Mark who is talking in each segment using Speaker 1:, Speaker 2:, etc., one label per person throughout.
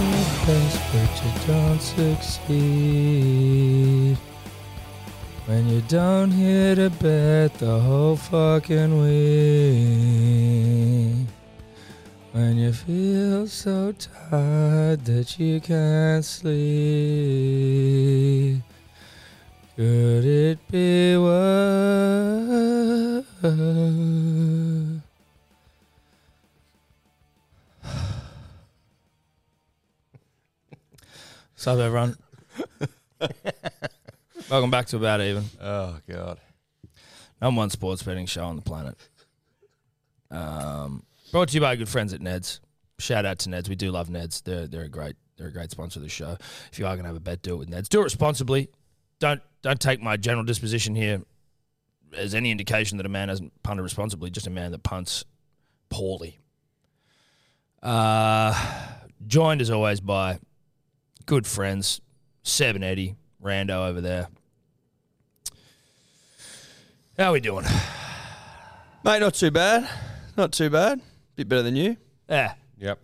Speaker 1: happens, but you don't succeed. When you don't hit a bet the whole fucking week. When you feel so tired that you can't sleep. Could it be worse? What's up, everyone? Welcome back to About Even,
Speaker 2: Oh god.
Speaker 1: number one sports betting show on the planet. Um, brought to you by our good friends at Ned's. Shout out to Ned's. We do love Ned's. They're they're a great they're a great sponsor of the show. If you are gonna have a bet, do it with Ned's. Do it responsibly. Don't don't take my general disposition here as any indication that a man doesn't punter responsibly. Just a man that punts poorly. Uh, joined as always by good friends, Seb and Eddie, Rando over there. How we doing?
Speaker 3: Mate, not too bad. Not too bad. Bit better than you.
Speaker 1: Yeah,
Speaker 2: Yep.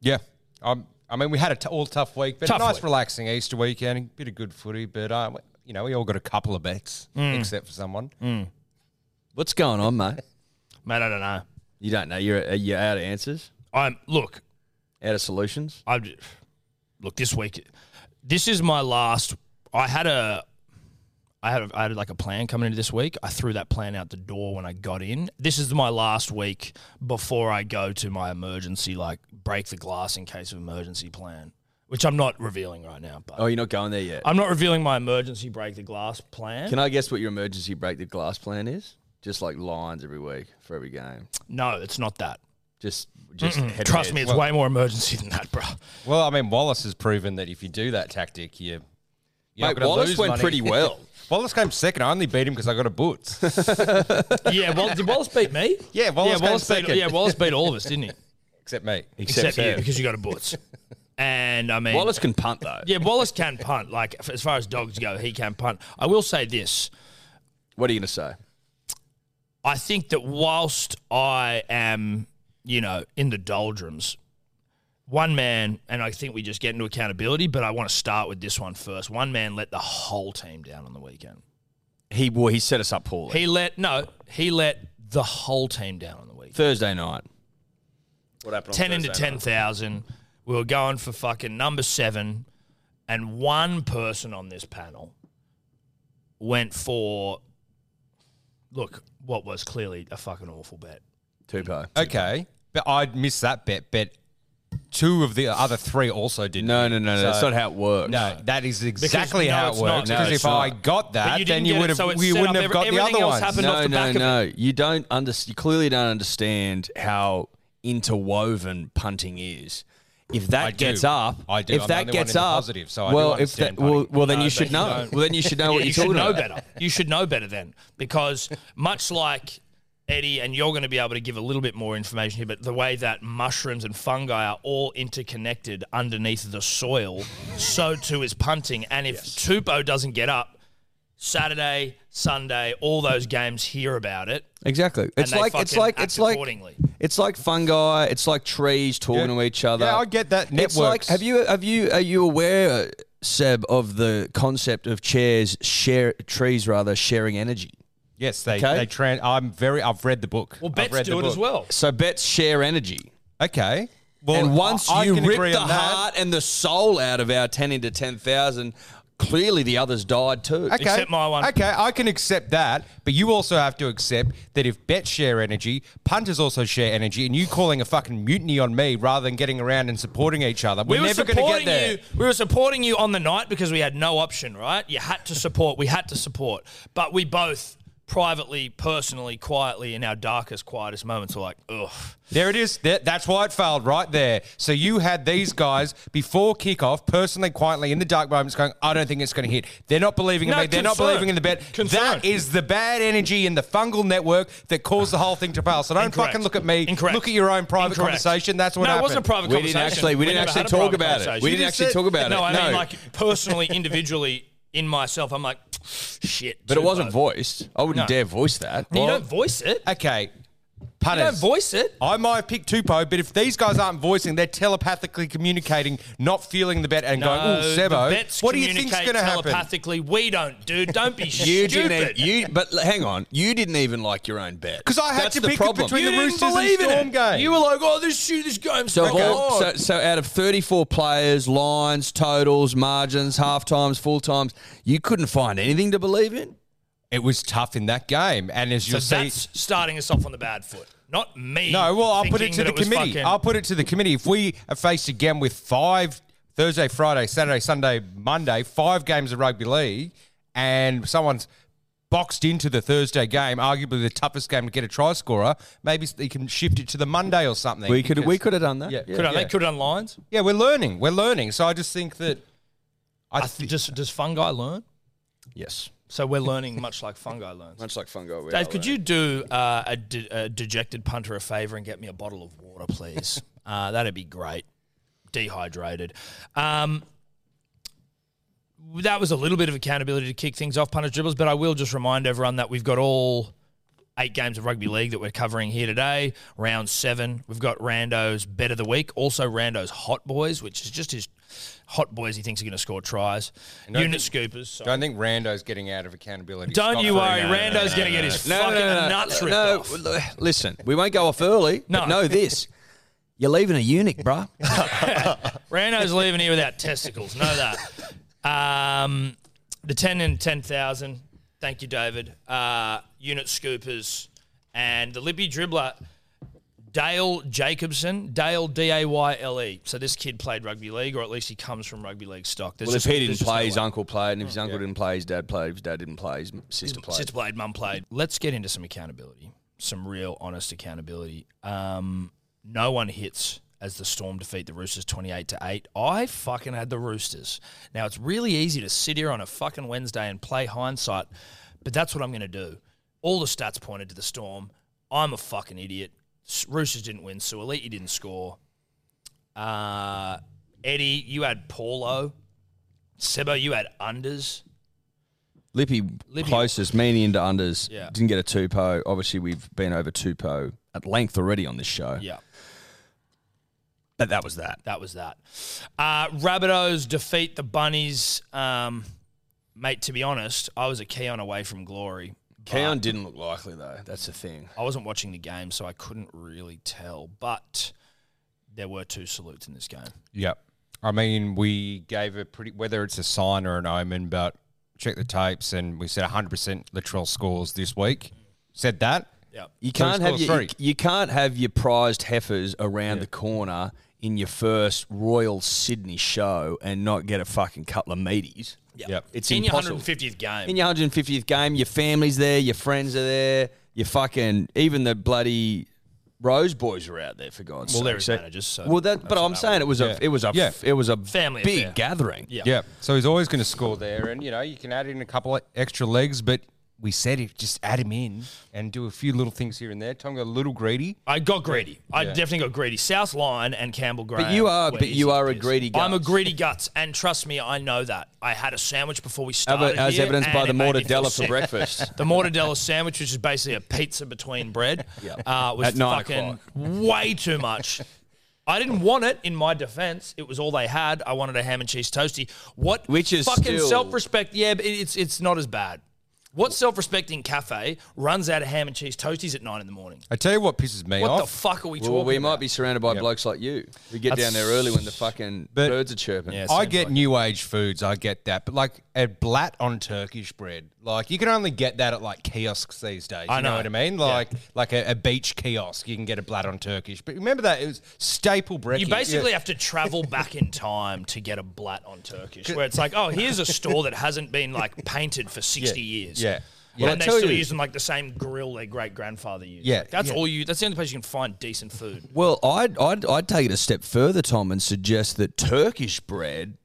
Speaker 2: Yeah. Um, I mean, we had a t- all tough week, but
Speaker 1: Tough
Speaker 2: a nice,
Speaker 1: week.
Speaker 2: relaxing Easter weekend. Bit of good footy, but uh, w- you know, we all got a couple of bets,
Speaker 3: Mm.
Speaker 2: except for someone.
Speaker 3: What's going on, mate?
Speaker 1: mate. I don't know.
Speaker 3: You don't know. You're are you out of answers,
Speaker 1: I'm look.
Speaker 3: out of solutions.
Speaker 1: I look this week. This is my last. I had a. I had, a, I had like a plan coming into this week. I threw that plan out the door when I got in. This is my last week before I go to my emergency, like break the glass in case of emergency plan, which I'm not revealing right now. But
Speaker 3: Oh, you're not going there yet.
Speaker 1: I'm not revealing my emergency break the glass plan.
Speaker 3: Can I guess what your emergency break the glass plan is? Just like lines every week for every game.
Speaker 1: no, it's not that.
Speaker 3: Just, just head
Speaker 1: Trust me, it's way more emergency than that, bro.
Speaker 2: Well, I mean, Wallace has proven that if you do that tactic, you. You're not
Speaker 3: Mate,
Speaker 2: gonna
Speaker 3: Wallace
Speaker 2: lose
Speaker 3: went
Speaker 2: money.
Speaker 3: pretty well.
Speaker 2: Wallace came second. I only beat him because I got a boots.
Speaker 1: Yeah, well, did Wallace beat me?
Speaker 2: Yeah, Wallace came
Speaker 1: beat,
Speaker 2: second.
Speaker 1: yeah, Wallace beat all of us, didn't he?
Speaker 2: Except me.
Speaker 1: Except, you,
Speaker 3: Seb.
Speaker 1: because you got a butts. and I mean,
Speaker 3: Wallace can punt though.
Speaker 1: yeah, Wallace can punt. Like f- as far as dogs go, he can punt. I will say this:
Speaker 3: What are you gonna say?
Speaker 1: I think that whilst I am, you know, in the doldrums, one man, and I think we just get into accountability. But I want to start with this one first. One man let the whole team down on the weekend.
Speaker 3: He well, he set us up poorly.
Speaker 1: He let no, he let the whole team down on the weekend.
Speaker 3: Thursday night. What happened?
Speaker 1: 10 into 10,000. We were going for fucking number seven, and one person on this panel went for, look, what was clearly a fucking awful bet.
Speaker 3: Tupo.
Speaker 2: Okay, but I missed that bet. But two of the other three also didn't.
Speaker 3: No, no, no, no. that's
Speaker 2: So-
Speaker 3: not how it works.
Speaker 2: No, that is exactly
Speaker 1: no,
Speaker 2: how it
Speaker 1: it's not.
Speaker 2: works.
Speaker 1: No,
Speaker 2: Because
Speaker 3: it's
Speaker 2: if I
Speaker 3: not.
Speaker 2: got
Speaker 1: But
Speaker 2: that,
Speaker 1: you
Speaker 2: then
Speaker 1: didn't
Speaker 2: you
Speaker 1: get
Speaker 2: would
Speaker 1: it,
Speaker 2: have
Speaker 1: so it
Speaker 2: we
Speaker 1: set
Speaker 2: wouldn't
Speaker 1: up
Speaker 2: have
Speaker 1: every-
Speaker 2: got the
Speaker 1: everything
Speaker 2: other
Speaker 1: else
Speaker 2: ones.
Speaker 1: happened
Speaker 3: no,
Speaker 1: off the
Speaker 3: no,
Speaker 1: back of
Speaker 3: no. You don't understand. You clearly don't understand how interwoven punting is. If that
Speaker 2: I do.
Speaker 3: gets up,
Speaker 2: I do.
Speaker 3: If
Speaker 2: I'm the
Speaker 3: that
Speaker 2: only
Speaker 3: gets
Speaker 2: one in the
Speaker 3: up,
Speaker 2: positive, so I do
Speaker 3: well, if
Speaker 2: understand
Speaker 3: that, well,
Speaker 2: punting.
Speaker 3: well, then
Speaker 1: No,
Speaker 3: you
Speaker 1: but
Speaker 3: should
Speaker 1: you
Speaker 3: know.
Speaker 1: don't.
Speaker 3: Well, then you should know what
Speaker 1: Yeah,
Speaker 3: you're
Speaker 1: you should
Speaker 3: talking
Speaker 1: know
Speaker 3: about.
Speaker 1: better. You should know better then, because much like Eddie, and you're going to be able to give a little bit more information here, but the way that mushrooms and fungi are all interconnected underneath the soil, so too is punting. And if Tupo doesn't get up, Saturday, Sunday, all those games hear about it.
Speaker 3: Exactly. It's
Speaker 1: they
Speaker 3: like it's
Speaker 1: fucking
Speaker 3: like
Speaker 1: act
Speaker 3: it's like
Speaker 1: accordingly.
Speaker 3: it's like fungi. It's like trees talking
Speaker 2: Yeah.
Speaker 3: to each other.
Speaker 2: Yeah, I get that.
Speaker 3: It's like
Speaker 2: Networks.
Speaker 3: have you have you are you aware, Seb, of the concept of chairs share trees rather sharing energy?
Speaker 2: Yes, they
Speaker 3: Okay.
Speaker 2: they tran I'm very. I've read the book.
Speaker 1: Well,
Speaker 2: I've
Speaker 1: bets
Speaker 2: read the
Speaker 1: do it as
Speaker 2: book.
Speaker 1: well.
Speaker 3: So bets share energy.
Speaker 2: Okay. Well,
Speaker 3: and once
Speaker 2: I- I
Speaker 3: you
Speaker 2: can
Speaker 3: rip
Speaker 2: agree
Speaker 3: the
Speaker 2: on that.
Speaker 3: heart and the soul out of our 10 into 10,000, clearly the others died too.
Speaker 2: Okay.
Speaker 1: Accept my one.
Speaker 2: Okay, I can accept that, but you also have to accept that if bets share energy, punters also share energy, and you calling a fucking mutiny on me rather than getting around and supporting each other,
Speaker 1: We
Speaker 2: we're
Speaker 1: were
Speaker 2: never going to
Speaker 1: supporting
Speaker 2: get there.
Speaker 1: you. We were supporting you on the night because we had no option, right? You had to support. We had to support. But we both privately, personally, quietly, in our darkest, quietest moments, were like, ugh.
Speaker 2: There it is. That- That's why it failed right there. So you had these guys before kickoff, personally, quietly in the dark moments, going, "I don't think it's going to hit." They're not believing in
Speaker 1: No,
Speaker 2: me. They're not
Speaker 1: confirmed.
Speaker 2: believing in the bet.
Speaker 1: Confirmed.
Speaker 2: That is the bad energy in the fungal network that caused the whole thing to fail. So don't
Speaker 1: Incorrect.
Speaker 2: fucking look at me.
Speaker 1: Incorrect.
Speaker 2: Look at your own private
Speaker 1: Incorrect.
Speaker 2: conversation. That's what
Speaker 1: no,
Speaker 2: happened.
Speaker 1: it wasn't a private
Speaker 3: We
Speaker 1: conversation.
Speaker 3: didn't actually, we didn't
Speaker 1: never
Speaker 3: actually
Speaker 1: had a
Speaker 3: talk
Speaker 1: private
Speaker 3: about it.
Speaker 1: conversation.
Speaker 3: We didn't
Speaker 2: You just
Speaker 3: actually
Speaker 2: said-
Speaker 3: talk about
Speaker 1: no,
Speaker 3: it.
Speaker 1: I mean, like, personally, individually, in myself, I'm like, shit.
Speaker 3: but it
Speaker 1: too
Speaker 3: wasn't
Speaker 1: low.
Speaker 3: voiced. I wouldn't
Speaker 1: No.
Speaker 3: dare voice that.
Speaker 1: You don't voice it.
Speaker 2: Okay.
Speaker 1: You don't
Speaker 2: punters.
Speaker 1: voice it.
Speaker 2: I might have picked Tupou, but if these guys aren't voicing, they're telepathically communicating, not feeling the bet and going,
Speaker 1: No,
Speaker 2: "Oh,
Speaker 1: Uh, the
Speaker 2: Sebo,
Speaker 1: vets
Speaker 2: what do you think's
Speaker 1: communicate
Speaker 2: going to happen?"
Speaker 1: Telepathically, we don't, dude. Don't be
Speaker 4: You
Speaker 1: stupid.
Speaker 4: didn't. e- You but l- hang on. You didn't even like your own bet
Speaker 2: Because I had
Speaker 4: That's
Speaker 2: to
Speaker 4: the
Speaker 2: pick
Speaker 4: problem.
Speaker 2: between
Speaker 1: You
Speaker 2: the
Speaker 1: didn't
Speaker 2: Roosters and
Speaker 1: believe in
Speaker 2: Storm
Speaker 1: it.
Speaker 2: game.
Speaker 1: You were like, "Oh, this shoot, this game's
Speaker 3: So,
Speaker 1: so
Speaker 3: all-
Speaker 1: hard."
Speaker 3: so, so out of 34 players, lines, totals, margins, half times, full times, you couldn't find anything to believe in?
Speaker 2: it was tough in that game, and as
Speaker 1: So
Speaker 2: you'll see,
Speaker 1: that's starting us off on the bad foot. Not me.
Speaker 2: No, well, I'll put it
Speaker 1: thinking
Speaker 2: to
Speaker 1: that
Speaker 2: the
Speaker 1: was
Speaker 2: committee.
Speaker 1: fucking-
Speaker 2: I'll put it to the committee. If we are faced again with five Thursday, Friday, Saturday, Sunday, Monday, five games of rugby league, and someone's boxed into the Thursday game, arguably the toughest game to get a try scorer, maybe they can shift it to the Monday or something.
Speaker 3: We could we
Speaker 2: Because-
Speaker 3: could have done that.
Speaker 2: Yeah,
Speaker 1: could have
Speaker 2: yeah.
Speaker 1: they could have done lines.
Speaker 2: yeah, we're learning. We're learning. So I just think that I,
Speaker 1: I th-
Speaker 2: think
Speaker 1: does, does fungi learn?
Speaker 3: Yes.
Speaker 1: So we're learning much like fungi learns.
Speaker 4: much like fungo.
Speaker 1: Dave, could you do uh, a, de- a dejected punter a favor and get me a bottle of water, please? uh, that'd be great. Dehydrated. Um, that was a little bit of accountability to kick things off, punters dribbles, but I will just remind everyone that we've got all eight games of rugby league that we're covering here today. Round seven, we've got Rando's bet of the week, also Rando's hot boys, which is just his hot boys he thinks are going to score tries. Unit scoopers.
Speaker 2: I
Speaker 1: sorry.
Speaker 2: don't think Rando's getting out of accountability.
Speaker 1: Don't
Speaker 2: Scot
Speaker 1: you
Speaker 2: free.
Speaker 1: worry, Rando's going to get his fucking nuts ripped
Speaker 3: no,
Speaker 1: off.
Speaker 3: l- Listen, we won't go off early. No,
Speaker 1: No.
Speaker 3: know this. You're leaving a eunuch, bruh.
Speaker 1: Rando's leaving here without testicles. Know that. Um, the 10 and 10,000. Thank you, David. Uh, unit scoopers and the Libby dribbler, Dale Jacobson. Dale, D A Y L E. So this kid played rugby league, or at least he comes from rugby league stock. There's
Speaker 4: Well, if
Speaker 1: just-
Speaker 4: he didn't
Speaker 1: there's just no
Speaker 4: play, his
Speaker 1: way.
Speaker 4: uncle played, and if his uncle didn't play, his dad played. If his dad didn't play, his sister played.
Speaker 1: Sister played, mum played. Let's get into some accountability, some real honest accountability. Um, no one hits as the Storm defeat the Roosters 28 to 8. I fucking had the Roosters. Now, it's really easy to sit here on a fucking Wednesday and play hindsight, but that's what I'm going to do. All the stats pointed to the Storm. I'm a fucking idiot. S- Roosters didn't win, so Elite you didn't score. Uh, Eddie, you had Paulo. Sebo, you had unders.
Speaker 3: Lippy,
Speaker 1: Lippy.
Speaker 3: closest, meaning into unders.
Speaker 1: Yeah.
Speaker 3: Didn't get a tupo. Obviously, we've been over tupo at length already on this show.
Speaker 1: Yeah.
Speaker 3: But that was that.
Speaker 1: that was that. Uh, Rabbitohs defeat the Bunnies. Um, mate, to be honest, I was a Keon away from glory.
Speaker 4: Keon didn't look likely though. That's the thing.
Speaker 1: I wasn't watching the game, so I couldn't really tell. But there were two salutes in this game.
Speaker 2: Yep. I mean, we gave a pretty, whether it's a sign or an omen, but check the tapes and we said 100% literal scores this week. Said that.
Speaker 1: Yeah.
Speaker 2: So
Speaker 3: You
Speaker 2: he
Speaker 3: can't have
Speaker 2: scores
Speaker 3: your, you,
Speaker 2: three.
Speaker 3: you can't have your prized heifers around the corner in your first Royal Sydney show and not get a fucking couple of meaties.
Speaker 2: Yep.
Speaker 3: It's
Speaker 1: in
Speaker 3: impossible.
Speaker 1: your 150th game.
Speaker 3: in your 150th game, your family's there, your friends are there, your fucking even the bloody Rose boys were out there for God's
Speaker 1: well,
Speaker 3: sake.
Speaker 1: there is
Speaker 3: So-
Speaker 1: managers. So
Speaker 3: well, that but I'm saying it was
Speaker 2: Yeah.
Speaker 3: a it was a
Speaker 2: Yeah.
Speaker 3: it was a
Speaker 1: Family
Speaker 3: big
Speaker 1: affair.
Speaker 3: gathering.
Speaker 1: yeah.
Speaker 2: Yeah. So he's always going to score there. And, you know, you can add in a couple of extra legs, but we said it, just add him in and do a few little things here and there. Tom got a little greedy.
Speaker 1: I got greedy. I definitely got greedy. South Line and Campbell Graham.
Speaker 3: you are-
Speaker 1: were
Speaker 3: but
Speaker 1: easy
Speaker 3: you
Speaker 1: to
Speaker 3: are a
Speaker 1: piss.
Speaker 3: greedy
Speaker 1: I'm a
Speaker 3: guts.
Speaker 1: greedy guts, and trust me, I know that. I had a sandwich before we
Speaker 3: Ever-
Speaker 1: started,
Speaker 3: as
Speaker 1: here,
Speaker 3: evidenced
Speaker 1: and
Speaker 3: by
Speaker 1: it
Speaker 3: the
Speaker 1: made me feel
Speaker 3: mortadella for
Speaker 1: sick.
Speaker 3: breakfast.
Speaker 1: The mortadella sandwich, which is basically a pizza between bread, uh, was
Speaker 3: At nine
Speaker 1: fucking
Speaker 3: o'clock.
Speaker 1: way too much. I didn't want it. In my defense, it was all they had. I wanted a ham and cheese toasty. What
Speaker 3: Which is
Speaker 1: fucking
Speaker 3: still-
Speaker 1: self-respect? Yeah, but it's it's not as bad. What self-respecting cafe runs out of ham and cheese toasties at nine in the morning?
Speaker 2: I tell you what pisses me
Speaker 1: What
Speaker 2: off.
Speaker 1: the fuck are we
Speaker 4: Well,
Speaker 1: talking?
Speaker 4: we
Speaker 1: about?
Speaker 4: might be surrounded by blokes like you who get down there early when the fucking
Speaker 2: But-
Speaker 4: birds are chirping.
Speaker 1: Yeah,
Speaker 2: I
Speaker 1: seems
Speaker 2: get
Speaker 1: like
Speaker 2: new age foods. I get that, but like a blat on Turkish bread, like you can only get that at like kiosks these days. You
Speaker 1: I
Speaker 2: know.
Speaker 1: know.
Speaker 2: what I mean? Like like a, a beach kiosk, you can get a blat on Turkish. But remember that it was staple bread.
Speaker 1: You basically have to travel back in time to get a blat on Turkish, where it's like, oh, here's a store that hasn't been like painted for sixty years.
Speaker 2: yeah. Yeah.
Speaker 1: and
Speaker 3: I
Speaker 1: they're
Speaker 3: tell
Speaker 1: still
Speaker 3: you-
Speaker 1: using like the same grill their great grandfather used.
Speaker 2: Yeah,
Speaker 1: Like, that's
Speaker 2: yeah.
Speaker 1: all you. That's the only place you can find decent food.
Speaker 3: Well, I'd, I'd I'd take it a step further, Tom, and suggest that Turkish bread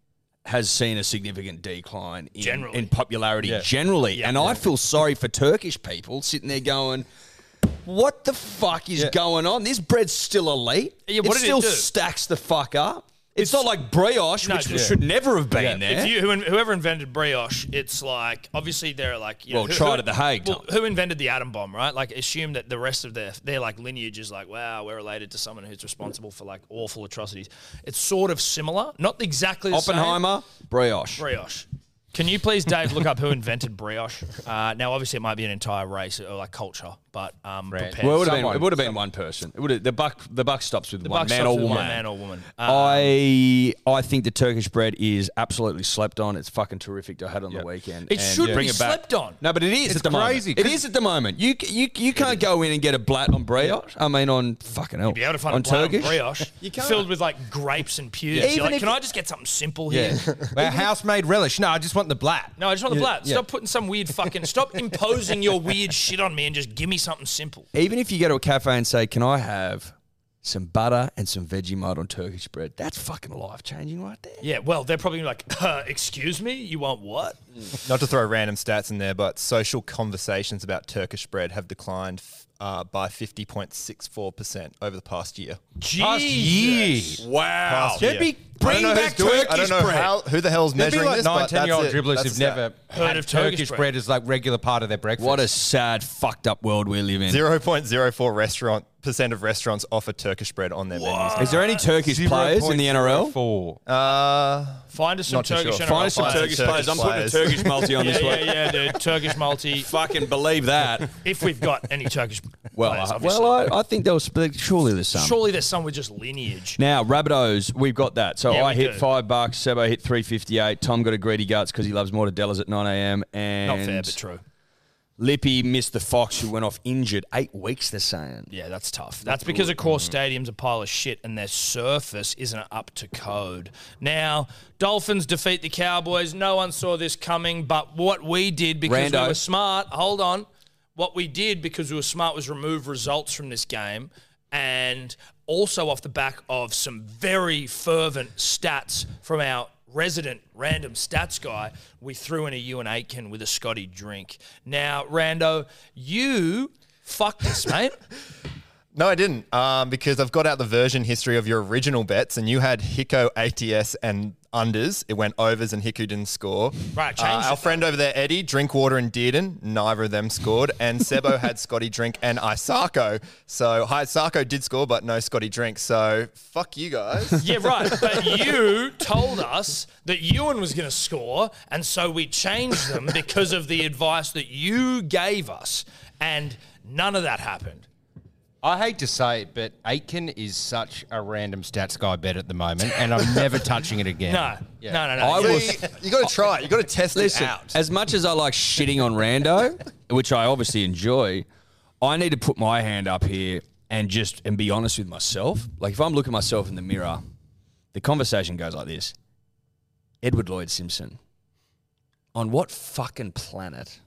Speaker 3: has seen a significant decline in,
Speaker 1: Generally.
Speaker 3: in popularity generally. and I feel sorry for Turkish people sitting there going, "What the fuck is going on? This bread's still elite.
Speaker 1: Yeah, what
Speaker 3: it
Speaker 1: did it
Speaker 3: still
Speaker 1: do?"
Speaker 3: stacks the fuck up. It's, not like brioche,
Speaker 1: No,
Speaker 3: which
Speaker 1: yeah.
Speaker 3: should never have been there.
Speaker 1: If you who, whoever invented brioche, it's like obviously they're like you know,
Speaker 3: Well, tried at The Hague,
Speaker 1: Well,
Speaker 3: Tom.
Speaker 1: who invented the atom bomb, right? Like assume that the rest of their their like lineage is like wow, we're related to someone who's responsible for like awful atrocities. It's sort of similar, not exactly the same.
Speaker 3: Oppenheimer, brioche.
Speaker 1: brioche. Can you please, Dave, look up who invented brioche? Uh, now, obviously, it might be an entire race or like culture, but um, prepare.
Speaker 3: Well, it would have been,
Speaker 2: Someone-
Speaker 3: it would have been one person. It would have, the buck the buck stops with one
Speaker 1: buck
Speaker 3: man
Speaker 1: stops
Speaker 3: or
Speaker 1: with
Speaker 3: woman.
Speaker 1: one man or woman. Uh,
Speaker 3: I I think the Turkish bread is absolutely slept on. It's fucking terrific. I had it on the weekend.
Speaker 1: It
Speaker 3: and
Speaker 1: should be
Speaker 3: bring it back.
Speaker 1: slept on.
Speaker 3: No, but it is
Speaker 2: It's
Speaker 3: at the
Speaker 2: crazy,
Speaker 3: moment. It
Speaker 2: 'cause-
Speaker 3: is at the moment. You c- you you can't go in and get a blat on brioche. I mean on fucking hell.
Speaker 1: be able to find
Speaker 3: on
Speaker 1: a blown
Speaker 3: Turkish.
Speaker 1: brioche
Speaker 3: can't.
Speaker 1: filled with like grapes and pubes.
Speaker 3: Even
Speaker 1: You're like,
Speaker 3: if-
Speaker 1: can I just get something simple here?
Speaker 3: Yeah.
Speaker 2: Our house made relish. No, I just want the black.
Speaker 1: No, I just want the blat. Stop putting some weird fucking. Stop imposing your weird shit on me and just give me something simple.
Speaker 3: Even if you go to a cafe and say, "Can I have some butter and some Vegemite on Turkish bread?" That's fucking life changing right there.
Speaker 1: Yeah, well, they're probably like, uh, excuse me, you want what?
Speaker 5: Not to throw random stats in there, but social conversations about Turkish bread have declined uh, by 50.64% over the past year.
Speaker 1: Jesus.
Speaker 5: Wow.
Speaker 2: There'd be-
Speaker 5: I don't know who's doing it. I don't know how, who the hell's
Speaker 2: There'd be
Speaker 5: measuring
Speaker 2: like
Speaker 5: this. but that's
Speaker 2: nineteen-year-old
Speaker 5: it.
Speaker 2: dribblers
Speaker 5: That's
Speaker 2: who've
Speaker 5: the stat.
Speaker 2: never
Speaker 1: Heard
Speaker 2: had
Speaker 1: of Turkish bread.
Speaker 2: as like regular part of their breakfast.
Speaker 3: What a sad, fucked up world we live in.
Speaker 5: 0.04 restaurant percent of restaurants offer Turkish bread on their menus.
Speaker 3: Is there any Turkish players in the NRL?
Speaker 2: four.
Speaker 5: Uh,
Speaker 1: Find us some
Speaker 5: Not too
Speaker 1: Turkish.
Speaker 5: sure.
Speaker 1: NRL
Speaker 3: Find us some
Speaker 1: players.
Speaker 3: Turkish
Speaker 5: Turkish
Speaker 3: players. I'm putting a
Speaker 5: players.
Speaker 3: Turkish multi on
Speaker 1: Yeah,
Speaker 3: this
Speaker 1: yeah,
Speaker 3: week.
Speaker 1: yeah, dude. Turkish multi.
Speaker 3: Fucking believe that.
Speaker 1: if we've got any Turkish
Speaker 3: Well,
Speaker 1: players,
Speaker 3: I,
Speaker 1: obviously.
Speaker 3: well, I, I think there was surely there's some.
Speaker 1: surely there's some with just lineage.
Speaker 3: Now, Rabbitohs, we've got that. So
Speaker 1: Yeah,
Speaker 3: I
Speaker 1: we
Speaker 3: hit
Speaker 1: do.
Speaker 3: five bucks. Sebo hit three fifty eight. Tom got a greedy guts because he loves mortadellas at nine a.m.
Speaker 1: Not
Speaker 3: And
Speaker 1: fair, but true.
Speaker 3: Lippy missed the fox who went off injured eight weeks. They're saying.
Speaker 1: Yeah, that's tough. That's mm-hmm. because, of course, stadiums are pile of shit and their surface isn't up to code. Now, Dolphins defeat the Cowboys. No one saw this coming, but what we did because we
Speaker 3: Rando.
Speaker 1: were smart, hold on. What we did because we were smart was remove results from this game and also off the back of some very fervent stats from our resident random stats guy, we threw in a you and Aitken with a Scotty drink. Now, Rando, you fucked us, mate.
Speaker 5: No, I didn't, um, because I've got out the version history of your original bets, and you had Hiko ATS and unders. It went overs, and Hiku didn't score.
Speaker 1: Right, change it
Speaker 5: Uh, our friend over there, Eddie, Drinkwater and Dearden, neither of them scored, and Sebo had Scotty Drink and Isako. So Isako did score, but no Scotty Drink. So fuck you guys.
Speaker 1: Yeah, right. But you told us that Ewan was going to score, and so we changed them because of the advice that you gave us, and none of that happened.
Speaker 2: I hate to say it, but Aitken is such a random stats guy bet at the moment, and I'm never touching it again.
Speaker 1: No, no, no, no.
Speaker 3: I
Speaker 1: You-
Speaker 3: was-
Speaker 5: See, you got to try it. You got to test
Speaker 3: Listen,
Speaker 5: it out.
Speaker 3: as much as I like shitting on Rando, which I obviously enjoy, I need to put my hand up here and just and be honest with myself. Like if I'm looking myself in the mirror, the conversation goes like this: Edward Lloyd Simpson, on what fucking planet,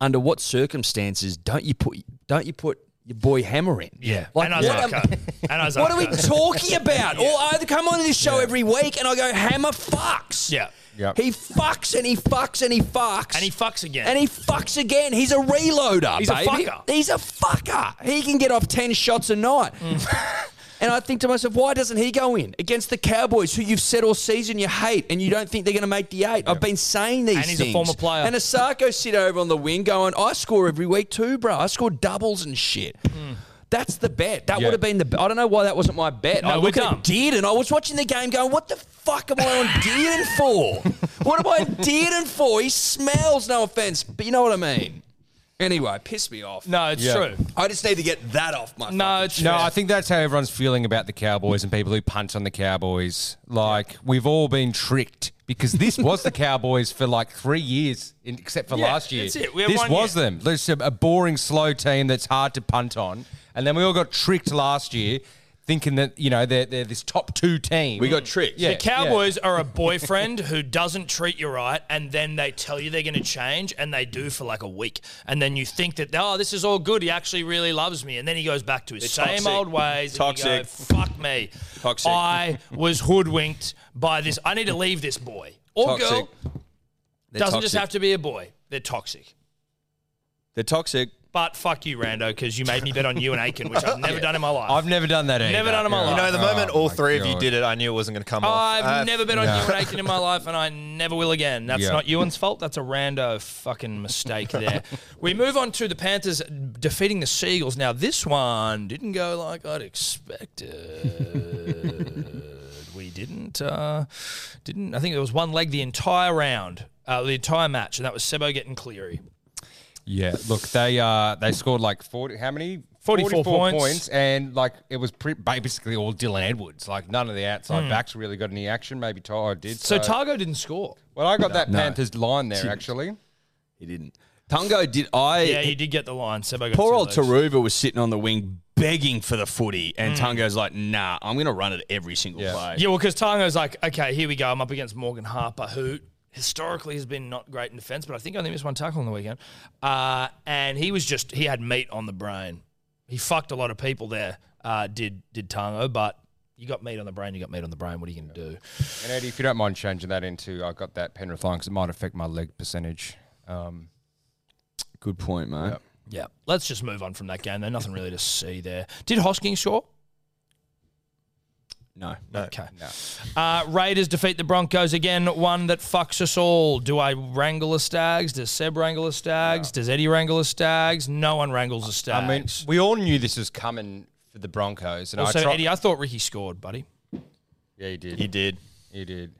Speaker 3: under what circumstances don't you put don't you put your boy Hammer in?
Speaker 1: yeah,
Speaker 3: like
Speaker 1: and
Speaker 3: what, am-
Speaker 1: Isaac. uh, and Isaac.
Speaker 3: what are we talking about? Or I either come on to this show every week and I go hammer fucks.
Speaker 1: Yeah.
Speaker 2: Yep.
Speaker 3: He fucks and he fucks and he fucks.
Speaker 1: And he fucks again.
Speaker 3: And he fucks again. He's a reloader.
Speaker 1: He's a
Speaker 3: baby.
Speaker 1: fucker.
Speaker 3: He's a fucker. He can get off 10 shots a night.
Speaker 1: Mm.
Speaker 3: and I think to myself, why doesn't he go in against the Cowboys, who you've said all season you hate and you don't think they're going to make the eight? I've been saying these
Speaker 1: And he's a
Speaker 3: things.
Speaker 1: former player.
Speaker 3: And Asako sit over on the wing going, I score every week too, bro. I score doubles and shit. That's the bet. That
Speaker 2: Yeah.
Speaker 3: would have been the. I don't know why that wasn't my bet. I
Speaker 1: we're
Speaker 3: look
Speaker 1: dumb.
Speaker 3: at Dearden. I was watching the game, going, "What the fuck am I on Dearden for? What am I on Dearden for? He smells. No offense, but you know what I mean. Anyway, piss me off.
Speaker 1: No, it's
Speaker 2: Yeah.
Speaker 1: true.
Speaker 3: I just need to get that off my.
Speaker 1: No, it's
Speaker 2: No,
Speaker 1: fair.
Speaker 2: I think that's how everyone's feeling about the Cowboys and people who punt on the Cowboys. Like we've all been tricked because this was the Cowboys for like three years, in, except for
Speaker 1: Yeah,
Speaker 2: last year.
Speaker 1: that's it. We had
Speaker 2: this
Speaker 1: one
Speaker 2: was
Speaker 1: year.
Speaker 2: them. It's a, a boring, slow team that's hard to punt on, and then we all got tricked last year, thinking that you know they're they're this top two team.
Speaker 3: we got tricked.
Speaker 2: Yeah.
Speaker 1: The Cowboys are a boyfriend who doesn't treat you right, and then they tell you they're going to change, and they do for like a week, and then you think that oh, this is all good. He actually really loves me, and then he goes back to his same
Speaker 3: toxic.
Speaker 1: old ways. And you go,
Speaker 3: Toxic.
Speaker 1: Fuck me.
Speaker 3: Toxic.
Speaker 1: I was hoodwinked by this. I need to leave this boy or
Speaker 3: Toxic.
Speaker 1: girl.
Speaker 3: They're
Speaker 1: Doesn't
Speaker 3: toxic.
Speaker 1: just have to be a boy. They're toxic.
Speaker 3: They're toxic.
Speaker 1: But fuck you, Rando, because you made me bet on you and Aiken, which I've never done in my life.
Speaker 2: I've never done that either.
Speaker 1: Never done in my
Speaker 5: You
Speaker 1: life.
Speaker 5: know, the
Speaker 2: Oh
Speaker 5: moment all
Speaker 2: my
Speaker 5: three of you
Speaker 2: God.
Speaker 5: did it, I knew it wasn't going to come off.
Speaker 1: I've
Speaker 5: Uh,
Speaker 1: never been on you and Aiken in my life, and I never will again. That's
Speaker 2: Yeah.
Speaker 1: not Ewan's fault. That's a rando fucking mistake there. we move on to the Panthers defeating the Seagulls. Now, this one didn't go like I'd expected. we didn't. Uh, didn't. I think there was one leg the entire round, uh, the entire match, and that was Sebo getting Cleary.
Speaker 2: Yeah, look, they uh they scored like forty. How many?
Speaker 1: 44 points.
Speaker 2: and like it was pre- basically all Dylan Edwards. Like none of the outside backs really got any action. Maybe Tyler did.
Speaker 1: So
Speaker 2: Hmm. So,
Speaker 1: Targo didn't score.
Speaker 2: well, I got that Panthers line there actually.
Speaker 3: He didn't. Tungo did. I
Speaker 1: Yeah, you did get the line. Sebo got
Speaker 3: poor
Speaker 1: two
Speaker 3: old
Speaker 1: legs.
Speaker 3: Taruva was sitting on the wing begging for the footy, and Tungo's like, "Nah, I'm gonna run it every single
Speaker 2: Yeah.
Speaker 3: play."
Speaker 1: Yeah, well, because Tango's like, okay, here we go. I'm up against Morgan Harper, who historically has been not great in defence, but I think I only missed one tackle on the weekend. Uh, and he was just, he had meat on the brain. He fucked a lot of people there, uh, did, did Tango, but you got meat on the brain, you got meat on the brain. What are you going to do?
Speaker 2: And Eddie, if you don't mind changing that into, I got that Penrith line because it might affect my leg percentage. Um,
Speaker 3: Good point, mate.
Speaker 1: Yeah, let's just move on from that game. There's nothing really to see there. Did Hoskins score?
Speaker 3: No.
Speaker 1: Okay. Uh, Raiders defeat the Broncos again. One that fucks us all. Do I wrangle a stags? Does Seb wrangle a stags? Does Eddie wrangle a stags? No one wrangles a stags.
Speaker 2: I mean, we all knew this was coming for the Broncos, and
Speaker 1: also,
Speaker 2: I tried.
Speaker 1: Eddie, I thought Ricky scored, buddy.
Speaker 2: yeah, he did.
Speaker 5: he did.
Speaker 2: You did.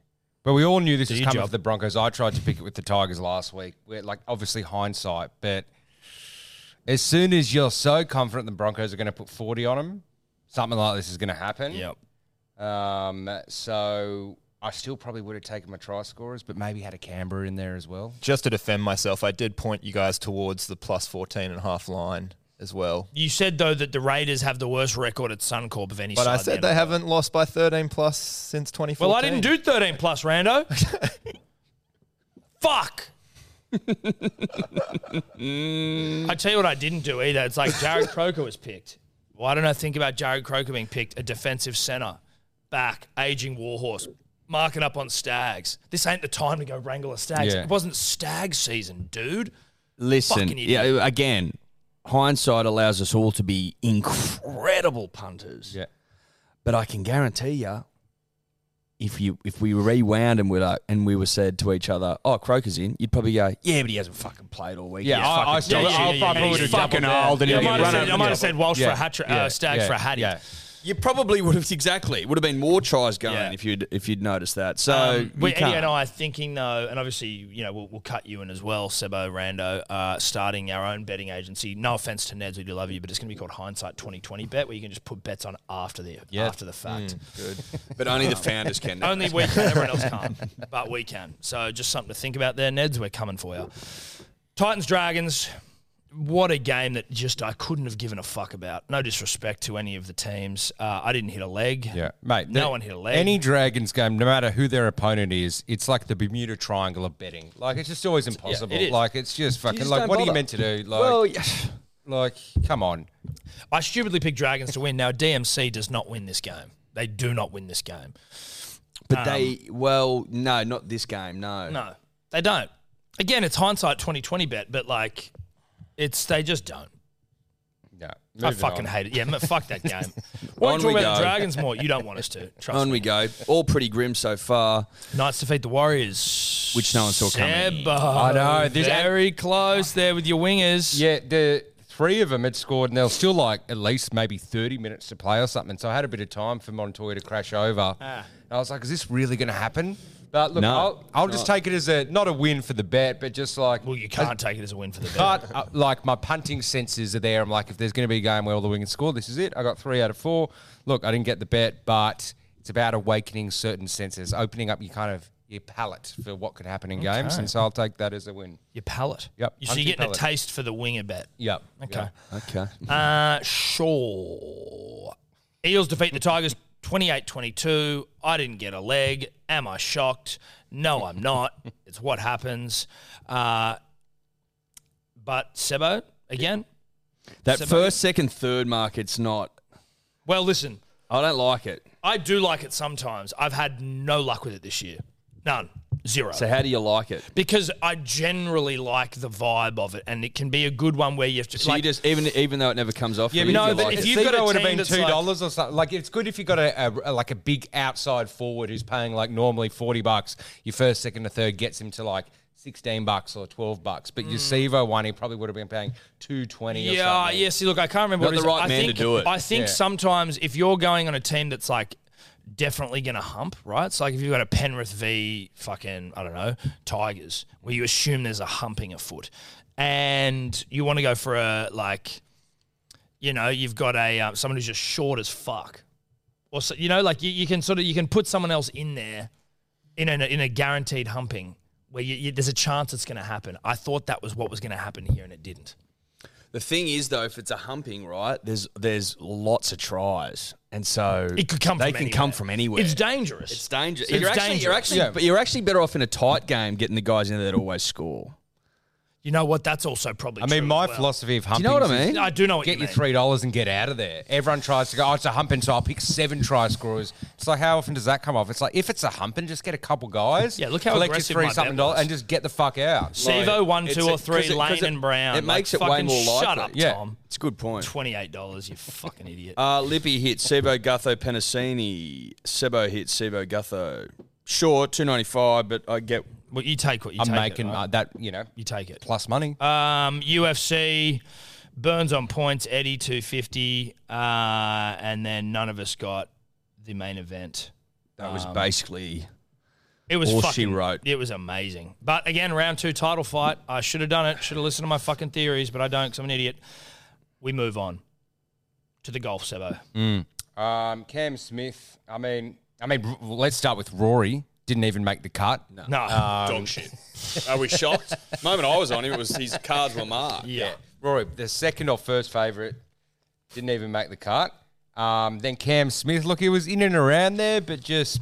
Speaker 2: But we all knew this was
Speaker 1: your
Speaker 2: coming
Speaker 1: job.
Speaker 2: for the Broncos. I tried to pick it with the Tigers last week. We're like obviously hindsight, but as soon as you're so confident the Broncos are going to put 40 on them, something like this is going to happen. Um, so I still probably would have taken my try scorers, but maybe had a Canberra in there as well.
Speaker 5: Just to defend myself, I did point you guys towards the plus 14 and a half line as well.
Speaker 1: You said though that the Raiders have the worst record at Suncorp of any
Speaker 5: But
Speaker 1: side.
Speaker 5: I
Speaker 1: in
Speaker 5: said
Speaker 1: the
Speaker 5: they
Speaker 1: NFL.
Speaker 5: haven't lost by 13 plus since 2014.
Speaker 1: Well, I didn't do 13 plus, Rando. Fuck. I tell you what, I didn't do either. It's like Jared Croker was picked. Why don't I think about Jared Croker being picked? A defensive center, back, aging warhorse, marking up on stags. This ain't the time to go wrangle a stags.
Speaker 2: Yeah.
Speaker 1: It wasn't stag season, dude.
Speaker 3: Listen,
Speaker 1: Fucking
Speaker 3: yeah,
Speaker 1: idiot.
Speaker 3: again, hindsight allows us all to be incredible punters.
Speaker 2: Yeah.
Speaker 3: But I can guarantee you, if you if we rewound and we like, and we were said to each other, "Oh, Croker's in," you'd probably go, "Yeah, but he hasn't fucking played all week."
Speaker 2: Yeah,
Speaker 3: He's
Speaker 2: I- I
Speaker 3: fucking
Speaker 2: still-
Speaker 3: dog
Speaker 2: Yeah, yeah,
Speaker 3: shit."
Speaker 2: yeah, yeah, yeah.
Speaker 3: he's
Speaker 2: He's
Speaker 3: fucking
Speaker 1: double
Speaker 3: old." And
Speaker 1: Yeah, I
Speaker 3: he'll
Speaker 1: might
Speaker 3: get
Speaker 1: have
Speaker 3: run
Speaker 1: said,
Speaker 3: over
Speaker 1: I might have
Speaker 3: the-
Speaker 1: said Walsh for a hat trick,
Speaker 2: yeah,
Speaker 1: uh, stags
Speaker 2: yeah,
Speaker 1: for a hattie.
Speaker 2: Yeah.
Speaker 3: You probably would have exactly. It would have been more tries going
Speaker 1: Yeah.
Speaker 3: if you'd if you'd noticed that. So
Speaker 1: Um,
Speaker 3: you
Speaker 1: we, Eddie
Speaker 3: can't.
Speaker 1: and I are thinking though, and obviously you know we'll, we'll cut you in as well, Sebo Rando, uh, starting our own betting agency. No offense to Neds, we do love you, but it's going to be called Hindsight 2020 Bet, where you can just put bets on after the after the
Speaker 3: Mm.
Speaker 1: fact.
Speaker 3: but only the founders can. now.
Speaker 1: Only we can, everyone else can't, but we can. So just something to think about there, Neds. We're coming for you. Titans Dragons. What a game that just I couldn't have given a fuck about. No disrespect to any of the teams. Uh, I didn't hit a leg.
Speaker 2: Yeah, mate.
Speaker 1: No
Speaker 2: the-
Speaker 1: one hit a leg.
Speaker 2: Any Dragons game, no matter who their opponent is, it's like the Bermuda Triangle of betting. Like it's just always impossible.
Speaker 1: is.
Speaker 2: like it's just fucking
Speaker 3: just
Speaker 2: like
Speaker 3: don't
Speaker 2: what are you
Speaker 3: bother.
Speaker 2: meant to do? Like,
Speaker 3: well, yeah.
Speaker 2: like come on.
Speaker 1: I stupidly picked Dragons to win. Now DMC does not win this game. They do not win this game.
Speaker 3: but they well, no, not this game. No,
Speaker 1: um, No, they don't. Again, it's hindsight twenty twenty bet, but like, it's they just don't.
Speaker 2: Yeah,
Speaker 1: I fucking hate it. Yeah, m- fuck that game. Why
Speaker 3: On
Speaker 1: don't you talk
Speaker 3: we
Speaker 1: about the
Speaker 3: go.
Speaker 1: Dragons more? You don't want us to. Trust
Speaker 3: On
Speaker 1: me.
Speaker 3: we go. All pretty grim so far.
Speaker 1: Knights defeat the Warriors,
Speaker 3: Which no one saw coming.
Speaker 1: Sebo,
Speaker 2: I know, this-
Speaker 1: very close there with your wingers.
Speaker 2: Yeah, the three of them had scored, and there was still like at least maybe thirty minutes to play or something. So I had a bit of time for Montoya to crash over. And I was like, is this really going to happen? But look,
Speaker 3: No,
Speaker 2: I'll, I'll just take it as a not a win for the bet, but just like
Speaker 1: Well, you can't take it as a win for the bet.
Speaker 2: But uh, like my punting senses are there. I'm like, if there's going to be a game where all the wingers score, this is it. I got three out of four. Look, I didn't get the bet, but it's about awakening certain senses, opening up your kind of your palate for what could happen in games, and so I'll take that as a win.
Speaker 1: Your palate.
Speaker 2: Yep,
Speaker 1: So you're
Speaker 2: hunting
Speaker 1: getting
Speaker 2: palate.
Speaker 1: a taste for the winger bet.
Speaker 2: Yep.
Speaker 1: Okay.
Speaker 3: Okay.
Speaker 1: Uh, sure. Eels defeat the Tigers 28 22. I didn't get a leg. Am I shocked? No, I'm not. it's what happens. Uh, but Sebo, again,
Speaker 3: That
Speaker 1: So-
Speaker 3: first, second, third market's not.
Speaker 1: well, listen,
Speaker 3: I don't like it.
Speaker 1: I do like it sometimes. I've had no luck with it this year. None. Zero.
Speaker 3: So how do you like it?
Speaker 1: because I generally like the vibe of it, and it can be a good one where you have to.
Speaker 3: So
Speaker 1: like,
Speaker 3: you just even even though it never comes off.
Speaker 2: Yeah,
Speaker 3: for
Speaker 2: but
Speaker 3: you,
Speaker 1: no,
Speaker 3: you
Speaker 1: but
Speaker 3: like
Speaker 1: if
Speaker 3: it.
Speaker 1: you-
Speaker 2: you've
Speaker 1: got
Speaker 2: got
Speaker 1: a
Speaker 2: it would have
Speaker 1: team
Speaker 2: been
Speaker 1: that's
Speaker 2: two dollars or something. Like it's good if you got a, a like a big outside forward who's paying like normally forty bucks. Your first, second, or third gets him to like sixteen bucks or twelve bucks. But your Sevo one, he probably would have been paying two twenty.
Speaker 1: yeah,
Speaker 2: or something.
Speaker 1: yeah. See, look, I can't remember.
Speaker 3: Not
Speaker 1: what it is.
Speaker 3: the right
Speaker 1: I
Speaker 3: man to
Speaker 1: think,
Speaker 3: do it.
Speaker 1: I think
Speaker 2: Yeah.
Speaker 1: sometimes if you're going on a team that's like definitely going to hump, right? It's like if you've got a Penrith v fucking I don't know Tigers, where you assume there's a humping afoot, and you want to go for a like, you know, you've got a uh, someone who's just short as fuck, or so, you know, like you, you can sort of you can put someone else in there in a, in a guaranteed humping. Where you, you, there's a chance it's going to happen. I thought that was what was going to happen here, and it didn't.
Speaker 3: the thing is though, if it's a humping, right? There's there's lots of tries, and so
Speaker 1: It could come
Speaker 3: They
Speaker 1: from
Speaker 3: can
Speaker 1: anywhere.
Speaker 3: come from anywhere.
Speaker 1: It's dangerous.
Speaker 3: It's dangerous.
Speaker 1: It's
Speaker 3: you're actually, You're
Speaker 1: dangerous.
Speaker 3: actually,
Speaker 2: Yeah.
Speaker 3: but you're actually better off in a tight game getting the guys in there that always score.
Speaker 1: You know what? That's also probably.
Speaker 2: I
Speaker 1: true
Speaker 2: mean, my
Speaker 1: as well.
Speaker 2: philosophy of humping.
Speaker 3: know what I
Speaker 2: is
Speaker 3: mean?
Speaker 1: I do know what
Speaker 2: Get
Speaker 1: you
Speaker 2: your
Speaker 1: mean.
Speaker 2: three dollars and get out of there. Everyone tries to go. Oh, it's a humping, so I'll pick seven try scorers. It's like how often does that come off? It's like if it's a humping, just get a couple guys.
Speaker 1: Yeah, look how
Speaker 2: collect your
Speaker 1: aggressive
Speaker 2: three
Speaker 1: my bet
Speaker 2: something dollars
Speaker 1: was.
Speaker 2: and just get the fuck out.
Speaker 1: Sevo one,
Speaker 3: It's
Speaker 1: two,
Speaker 3: a-
Speaker 1: or three.
Speaker 3: 'cause it- 'cause
Speaker 1: Lane
Speaker 3: it-
Speaker 1: and Brown.
Speaker 3: it
Speaker 1: Like,
Speaker 3: makes it way
Speaker 1: fucking
Speaker 3: more
Speaker 1: Shut
Speaker 3: likely.
Speaker 1: up,
Speaker 2: Yeah.
Speaker 1: Tom.
Speaker 3: It's a good point.
Speaker 1: Twenty-eight dollars. You fucking idiot.
Speaker 3: Uh, Lippy hit Sebo Gutho Penasini. Sebo hit Sebo Gutho. Sure, two ninety five, but I get
Speaker 1: well, you take what you
Speaker 2: I'm
Speaker 1: take.
Speaker 2: making
Speaker 1: it, right?
Speaker 2: uh, that you know
Speaker 1: you take it.
Speaker 2: plus money.
Speaker 1: Um, UFC Burns on points. Eddie two fifty, uh, and then none of us got the main event.
Speaker 3: that was basically
Speaker 1: It was
Speaker 3: All she
Speaker 1: fucking.
Speaker 3: wrote.
Speaker 1: It was amazing. But again, round two title fight. I should have done it. Should have listened to my fucking theories, but I don't because I'm an idiot. We move on to the golf, Sebo.
Speaker 3: Mm.
Speaker 2: Um, Cam Smith. I mean, I mean, r- let's start with Rory. Didn't even make the cut. No.
Speaker 1: No,
Speaker 3: dog shit. Are we shocked? moment I was on him, it was his cards were marked.
Speaker 1: yeah.
Speaker 2: Rory, the second or first favorite, didn't even make the cut. Um, then Cam Smith. Look, he was in and around there, but just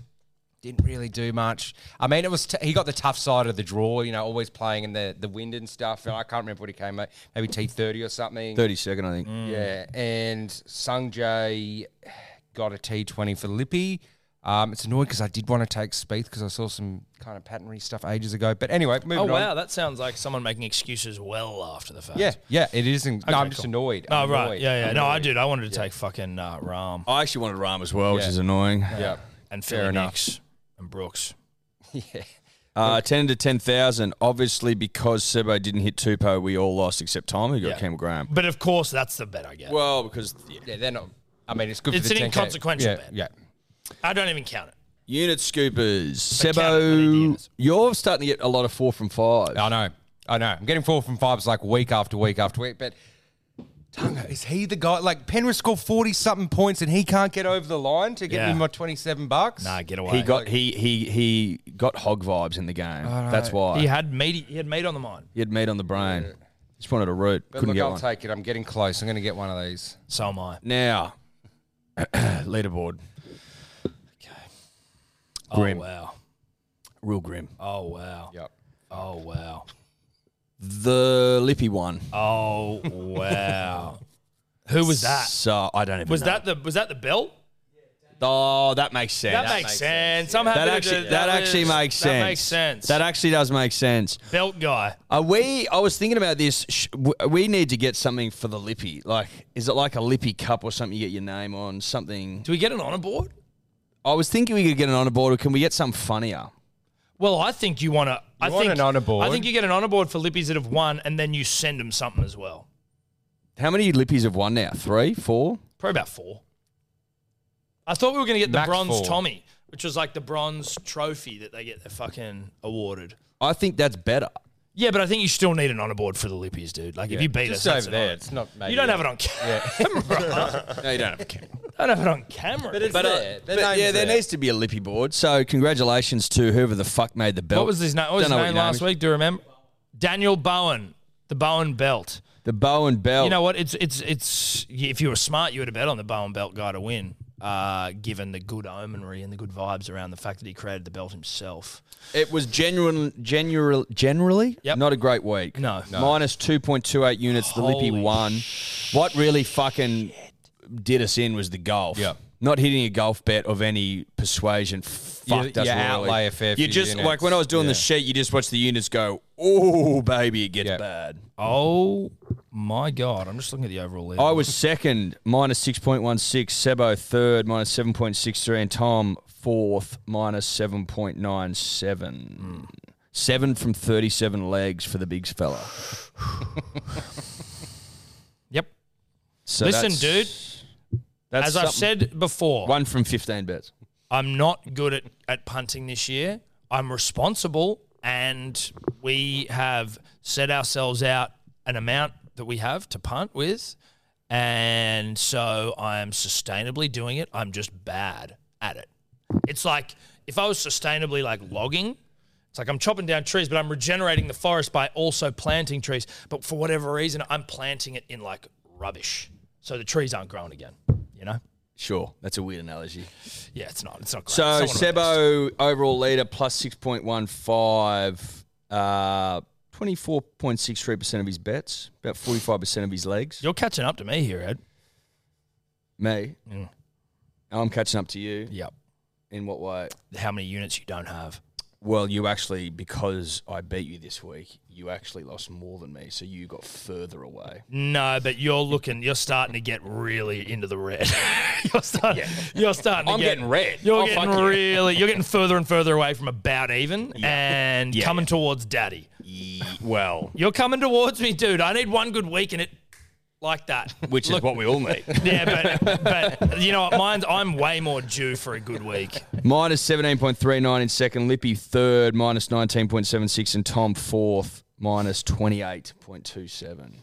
Speaker 2: didn't really do much. I mean, it was t- he got the tough side of the draw. You know, always playing in the the wind and stuff. And I can't remember what he came at. Maybe T thirty or something.
Speaker 3: Thirty second, I think.
Speaker 2: Yeah, and Sung Jae got a T20 for Lippy. Um, it's annoying because I did want to take Spieth because I saw some kind of patentry stuff ages ago. But anyway, moving
Speaker 1: Oh
Speaker 2: on.
Speaker 1: wow, that sounds like someone making excuses well after the fact.
Speaker 2: Yeah, yeah, it isn't. no, I'm just
Speaker 1: cool.
Speaker 2: annoyed.
Speaker 1: Oh
Speaker 2: I'm
Speaker 1: right.
Speaker 2: annoyed.
Speaker 1: Yeah, yeah.
Speaker 2: I'm
Speaker 1: no, I
Speaker 2: annoyed.
Speaker 1: did. I wanted to take fucking uh, Rahm
Speaker 3: I actually wanted Rahm as well, which
Speaker 2: Yeah.
Speaker 3: is annoying.
Speaker 2: Yeah,
Speaker 1: and Philly
Speaker 2: enough.
Speaker 1: Nicks and Brooks.
Speaker 2: yeah.
Speaker 3: Uh, ten to ten thousand. Obviously, because Sebo didn't hit Tupo, we all lost except Tom, who got
Speaker 1: Yeah.
Speaker 3: Campbell Graham.
Speaker 1: But of course, that's the bet I get.
Speaker 3: Well, because yeah.
Speaker 2: Yeah, they're not. I mean, it's good.
Speaker 1: It's
Speaker 2: for the
Speaker 1: an
Speaker 2: 10K.
Speaker 1: inconsequential
Speaker 2: yeah,
Speaker 1: bet.
Speaker 2: Yeah,
Speaker 1: I don't even count it.
Speaker 3: unit scoopers,
Speaker 1: count it, but it
Speaker 3: Sebo,
Speaker 1: is.
Speaker 3: you're starting to get a lot of four from five.
Speaker 2: I know. I know. I'm getting four from fives like week after week after week. But Tunga, is he the guy? Like Penrith scored forty something points and he can't get over the line to get
Speaker 1: Yeah.
Speaker 2: me my twenty seven bucks.
Speaker 1: Nah, get away.
Speaker 3: He got he he he got hog vibes in the game. That's why
Speaker 1: He had meat. He had meat on the mind.
Speaker 3: he had meat on the brain. Just wanted a root.
Speaker 2: But
Speaker 3: Couldn't
Speaker 2: look,
Speaker 3: get
Speaker 2: I'll
Speaker 3: one.
Speaker 2: take it. I'm getting close. I'm going to get one of these.
Speaker 1: So am I.
Speaker 3: now, leaderboard,
Speaker 1: Oh
Speaker 3: Grim.
Speaker 1: wow.
Speaker 3: real grim.
Speaker 1: Oh wow.
Speaker 2: Yep.
Speaker 1: Oh wow.
Speaker 3: The lippy one.
Speaker 1: Oh wow. Who was that?
Speaker 3: So I don't even.
Speaker 1: Was
Speaker 3: know.
Speaker 1: that the was that the belt?
Speaker 3: Oh, that makes sense.
Speaker 1: That, makes sense. I'm happy
Speaker 3: That
Speaker 1: to
Speaker 3: actually,
Speaker 1: do-
Speaker 3: that actually
Speaker 1: is-
Speaker 3: makes sense.
Speaker 1: That makes sense.
Speaker 3: That actually does make sense.
Speaker 1: belt guy.
Speaker 3: Are we? I was thinking about this. Sh- w- We need to get something for the lippy. Like, is it like a lippy cup or something? You get your name on something.
Speaker 1: Do we get an honor board?
Speaker 3: I was thinking we could get an honor board. Or can we get some funnier?
Speaker 1: Well, I think you want to. I
Speaker 2: want
Speaker 1: think
Speaker 2: an honour board?
Speaker 1: I think you get an honor board for lippies that have won, and then you send them something as well.
Speaker 3: How many lippies have won now? Three, four.
Speaker 1: Probably about four. I thought we were going to get the
Speaker 2: Max
Speaker 1: bronze
Speaker 2: four.
Speaker 1: Tommy, which was like the bronze trophy that they get their fucking awarded.
Speaker 3: I think that's better.
Speaker 1: Yeah, but I think you still need an honor board for the lippies, dude. Like if you beat
Speaker 2: Just
Speaker 1: us, that's
Speaker 2: over
Speaker 1: an
Speaker 2: there.
Speaker 1: honour.
Speaker 2: It's not. Maybe
Speaker 1: You don't have it on camera.
Speaker 3: No, you don't have a camera.
Speaker 1: I don't have it on camera. But
Speaker 3: But, uh, but
Speaker 2: name's
Speaker 3: yeah, there
Speaker 2: there.
Speaker 3: needs to be a lippy board. So congratulations to whoever the fuck made the belt.
Speaker 1: what was his name? What was his
Speaker 3: Don't know
Speaker 1: name
Speaker 3: your
Speaker 1: last
Speaker 3: is.
Speaker 1: week? Do you remember? Daniel Bowen, the Bowen belt.
Speaker 3: The Bowen Bell.
Speaker 1: You know what? It's it's it's. If you were smart, you would have bet on the Bowen Belt guy to win. Uh, given the good omenry and the good vibes around the fact that he created the belt himself.
Speaker 3: It was genuine, general, generally
Speaker 1: Yep.
Speaker 3: not a great week.
Speaker 1: No. No.
Speaker 3: Minus 2.28 units, the Lippy
Speaker 1: Holy
Speaker 3: won. what really fucking did us in was the golf.
Speaker 2: Yeah.
Speaker 3: Not hitting a golf bet of any persuasion. F- fuck,
Speaker 2: Your-
Speaker 3: that's
Speaker 2: your
Speaker 3: royally.
Speaker 2: outlay of fair
Speaker 3: You
Speaker 2: few
Speaker 3: just
Speaker 2: units.
Speaker 3: like when I was doing
Speaker 2: Yeah.
Speaker 3: the sheet, you just watch the units go. Oh baby, it gets
Speaker 2: Yep.
Speaker 3: bad.
Speaker 1: Oh my god! I'm just looking at the overall leader.
Speaker 3: I was second, minus six point one six. Sebo third, minus seven point six three, and Tom fourth, minus seven point nine seven. Seven from thirty-seven legs for the big fella.
Speaker 1: Yep.
Speaker 3: So
Speaker 1: Listen,
Speaker 3: that's-
Speaker 1: dude.
Speaker 3: That's
Speaker 1: As I've
Speaker 3: something.
Speaker 1: said before,
Speaker 3: one from fifteen bets.
Speaker 1: I'm not good at, at punting this year. I'm responsible, and we have set ourselves out an amount that we have to punt with. And so I'm sustainably doing it. I'm just bad at it. It's like if I was sustainably like logging, it's like I'm chopping down trees, but I'm regenerating the forest by also planting trees. But for whatever reason, I'm planting it in like rubbish. So the trees aren't growing again, you know?
Speaker 3: Sure, that's a weird analogy.
Speaker 1: Yeah, it's not. It's not great.
Speaker 3: So
Speaker 1: It's not one of the best.
Speaker 3: Sebo overall leader plus six point one five. Uh, 24.63% of his bets, about 45% of his legs.
Speaker 1: You're catching up to me here, Ed.
Speaker 3: Me. I'm catching up to you.
Speaker 1: Yep.
Speaker 3: In what way?
Speaker 1: How many units you don't have?
Speaker 3: Well, you actually, because I beat you this week, you actually lost more than me, so you got further away.
Speaker 1: No, but you're looking. You're starting to get really into the red. you're starting. You're starting. To
Speaker 3: I'm
Speaker 1: get,
Speaker 3: getting red.
Speaker 1: You're
Speaker 3: Oh,
Speaker 1: getting
Speaker 3: fuck you.
Speaker 1: really. You're getting further and further away from about even, and
Speaker 3: Yeah,
Speaker 1: coming
Speaker 3: yeah.
Speaker 1: towards daddy.
Speaker 3: Well,
Speaker 1: You're coming towards me, dude. I need one good week in it, like that.
Speaker 3: which is what we all need.
Speaker 1: Yeah, but but you know what? Mine's I'm way more due for a good week.
Speaker 3: minus 17.39 in second, Lippy third, minus 19.76, and Tom fourth, minus 28.27.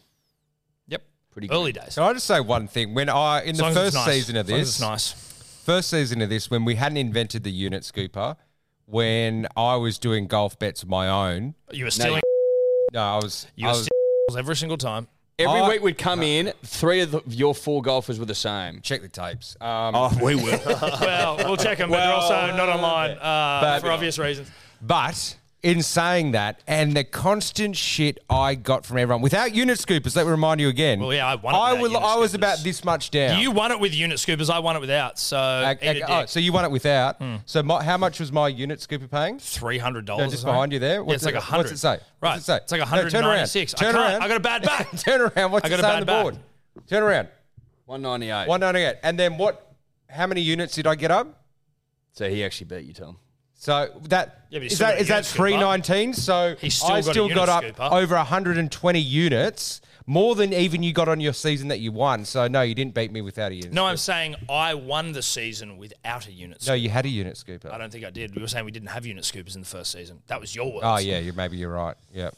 Speaker 1: Yep.
Speaker 3: Pretty good.
Speaker 1: Early days.
Speaker 2: Can I just say one thing? When I in
Speaker 1: As
Speaker 2: the
Speaker 1: long as
Speaker 2: first
Speaker 1: it's nice.
Speaker 2: season of
Speaker 1: As long as
Speaker 2: this,
Speaker 1: it's nice.
Speaker 2: first season of this, when we hadn't invented the unit scooper, when I was doing golf bets of my own,
Speaker 1: You were stealing.
Speaker 2: no, I was,
Speaker 1: You
Speaker 2: I
Speaker 1: were
Speaker 2: was
Speaker 1: stealing every single time.
Speaker 3: Every
Speaker 2: I-
Speaker 3: week we'd come in, three of the, your four golfers were the same.
Speaker 2: check the tapes. Um,
Speaker 3: Oh, we will.
Speaker 1: well, we'll check them, but
Speaker 2: Well,
Speaker 1: they're also not online uh,
Speaker 2: But-
Speaker 1: for obvious reasons.
Speaker 2: But in saying that, and the constant shit I got from everyone without unit scoopers, let me remind you again.
Speaker 1: Well, yeah, I won it
Speaker 2: I,
Speaker 1: without
Speaker 2: will,
Speaker 1: unit
Speaker 2: I was
Speaker 1: scoopers.
Speaker 2: about this much down.
Speaker 1: You won it with unit scoopers. I won it without. So
Speaker 2: Uh,
Speaker 1: eat a
Speaker 2: uh, oh,
Speaker 1: dick. Hmm.
Speaker 2: so you won it without. So my, how much was my unit scooper paying?
Speaker 1: three hundred
Speaker 2: No,
Speaker 1: dollars.
Speaker 2: just behind you there.
Speaker 1: Yeah, it's like a
Speaker 2: it-
Speaker 1: hundred.
Speaker 2: What's it say?
Speaker 1: Right.
Speaker 2: What's it say?
Speaker 1: It's like
Speaker 2: No,
Speaker 1: a
Speaker 2: turn around.
Speaker 1: hundred ninety-six.
Speaker 2: Turn
Speaker 1: I,
Speaker 2: around.
Speaker 1: can't- I got a bad back.
Speaker 2: turn around. What's
Speaker 1: I
Speaker 2: it
Speaker 1: got a
Speaker 2: say
Speaker 1: bad
Speaker 2: on the
Speaker 1: back.
Speaker 2: board? Turn around.
Speaker 3: 198.
Speaker 2: One ninety eight. And then what? How many units did I get up?
Speaker 3: So he actually beat you, Tom.
Speaker 2: So that
Speaker 1: Yeah, but you
Speaker 2: is
Speaker 1: still
Speaker 2: that
Speaker 1: got a
Speaker 2: is that
Speaker 1: unit scoop
Speaker 2: three nineteen. So
Speaker 1: He's
Speaker 2: I
Speaker 1: still got a
Speaker 2: still
Speaker 1: unit
Speaker 2: got up
Speaker 1: scoop up.
Speaker 2: over hundred and twenty units, more than even you got on your season that you won. So no, you didn't beat me without a unit.
Speaker 1: No,
Speaker 2: scoop.
Speaker 1: I'm saying I won the season without a unit.
Speaker 2: no,
Speaker 1: Scooper.
Speaker 2: you had a unit scooper.
Speaker 1: I don't think I did. We were saying we didn't have unit scoopers in the first season. That was your words.
Speaker 2: Oh yeah, you maybe you're right. Yeah.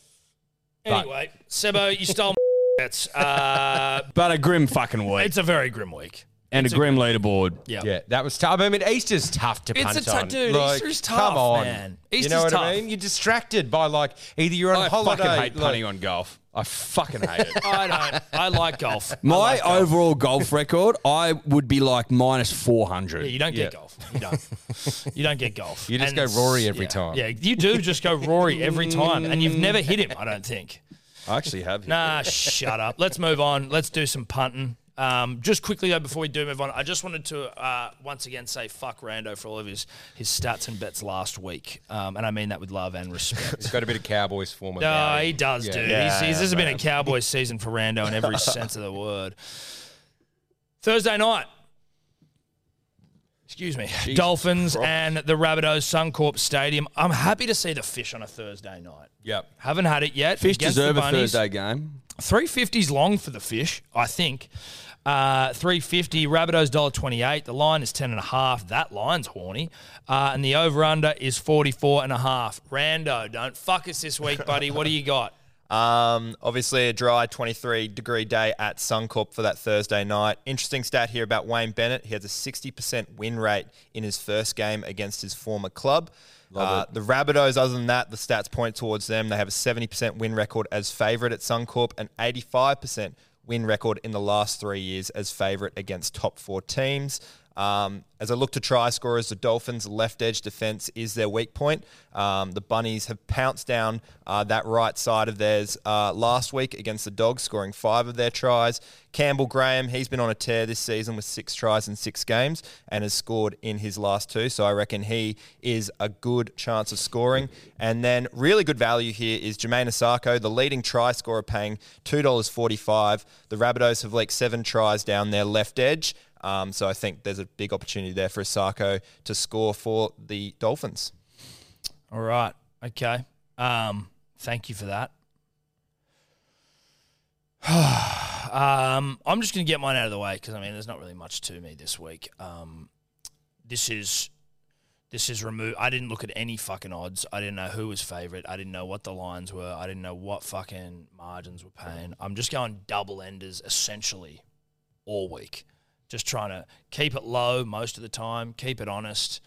Speaker 1: Anyway, Sebo, you stole. my bets. Uh,
Speaker 3: But a grim fucking week.
Speaker 1: it's a very grim week.
Speaker 3: and a grim leaderboard.
Speaker 1: Yeah.
Speaker 2: Yeah, that was tough. I mean, Easter's tough to
Speaker 1: It's
Speaker 2: punt
Speaker 1: a tou-
Speaker 2: on.
Speaker 1: dude, Easter's tough,
Speaker 2: Come on,
Speaker 1: man.
Speaker 2: you know
Speaker 1: Easter's
Speaker 2: what
Speaker 1: tough.
Speaker 2: I mean? You're distracted by like either you're on
Speaker 3: I
Speaker 2: holiday.
Speaker 3: fucking hate
Speaker 2: like-
Speaker 3: punting on golf. I fucking hate it.
Speaker 1: I don't. I like golf. I
Speaker 3: My
Speaker 1: like uh, golf.
Speaker 3: overall golf record, I would be like minus 400.
Speaker 1: Yeah, you don't get
Speaker 2: Yeah.
Speaker 1: golf. You don't. you don't get golf.
Speaker 2: You just go Rory every
Speaker 1: yeah.
Speaker 2: time.
Speaker 1: Yeah, you do just go Rory every time, and you've never hit him. I don't think.
Speaker 3: I actually have. hit
Speaker 1: Nah, shut up. Let's move on. Let's do some punting. Um, just quickly though, before we do move on, I just wanted to uh, once again say fuck Rando for all of his his stats and bets last week, um, and I mean that with love and respect.
Speaker 2: He's got a bit of Cowboys form.
Speaker 1: No,
Speaker 2: about him.
Speaker 1: he does,
Speaker 2: Yeah.
Speaker 1: dude.
Speaker 2: Yeah,
Speaker 1: he's, he's, this has been a Cowboys season for Rando in every sense of the word. Thursday night. Excuse me. Dolphins and the Rabbitohs Suncorp Stadium. I'm happy to see the fish on a Thursday night.
Speaker 2: Yep.
Speaker 1: Haven't had it yet.
Speaker 3: Fish
Speaker 1: against the
Speaker 3: deserve a
Speaker 1: Bunnies.
Speaker 3: Thursday game.
Speaker 1: 350's long for the fish, I think. Uh, 350, Rabbitohs $1.28. The line is 10.5. That line's horny. Uh, and the over under is 44.5. Rando, don't fuck us this week, buddy. What do you got?
Speaker 5: Um, obviously, a dry 23 degree day at Suncorp for that Thursday night. Interesting stat here about Wayne Bennett. He has a 60% win rate in his first game against his former club. Uh, the Rabbitohs, other than that, the stats point towards them. They have a 70% win record as favourite at Suncorp and 85% win record in the last three years as favourite against top four teams. Um, as I look to try scorers, the Dolphins' left edge defense is their weak point. Um, the Bunnies have pounced down uh, that right side of theirs uh, last week against the Dogs, scoring five of their tries. Campbell Graham, he's been on a tear this season with six tries in six games and has scored in his last two. So I reckon he is a good chance of scoring. And then really good value here is Jermaine Asako, the leading try scorer, paying $2.45. The Rabbitohs have leaked seven tries down their left edge. Um, so I think there's a big opportunity there for Asako to score for the Dolphins.
Speaker 1: All right. Okay. Um, thank you for that. um, I'm just going to get mine out of the way because I mean, there's not really much to me this week. Um, this is this is removed. I didn't look at any fucking odds. I didn't know who was favorite. I didn't know what the lines were. I didn't know what fucking margins were paying. I'm just going double enders essentially all week. Just trying to keep it low most of the time, keep it honest,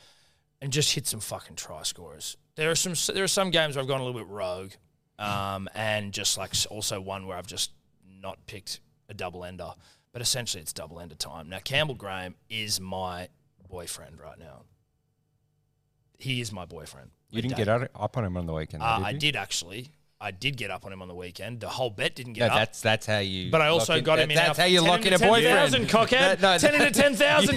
Speaker 1: and just hit some fucking try scorers. There are some there are some games where I've gone a little bit rogue, um, and just like s- also one where I've just not picked a double ender. But essentially, it's double ender time now. Campbell Graham is my boyfriend right now. He is my boyfriend.
Speaker 2: You didn't
Speaker 1: Like,
Speaker 2: get up up on him on the weekend,
Speaker 1: uh,
Speaker 2: did
Speaker 1: I
Speaker 2: you?
Speaker 1: did actually. I did get up on him on the weekend. The whole bet didn't
Speaker 2: No,
Speaker 1: get up.
Speaker 2: that's that's how you.
Speaker 1: Uh, But I also
Speaker 2: lock in-
Speaker 1: got him
Speaker 2: that-
Speaker 1: in.
Speaker 2: That's
Speaker 1: our
Speaker 2: how you
Speaker 1: 10
Speaker 2: lock in
Speaker 1: into
Speaker 2: a boyfriend.
Speaker 1: 10,000, cockhead.
Speaker 2: No, no,
Speaker 1: 10 into 10,000,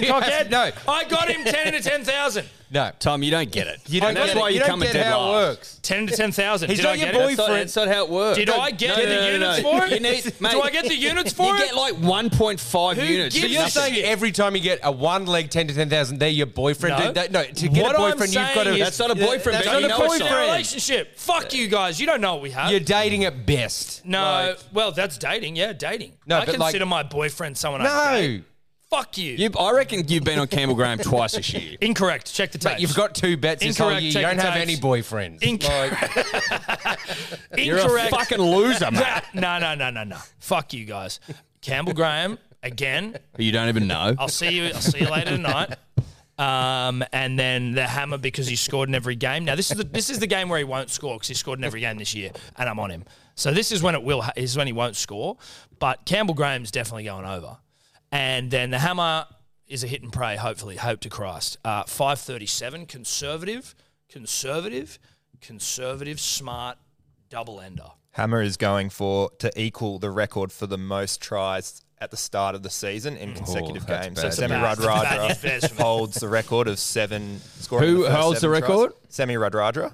Speaker 2: You have-
Speaker 1: cockhead.
Speaker 2: no.
Speaker 1: I got him 10 into 10,000.
Speaker 2: No,
Speaker 3: Tom, you don't get it.
Speaker 2: you don't.
Speaker 3: And that's
Speaker 2: get,
Speaker 3: why
Speaker 2: it.
Speaker 3: you,
Speaker 2: you don't
Speaker 3: come in
Speaker 2: get
Speaker 3: dead
Speaker 2: how
Speaker 3: last.
Speaker 2: it works.
Speaker 1: 10 to 10,000.
Speaker 2: He's
Speaker 1: Did
Speaker 2: not
Speaker 1: I
Speaker 2: your
Speaker 1: get
Speaker 3: That's
Speaker 1: it?
Speaker 2: boyfriend.
Speaker 3: not, that's not how it works.
Speaker 1: Did I get the units for it?
Speaker 3: You need, mate,
Speaker 1: Do I get the units for
Speaker 3: You
Speaker 1: it?
Speaker 3: get like 1.5
Speaker 1: gives
Speaker 3: units. It's
Speaker 1: a
Speaker 2: You're
Speaker 3: nothing.
Speaker 2: saying every time you get a one leg ten to ten thousand, they're your boyfriend.
Speaker 1: No.
Speaker 2: dude. That- no to get
Speaker 1: What
Speaker 2: a
Speaker 1: I'm
Speaker 2: boyfriend, you've got to.
Speaker 1: saying is-
Speaker 3: That's not a boyfriend,
Speaker 2: That's
Speaker 3: but
Speaker 2: not
Speaker 3: you
Speaker 2: a
Speaker 3: know it's
Speaker 1: It's not a
Speaker 2: boyfriend.
Speaker 1: relationship. Fuck you guys. You don't know what we have.
Speaker 2: You're dating at best.
Speaker 1: no, well, that's dating. Yeah, dating.
Speaker 2: No,
Speaker 1: I
Speaker 2: but
Speaker 1: consider
Speaker 2: like-
Speaker 1: my boyfriend someone I date.
Speaker 2: No,
Speaker 1: Fuck you.
Speaker 3: You- I reckon you've been on Campbell Graham twice this year.
Speaker 1: Incorrect. Check the tapes.
Speaker 2: but you've got two bets this whole
Speaker 1: Incorrect,
Speaker 2: year. You
Speaker 1: check
Speaker 2: don't
Speaker 1: the
Speaker 2: have
Speaker 1: tapes.
Speaker 2: any boyfriends.
Speaker 1: Incorrect.
Speaker 3: You're a
Speaker 1: Incorrect.
Speaker 3: fucking loser, mate.
Speaker 1: no, no, no, no, no. Fuck you guys. Campbell Graham, again,
Speaker 3: Who you don't even know.
Speaker 1: I'll see you. I'll see you later tonight. Um, and then the hammer because he scored in every game. Now this is the this is the game where he won't score because he scored in every game this year, and I'm on him. So this is when it will. ha- Is when he won't score. But Campbell Graham's definitely going over, and then the hammer is a hit and pray. Hopefully, hope to Christ. Uh, Five thirty-seven, conservative, conservative, conservative, smart, double ender.
Speaker 5: Hammer is going for to equal the record for the most tries at the start of the season in consecutive games. So Semi
Speaker 1: That's bad. That's bad
Speaker 5: Radradra
Speaker 1: for me.
Speaker 5: holds the record of seven scoring.
Speaker 3: Who
Speaker 5: in the first
Speaker 3: holds the
Speaker 5: seven tries.
Speaker 3: record?
Speaker 5: Semi Radradra.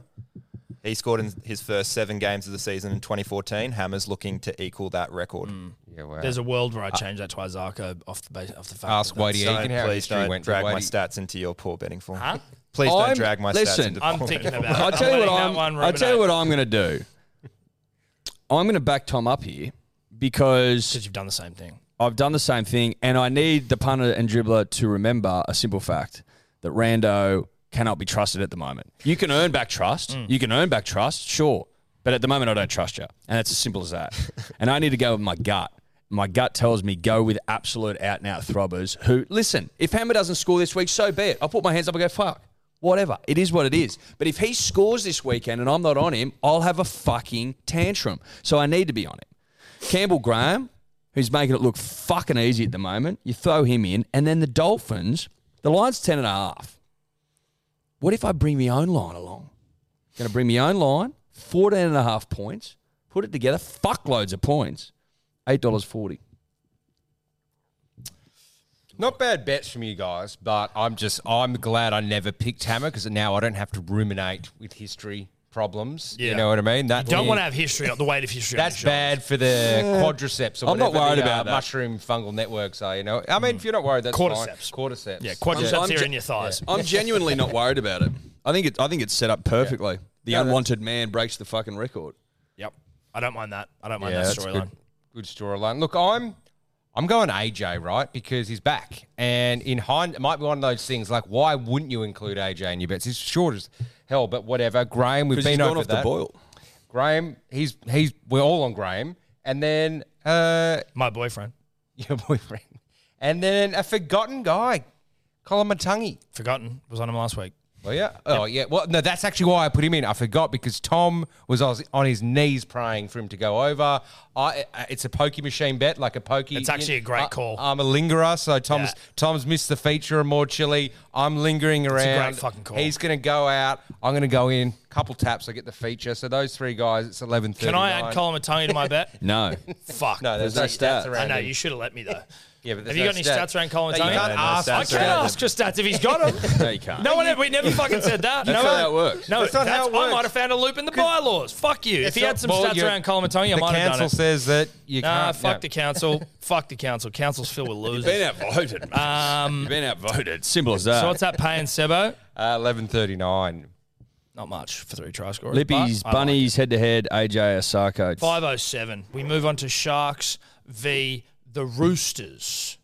Speaker 5: He scored in his first seven games of the season in 2014. Hammer's looking to equal that record.
Speaker 2: Yeah, wow.
Speaker 1: There's a world where I change that to Izarko off the base, off the fact.
Speaker 2: Ask
Speaker 1: that that's-
Speaker 2: Wadey
Speaker 5: Don't,
Speaker 2: Egan how
Speaker 5: please
Speaker 2: history
Speaker 5: don't
Speaker 2: went.
Speaker 5: drag
Speaker 2: for
Speaker 5: my
Speaker 2: Wadey.
Speaker 5: stats into your poor betting form.
Speaker 1: Huh?
Speaker 5: Please don't
Speaker 3: I'm-
Speaker 5: drag my stats
Speaker 3: listen,
Speaker 5: into
Speaker 1: I'm
Speaker 5: poor
Speaker 1: thinking
Speaker 5: betting
Speaker 1: about.
Speaker 3: I'll
Speaker 1: it.
Speaker 3: tell you what
Speaker 1: Letting that
Speaker 3: I'm.
Speaker 1: one
Speaker 3: I'll tell you
Speaker 1: ruminate.
Speaker 3: what I'm going to do. I'm going to back Tom up here because
Speaker 1: Because you've done the same thing.
Speaker 3: I've done the same thing, and I need the punter and dribbler to remember a simple fact that Rando cannot be trusted at the moment. You can earn back trust. You can earn back trust, sure, but at the moment I don't trust you, and it's as simple as that. and I need to go with my gut. My gut tells me go with absolute out and out throbbers. Who listen? If Hammer doesn't score this week, so be it. I'll put my hands up and go fuck. Whatever. It is what it is. But if he scores this weekend and I'm not on him, I'll have a fucking tantrum. So I need to be on him. Campbell Graham, who's making it look fucking easy at the moment, you throw him in, and then the Dolphins, the line's 10 and a half. What if I bring my own line along? Going to bring my own line, 14 and a half points, put it together, fuck loads of points, $8.40.
Speaker 2: Not bad bets from you guys, but I'm just I'm glad I never picked Hammer because now I don't have to ruminate with history problems.
Speaker 1: Yeah.
Speaker 2: You know what I mean? That
Speaker 1: Don't want to have history, not the weight of history. on
Speaker 2: That's
Speaker 1: your shoulders.
Speaker 2: bad for the quadriceps. Or
Speaker 3: I'm not
Speaker 2: whatever
Speaker 3: worried
Speaker 2: the, uh,
Speaker 3: about that.
Speaker 2: mushroom fungal networks are. You know, I mean, if you're not worried, that's
Speaker 1: Cordyceps.
Speaker 2: Fine. Cordyceps.
Speaker 1: Yeah, quadriceps
Speaker 3: I'm
Speaker 1: here
Speaker 3: ge-
Speaker 1: in your thighs.
Speaker 3: I'm genuinely not worried about it. I think, it, I think it's set up perfectly. The unwanted man breaks the fucking record.
Speaker 1: Yep. I don't mind that. I don't mind
Speaker 2: Yeah,
Speaker 1: that
Speaker 2: that's good,
Speaker 1: storyline.
Speaker 2: good storyline. Look, I'm I'm going AJ right because he's back, and in hind, it might be one of those things like why wouldn't you include AJ in your bets? It's short as hell, but whatever. Graham, we've
Speaker 3: Because
Speaker 2: been
Speaker 3: he's
Speaker 2: over
Speaker 3: gone off
Speaker 2: that.
Speaker 3: the boil.
Speaker 2: Graham, he's he's we're all on Graham, and then uh,
Speaker 1: My boyfriend.
Speaker 2: your boyfriend, and then a forgotten guy, Colin Matungi.
Speaker 1: Forgotten. Was on him last week.
Speaker 2: Well, yeah. Oh, yeah. Well, no, that's actually why I put him in. I forgot because Tom was on- on his knees praying for him to go over. I, uh, it's a pokey machine bet, like a pokey.
Speaker 1: It's actually a great call.
Speaker 2: I, am a lingerer, so Tom's
Speaker 1: Yeah.
Speaker 2: Tom's missed the feature and more chili. I'm lingering around.
Speaker 1: a great fucking call.
Speaker 2: He's going to go out. I'm going to go in. Couple taps, I get the feature. So those three guys, it's 11:30.
Speaker 1: Can I add Colin Matongi to my bet?
Speaker 3: No.
Speaker 1: Fuck.
Speaker 2: No, there's,
Speaker 3: There's no
Speaker 2: no stats
Speaker 3: stat.
Speaker 2: around.
Speaker 1: I know
Speaker 2: him.
Speaker 1: you should have let me though.
Speaker 2: Yeah, but
Speaker 1: have
Speaker 2: there's
Speaker 1: you
Speaker 2: no
Speaker 1: got any
Speaker 2: stat.
Speaker 1: stats around Colin
Speaker 5: No, you
Speaker 1: Matongi?
Speaker 5: can't No,
Speaker 2: ask-
Speaker 1: I
Speaker 5: stats
Speaker 1: can
Speaker 5: around
Speaker 1: ask for stats if he's got them.
Speaker 3: No, you can't.
Speaker 1: No one ever. We never fucking said that.
Speaker 3: That's
Speaker 1: no,
Speaker 3: how that works.
Speaker 1: No,
Speaker 2: That's
Speaker 1: that's
Speaker 2: not how it
Speaker 1: I
Speaker 2: works.
Speaker 1: might have found a loop in the bylaws. Fuck you. If
Speaker 2: It's
Speaker 1: he
Speaker 2: not-
Speaker 1: had some
Speaker 2: well,
Speaker 1: stats
Speaker 2: you're-
Speaker 1: around Colin Matongi, I
Speaker 2: The
Speaker 1: might have
Speaker 2: council
Speaker 1: done it.
Speaker 2: says that you
Speaker 1: Nah,
Speaker 2: can't.
Speaker 1: fuck
Speaker 2: no.
Speaker 1: the council. fuck the council. Council's filled with losers.
Speaker 3: Been outvoted. mate. You've been outvoted. Simple as that.
Speaker 1: So what's that paying Sebo?
Speaker 2: Uh, 11:39.
Speaker 1: Not much for three try scorers.
Speaker 3: Lippies,
Speaker 1: but I like it.
Speaker 3: Bunnies, head to head, AJ Asako.
Speaker 1: 507. We move on to Sharks v. the Roosters.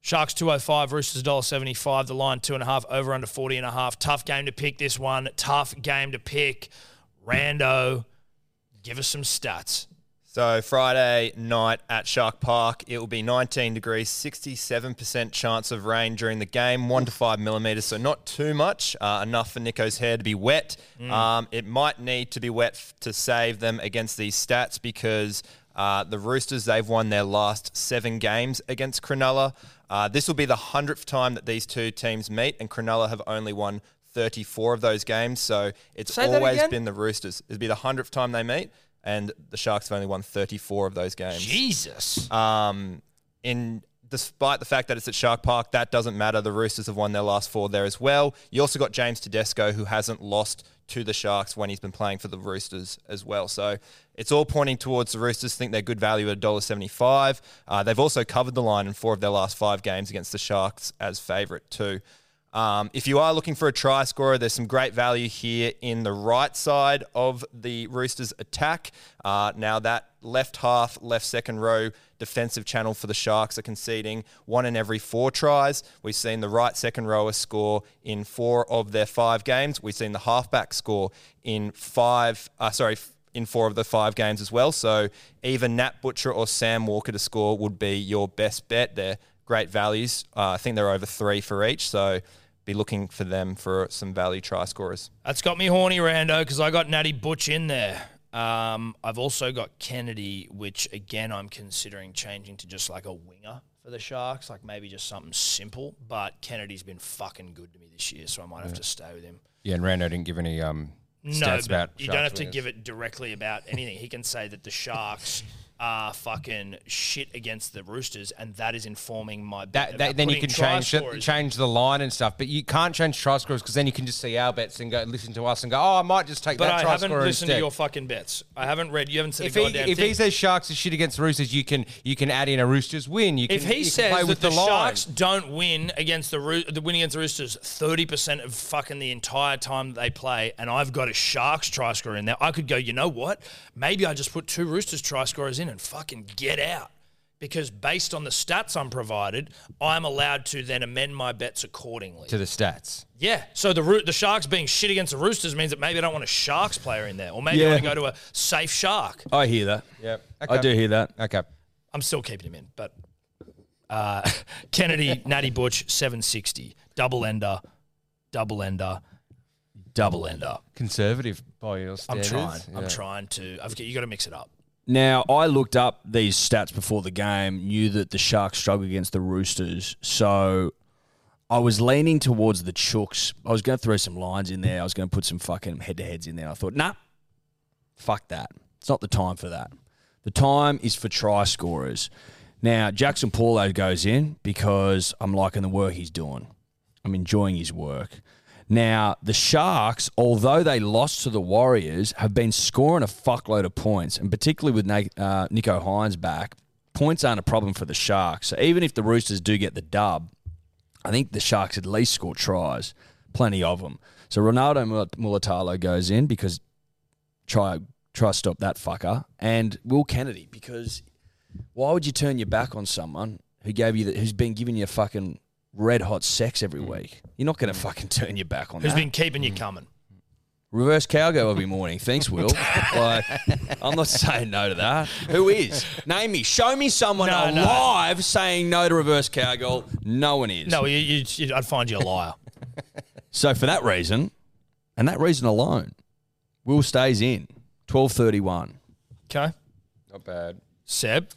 Speaker 1: Sharks 205, Roosters $1.75. The line 2.5, over under 40.5. Tough game to pick this one. Tough game to pick. Rando, give us some stats.
Speaker 5: So Friday night at Shark Park, it will be 19 degrees, 67% chance of rain during the game, one to five millimeters, so not too much. Uh, enough for Nico's hair to be wet. Um, it might need to be wet f- to save them against these stats because uh, the Roosters they've won their last seven games against Cronulla. Uh, this will be the hundredth time that these two teams meet, and Cronulla have only won. 34 of those games, so it's
Speaker 1: Say that
Speaker 5: always
Speaker 1: again?
Speaker 5: been the Roosters. It'll be the hundredth time they meet, and the Sharks have only won 34 of those games.
Speaker 1: Jesus.
Speaker 5: Um, in despite the fact that it's at Shark Park, that doesn't matter. The Roosters have won their last four there as well. You also got James Tedesco, who hasn't lost to the Sharks when he's been playing for the Roosters as well. So it's all pointing towards the Roosters. Think they're good value at $1.75. Uh, they've also covered the line in four of their last five games against the Sharks as favourite too. Um, if you are looking for a try scorer, there's some great value here in the right side of the Roosters' attack. Uh, now, that left half, left second row defensive channel for the Sharks are conceding one in every four tries. We've seen the right second rower score in four of their five games. We've seen the halfback score in five, uh, sorry, f- in four of the five games as well. So either Nat Butcher or Sam Walker to score would be your best bet. They're great values. Uh, I think they're over three for each. So be looking for them for some value try scorers.
Speaker 1: That's got me horny, Rando, because I got Natty Butch in there. Um, I've also got Kennedy, which again I'm considering changing to just like a winger for the Sharks, like maybe just something simple. But Kennedy's been fucking good to me this year, so I might have to stay with him.
Speaker 2: Yeah, and Rando didn't give any um, stats
Speaker 1: No, but
Speaker 2: about.
Speaker 1: you don't have
Speaker 2: Sharks
Speaker 1: to
Speaker 2: winners.
Speaker 1: give it directly about anything. He can say that the Sharks are fucking shit against the Roosters, and that is informing my bet
Speaker 2: That, that,
Speaker 1: about
Speaker 2: then you
Speaker 1: putting
Speaker 2: can
Speaker 1: try
Speaker 2: change the,
Speaker 1: scorers.
Speaker 2: change the line and stuff, but you can't change try scorers because then you can just see our bets and go listen to us and go, oh, I might just take
Speaker 1: But
Speaker 2: that
Speaker 1: I
Speaker 2: try
Speaker 1: haven't
Speaker 2: scorer
Speaker 1: listened
Speaker 2: instead.
Speaker 1: to your fucking bets. I haven't read. You haven't said
Speaker 2: if
Speaker 1: a
Speaker 2: he,
Speaker 1: goddamn
Speaker 2: if
Speaker 1: thing.
Speaker 2: he says Sharks is shit against the Roosters, you can you can add in a Roosters win. You can,
Speaker 1: If he
Speaker 2: you can
Speaker 1: says
Speaker 2: play
Speaker 1: that
Speaker 2: with
Speaker 1: the,
Speaker 2: line.
Speaker 1: Sharks don't win against the, Roo- the win against the Roosters thirty percent of fucking the entire time that they play, and I've got a Sharks try scorer in there, I could go. You know what? Maybe I just put two Roosters try scorers in and fucking get out because based on the stats I'm provided, I'm allowed to then amend my bets accordingly.
Speaker 2: to the stats,
Speaker 1: Yeah. So the Roo- the Sharks being shit against the Roosters means that maybe I don't want a Sharks player in there, or maybe I
Speaker 3: Yeah.
Speaker 1: want to go to a safe Shark.
Speaker 3: I hear that.
Speaker 2: Yep.
Speaker 3: I do hear that.
Speaker 2: okay.
Speaker 1: I'm still keeping him in, but uh, Kennedy, Natty Butch, 760, double ender, double ender, double ender.
Speaker 2: Conservative by your
Speaker 1: I'm
Speaker 2: standards.
Speaker 1: trying. I'm
Speaker 2: Yeah.
Speaker 1: trying to. I've, got- you got to mix it up.
Speaker 3: Now, I looked up these stats before the game, knew that the Sharks struggle against the Roosters. So I was leaning towards the Chooks. I was going to throw some lines in there. I was going to put some fucking head to heads in there. I thought, nah, fuck that. It's not the time for that. The time is for try scorers. Now, Jackson Paulo goes in because I'm liking the work he's doing. I'm enjoying his work. Now, the Sharks, although they lost to the Warriors, have been scoring a fuckload of points, and particularly with Na- uh, Nico Hines back, points aren't a problem for the Sharks. So even if the Roosters do get the dub, I think the Sharks at least score tries, plenty of them. So Ronaldo Mul- Mulatalo goes in because try try stop that fucker, and Will Kennedy because why would you turn your back on someone who gave you the, who's been giving you fucking red hot sex every week? You're not going to fucking turn your back on
Speaker 1: Mm. Who's
Speaker 3: that.
Speaker 1: been keeping you coming?
Speaker 3: Reverse cowgirl every morning. Thanks, Will. like, I'm not saying no to that. Who is? Name me. Show me someone
Speaker 1: No, no.
Speaker 3: alive saying no to reverse cowgirl. No one is.
Speaker 1: No, you, you, you, I'd find you a liar.
Speaker 3: So for that reason, and that reason alone, Will stays in. Twelve thirty one.
Speaker 1: Okay.
Speaker 2: Not bad.
Speaker 1: Seb.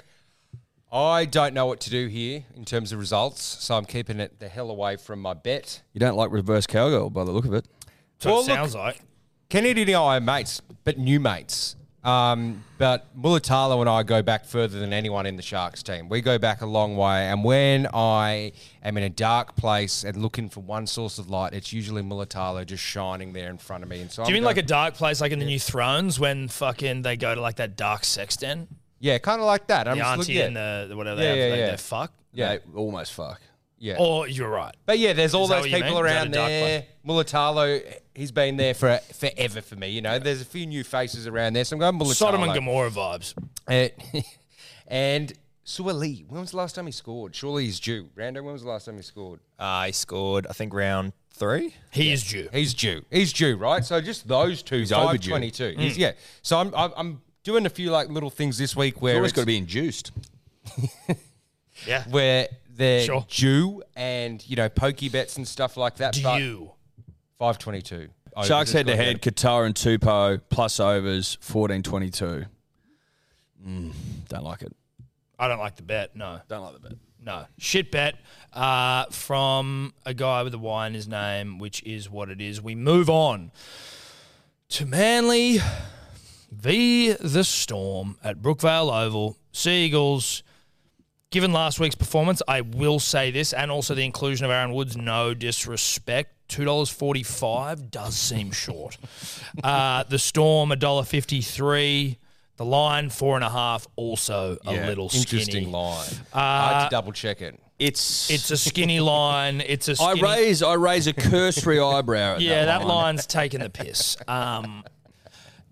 Speaker 2: I don't know what to do here in terms of results, so I'm keeping it the hell away from my bet.
Speaker 3: You don't like reverse cowgirl by the look of it.
Speaker 1: So
Speaker 2: Well,
Speaker 1: it
Speaker 2: look-
Speaker 1: sounds like.
Speaker 2: Kennedy and I are mates, but new mates. Um, but Mulatalo and I go back further than anyone in the Sharks team. We go back a long way. And when I am in a dark place and looking for one source of light, it's usually Mulatalo just shining there in front of me. And so
Speaker 1: Do you mean like a dark place, like in the new Thrones, when fucking they go to like that dark sex den?
Speaker 2: yeah, kind of like that? I'm
Speaker 1: The
Speaker 2: just
Speaker 1: auntie
Speaker 2: looking, yeah,
Speaker 1: and the, the whatever
Speaker 2: Yeah,
Speaker 1: they
Speaker 2: yeah,
Speaker 1: have, they,
Speaker 2: yeah.
Speaker 1: they fuck.
Speaker 2: yeah,
Speaker 3: They almost fuck.
Speaker 2: yeah.
Speaker 1: Or you're right.
Speaker 2: But yeah, there's all
Speaker 1: Is that
Speaker 2: those
Speaker 1: what you
Speaker 2: people
Speaker 1: mean? Is that
Speaker 2: around
Speaker 1: a dark
Speaker 2: there. Mulatalo, he's been there for forever for me. You know, there's a few new faces around there, so I'm going Mulatalo.
Speaker 1: Sodom and Gomorrah vibes.
Speaker 2: Uh, and Suali, when was the last time he scored? Surely he's due. Rando, when was the last time he scored?
Speaker 5: Uh, he scored, I think, round three.
Speaker 1: He is Jew.
Speaker 2: He's due. He's due, right? So just those two. He's
Speaker 3: overdue.
Speaker 2: 22.
Speaker 1: Hmm.
Speaker 2: He's, yeah. So I'm, I'm I'm doing a few like little things this week
Speaker 3: It's
Speaker 2: where
Speaker 3: always got
Speaker 2: it's,
Speaker 3: to be induced.
Speaker 1: Yeah.
Speaker 2: where they're
Speaker 1: Sure.
Speaker 2: due and you know pokey bets and stuff like that.
Speaker 1: Do
Speaker 2: but
Speaker 1: you?
Speaker 2: five twenty two.
Speaker 3: Sharks head to head, Qatar and Tupou plus overs fourteen twenty two. Mm, don't like it.
Speaker 1: I don't like the bet. No.
Speaker 3: Don't like the bet.
Speaker 1: No. Shit bet uh, from a guy with a Y in his name, which is what it is. We move on to Manly v. the Storm at Brookvale Oval. Seagulls. Given last week's performance, I will say this, and also the inclusion of Aaron Woods, no disrespect. $2.45 does seem short. uh, the Storm, $1.53. The line, four and a half, also a little skinny.
Speaker 2: Interesting line. I had to double check it.
Speaker 3: It's
Speaker 1: It's a skinny line. It's a
Speaker 3: I
Speaker 1: skinny.
Speaker 3: raise I raise a cursory eyebrow. At
Speaker 1: yeah, that,
Speaker 3: line.
Speaker 1: line's taking the piss. Um,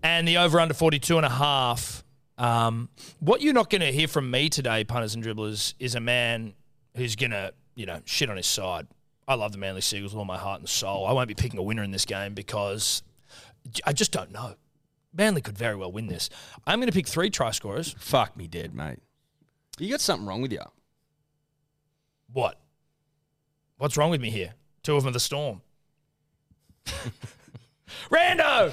Speaker 1: and the over under 42 and a half. Um, what you're not going to hear from me today, punters and dribblers, is a man who's going to, you know, shit on his side. I love the Manly Seagulls with all my heart and soul. I won't be picking a winner in this game because I just don't know. Manly could very well win this. I'm going to pick three try scorers.
Speaker 3: Fuck me dead, mate. You got something wrong with you.
Speaker 1: What? What's wrong with me here? Two of them are the storm. Rando!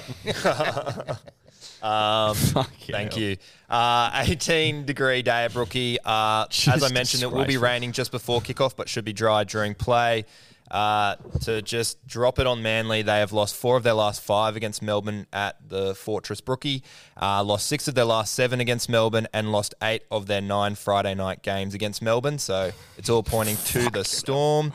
Speaker 5: Um,
Speaker 3: Fucking
Speaker 5: Thank
Speaker 3: hell.
Speaker 5: you. Uh, 18 degree day at Brookie. Uh, as I
Speaker 3: Just
Speaker 5: mentioned, it will be
Speaker 3: disgraceful.
Speaker 5: raining just before kickoff, but should be dry during play. Uh, to just drop it on Manly, they have lost four of their last five against Melbourne at the Fortress Brookie, uh, lost six of their last seven against Melbourne, and lost eight of their nine Friday night games against Melbourne. So it's all pointing to the Storm.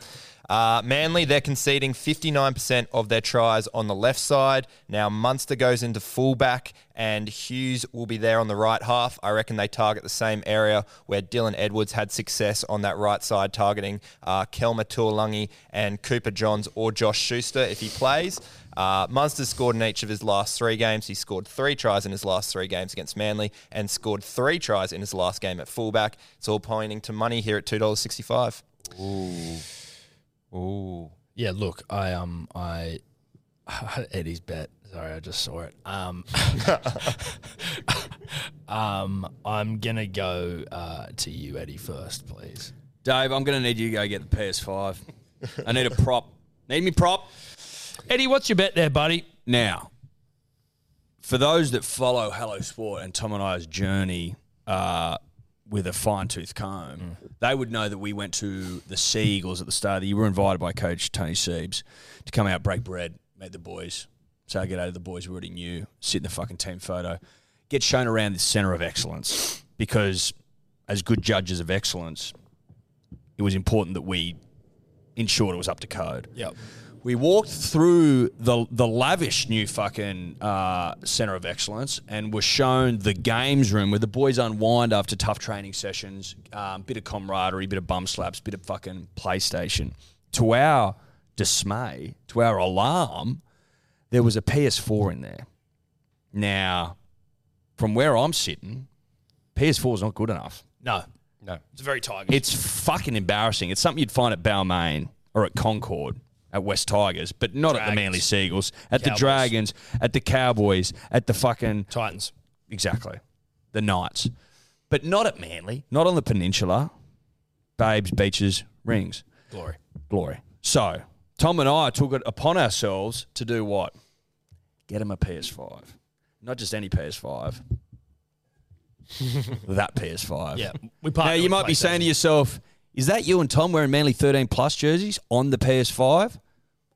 Speaker 5: Uh, Manly, they're conceding 59% of their tries on the left side. Now, Munster goes into fullback and Hughes will be there on the right half. I reckon they target the same area where Dylan Edwards had success on that right side, targeting uh, Kelma Tuolungi and Cooper Johns or Josh Schuster if he plays. Uh, Munster scored in each of his last three games. He scored three tries in his last three games against Manly and scored three tries in his last game at fullback. It's all pointing to money here at $2.65.
Speaker 2: Ooh.
Speaker 1: Yeah, look, I um I Eddie's bet. Sorry, I just saw it. Um, um I'm gonna go uh, to you, Eddie, first, please.
Speaker 3: Dave, I'm going to need you to go get the PS5. I need a prop. Need me prop?
Speaker 1: Eddie, what's your bet there, buddy?
Speaker 3: Now, for those that follow Hello Sport and Tom and I's journey uh, with a fine tooth comb, they would know that we went to the Sea Eagles at the start of the year. We were invited by Coach Tony Siebes to come out, break bread, meet the boys, say good day to the boys we already knew, sit in the fucking team photo, get shown around the centre of excellence because, as good judges of excellence, it was important that we ensured it was up to code.
Speaker 1: Yep.
Speaker 3: We walked through the the lavish new fucking uh, center of excellence and were shown the games room where the boys unwind after tough training sessions, um, bit of camaraderie, bit of bum slaps, bit of fucking PlayStation. To our dismay, to our alarm, there was a PS4 in there. Now, from where I'm sitting, PS4 is not good enough.
Speaker 1: No,
Speaker 2: No.
Speaker 1: it's very tiger.
Speaker 3: It's fucking embarrassing. It's something you'd find at Balmain or at Concord at West Tigers, but not at the
Speaker 1: Dragons.
Speaker 3: Manly Seagulls,
Speaker 1: Cowboys.
Speaker 3: at the Dragons, at the Cowboys, at the fucking
Speaker 1: Titans.
Speaker 3: exactly the Knights, but not at Manly, not on the Peninsula, Babes, Beaches, Rings,
Speaker 1: Glory.
Speaker 3: Glory. So Tom and I took it upon ourselves to do what? Get him a PS5. Not just any PS5. that PS5.
Speaker 1: Yeah, we
Speaker 3: Now
Speaker 1: partnered
Speaker 3: you
Speaker 1: with
Speaker 3: might be saying to yourself, is that you and Tom wearing Manly 13 plus jerseys on the PS5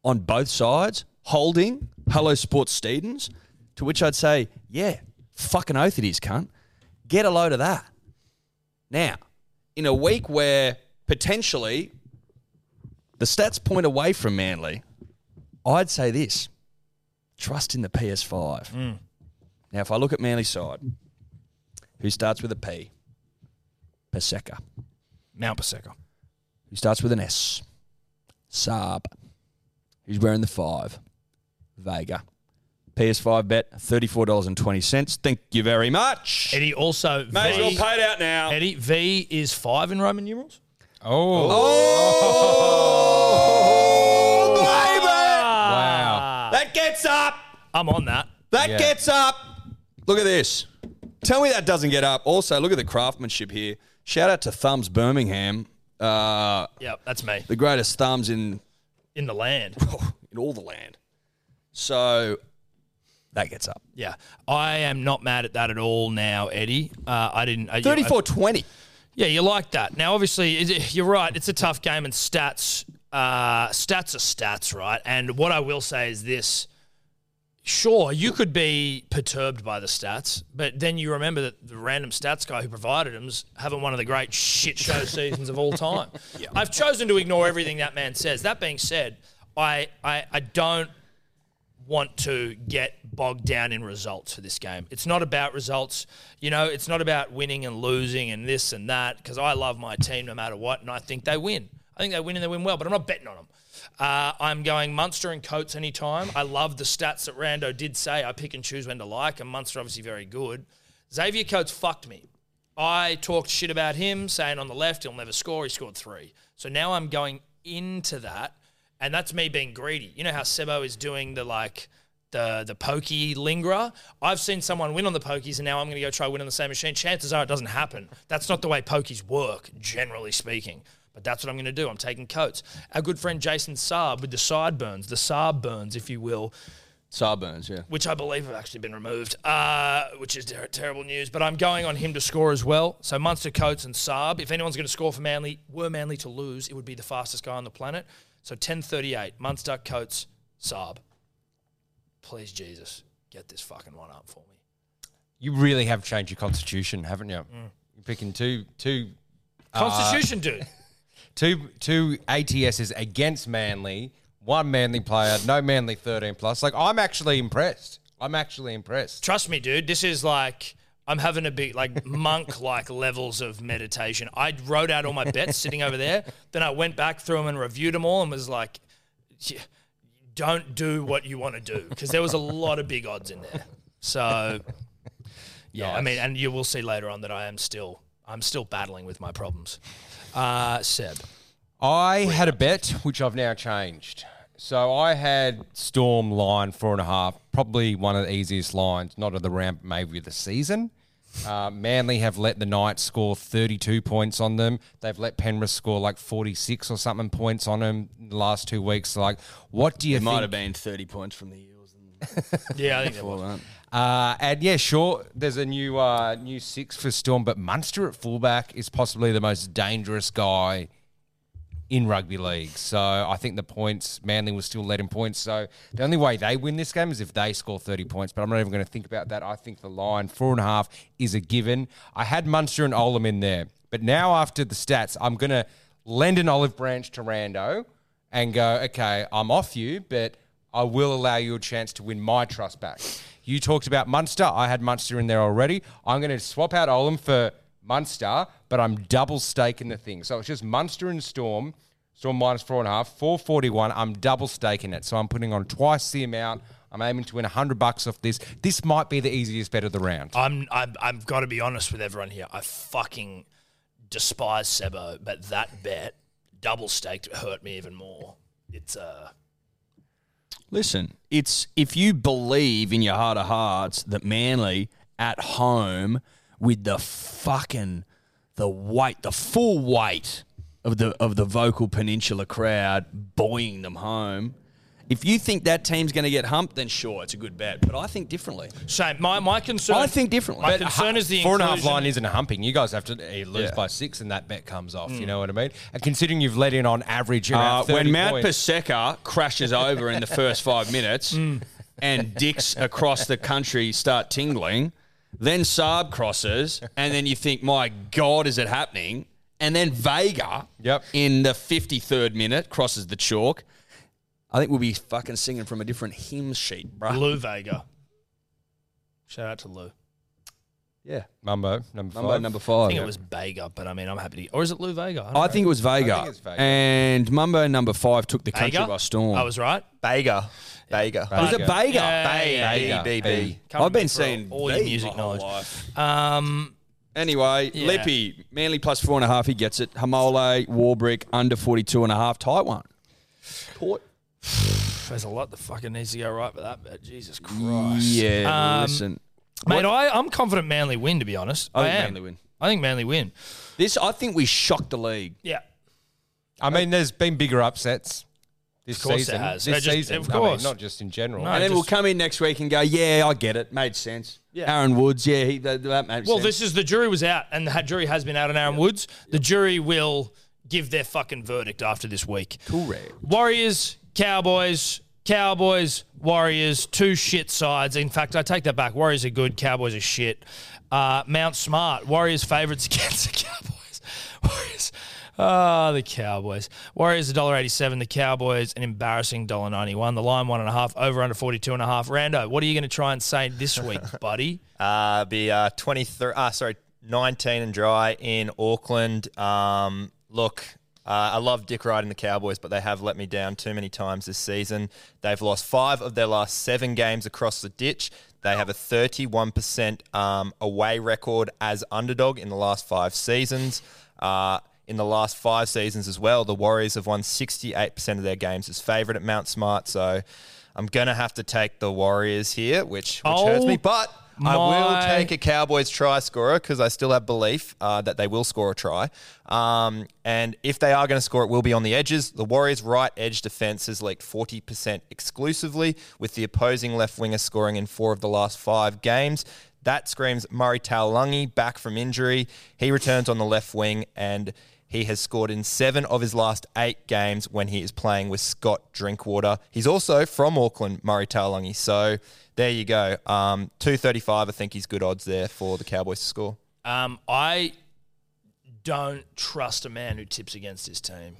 Speaker 3: on both sides, holding Hello Sports Steedens? To which I'd say, yeah, fucking oath it is, cunt. Get a load of that. Now, in a week where potentially the stats point away from Manly, I'd say this trust in the PS5. Now, if I look at Manly's side, who starts with a P? Paseka.
Speaker 1: Mount Paseka.
Speaker 3: Who starts with an S? Saab. Who's wearing the five? Vega. PS5 bet $34.20. Thank you very much.
Speaker 1: Eddie also
Speaker 3: May as well
Speaker 1: V.
Speaker 3: pay it out now.
Speaker 1: Eddie V is five in Roman numerals.
Speaker 2: Oh, wow.
Speaker 3: That gets up.
Speaker 1: I'm on that.
Speaker 3: That
Speaker 2: Yeah.
Speaker 3: gets up. Look at this. Tell me that doesn't get up. Also, look at the craftsmanship here. Shout out to Thumbs Birmingham, uh,
Speaker 1: Yeah, that's me
Speaker 3: the greatest thumbs in
Speaker 1: in the land.
Speaker 3: in all the land. So that gets up.
Speaker 1: Yeah, I am not mad at that at all now, Eddie. Uh, I didn't. I-
Speaker 3: Thirty-four twenty.
Speaker 1: Yeah, you like that. Now, obviously, is it- you're right. It's a tough game, and stats, uh, stats are stats, right? And what I will say is this: sure, you could be perturbed by the stats, but then you remember that the random stats guy who provided them's having one of the great shit show seasons of all time. I've chosen to ignore everything that man says. That being said, I I, I don't want to get bogged down in results for this game. It's not about results. You know, it's not about winning and losing and this and that because I love my team no matter what and I think they win. I think they win and they win well, but I'm not betting on them. Uh, I'm going Munster and Coates anytime. I love the stats that Rando did say. I pick and choose when to like, and Munster obviously very good. Xavier Coates fucked me. I talked shit about him, saying on the left he'll never score. He scored three. So now I'm going into that, and that's me being greedy. You know how Sebo is doing the like the the pokey lingerer. I've seen someone win on the pokies, and now I'm going to go try win on the same machine. Chances are it doesn't happen. That's not the way pokies work, generally speaking. But that's what I'm going to do. I'm taking Coates. Our good friend Jason Saab with the sideburns, the Saab burns, if you will,
Speaker 3: Sarburns, yeah.
Speaker 1: which I believe have actually been removed, uh, which is ter- terrible news. But I'm going on him to score as well. So Munster, Coates, and Saab. If anyone's going to score for Manly, were Manly to lose, it would be the fastest guy on the planet. So 10:38, Munster, Coates, Saab. Please, Jesus, get this fucking one up for me.
Speaker 2: You really have changed your constitution, haven't you? You're picking two, two,
Speaker 1: Constitution, dude.
Speaker 2: two, two ATSs against Manly. One Manly player, no Manly thirteen plus. Like I'm actually impressed. I'm actually impressed.
Speaker 1: Trust me, dude. This is like I'm having a big like monk like levels of meditation. I wrote out all my bets sitting over there. Then I went back through them and reviewed them all and was like, "Yeah, "Don't do what you want to do," because there was a lot of big odds in there. So, yeah, I mean, and you will see later on that I am still I'm still battling with my problems. Uh, Seb,
Speaker 2: I had a bet which I've now changed. So I had Storm line four and a half, probably one of the easiest lines, not of the round, but maybe of the season. Uh, Manly have let the Knights score 32 points on them. They've let Penrith score like 46 or something points on them in the last two weeks. Like, what do you
Speaker 3: It
Speaker 2: think?
Speaker 3: might have been 30 points from the Eels.
Speaker 1: yeah, I think that was.
Speaker 2: Uh, and yeah, sure, there's a new uh, new six for Storm, but Munster at fullback is possibly the most dangerous guy in rugby league. So I think the points, Manly will still lead in points. So the only way they win this game is if they score 30 points, but I'm not even going to think about that. I think the line, four and a half, is a given. I had Munster and Olam in there, but now after the stats, I'm going to lend an olive branch to Rando and go, okay, I'm off you, but I will allow you a chance to win my trust back. You talked about Munster. I had Munster in there already. I'm going to swap out Olam for Munster, but I'm double staking the thing. So it's just Munster and Storm. Storm minus four and a half, 441. I'm double staking it. So I'm putting on twice the amount. I'm aiming to win 100 bucks off this. This might be the easiest bet of the round.
Speaker 1: I'm, I'm I've got to be honest with everyone here. I fucking despise Sebo, but that bet double staked hurt me even more. It's uh
Speaker 3: Listen, it's if you believe in your heart of hearts that Manly at home with the fucking the weight, the full weight of the of the vocal peninsula crowd buoying them home. If you think that team's going to get humped, then sure, it's a good bet. But I think differently.
Speaker 1: Shame. My my concern.
Speaker 3: I think differently.
Speaker 1: My
Speaker 3: But
Speaker 1: concern is the
Speaker 2: four and a half
Speaker 1: inclusion-
Speaker 2: line isn't a humping. You guys have to eh, lose
Speaker 3: Yeah.
Speaker 2: by six, and that bet comes off.
Speaker 1: Mm.
Speaker 2: You know what I mean? And considering you've let in on average
Speaker 3: Uh,
Speaker 2: around
Speaker 3: when
Speaker 2: 30
Speaker 3: Mount
Speaker 2: points-
Speaker 3: Paseka crashes over in the first five minutes
Speaker 1: Mm.
Speaker 3: and dicks across the country start tingling, then Saab crosses, and then you think, my God, is it happening? And then Vega
Speaker 2: Yep.
Speaker 3: in the 53rd minute crosses the chalk. I think we'll be fucking singing from a different hymn sheet, bro.
Speaker 1: Lou Vega. Shout out to Lou.
Speaker 3: Yeah.
Speaker 2: Mumbo number
Speaker 3: Number,
Speaker 2: five.
Speaker 3: number
Speaker 1: I
Speaker 3: five.
Speaker 1: think it was Vega, but I mean, I'm happy to. Or is it Lou Vega? don't
Speaker 3: I
Speaker 1: know.
Speaker 3: think it was Vega.
Speaker 2: it's Vega.
Speaker 3: And Mumbo number five took the country
Speaker 1: Vega?
Speaker 3: by storm.
Speaker 1: I was right.
Speaker 5: Bager. Bager.
Speaker 3: was it Vega?
Speaker 1: Yeah, yeah, yeah.
Speaker 5: B, B, B.
Speaker 1: Coming
Speaker 3: I've been
Speaker 1: for all-
Speaker 3: seeing
Speaker 1: all your
Speaker 3: Vega
Speaker 1: music
Speaker 3: my whole
Speaker 1: knowledge.
Speaker 3: life.
Speaker 1: Um,
Speaker 3: Anyway,
Speaker 1: Yeah.
Speaker 3: Lippy, Manly plus four and a half. He gets it. Hamole, Warbrick, under 42 and a half. Tight one.
Speaker 1: there's a lot that fucking needs to go right for that bet. Jesus Christ.
Speaker 3: Yeah,
Speaker 1: Um,
Speaker 3: listen.
Speaker 1: Mate, I, I'm confident Manly win, to be honest.
Speaker 3: I think
Speaker 1: am.
Speaker 3: Manly win.
Speaker 1: I think Manly win.
Speaker 3: This, I think we shocked the league.
Speaker 1: Yeah.
Speaker 2: I mean, there's been bigger upsets this
Speaker 1: course there
Speaker 2: season.
Speaker 1: has.
Speaker 2: This
Speaker 1: Uh, just-
Speaker 2: season,
Speaker 1: of
Speaker 2: I mean,
Speaker 1: course.
Speaker 2: not just in general.
Speaker 1: No.
Speaker 3: And
Speaker 1: I
Speaker 3: then
Speaker 1: just-
Speaker 3: we'll come in next week and go, yeah, I get it. Made sense.
Speaker 1: Yeah.
Speaker 3: Aaron Woods, yeah, he, that, that made
Speaker 1: Well,
Speaker 3: sense.
Speaker 1: this is the jury was out, and the jury has been out on Aaron Woods. The jury will give their fucking verdict after this week.
Speaker 3: Correct.
Speaker 1: Warriors, Cowboys, Cowboys, Warriors, two shit sides. In fact, I take that back. Warriors are good, Cowboys are shit. Uh, Mount Smart, Warriors favourites against the Cowboys. Warriors. Ah, the Cowboys. Warriors $1.87. The Cowboys an embarrassing $1.91. The line one and a half. Over under forty two and a half. Rando, what are you going to try and say this week, buddy?
Speaker 5: Uh, be uh, 23, uh, sorry, 19 and dry in Auckland. Um, look, uh, I love Dick Wright and the Cowboys, but they have let me down too many times this season. They've lost five of their last seven games across the ditch. They have a 31% um, away record as underdog in the last five seasons. Uh, in the last five seasons as well, the Warriors have won 68% of their games as favourite at Mount Smart. So I'm going to have to take the Warriors here, which, which hurts
Speaker 1: Oh.
Speaker 5: me. But I will
Speaker 1: My-
Speaker 5: take a Cowboys try scorer because I still have belief uh, that they will score a try. Um, and if they are going to score, it will be on the edges. The Warriors' right edge defense has leaked 40% exclusively, with the opposing left winger scoring in four of the last five games. That screams Murray Taulungi back from injury. He returns on the left wing and he has scored in seven of his last eight games when he is playing with Scott Drinkwater. He's also from Auckland, Murray Taulungi. So there you go. Um, 235, I think he's good odds there for the Cowboys to score.
Speaker 1: Um, I don't trust a man who tips against his team.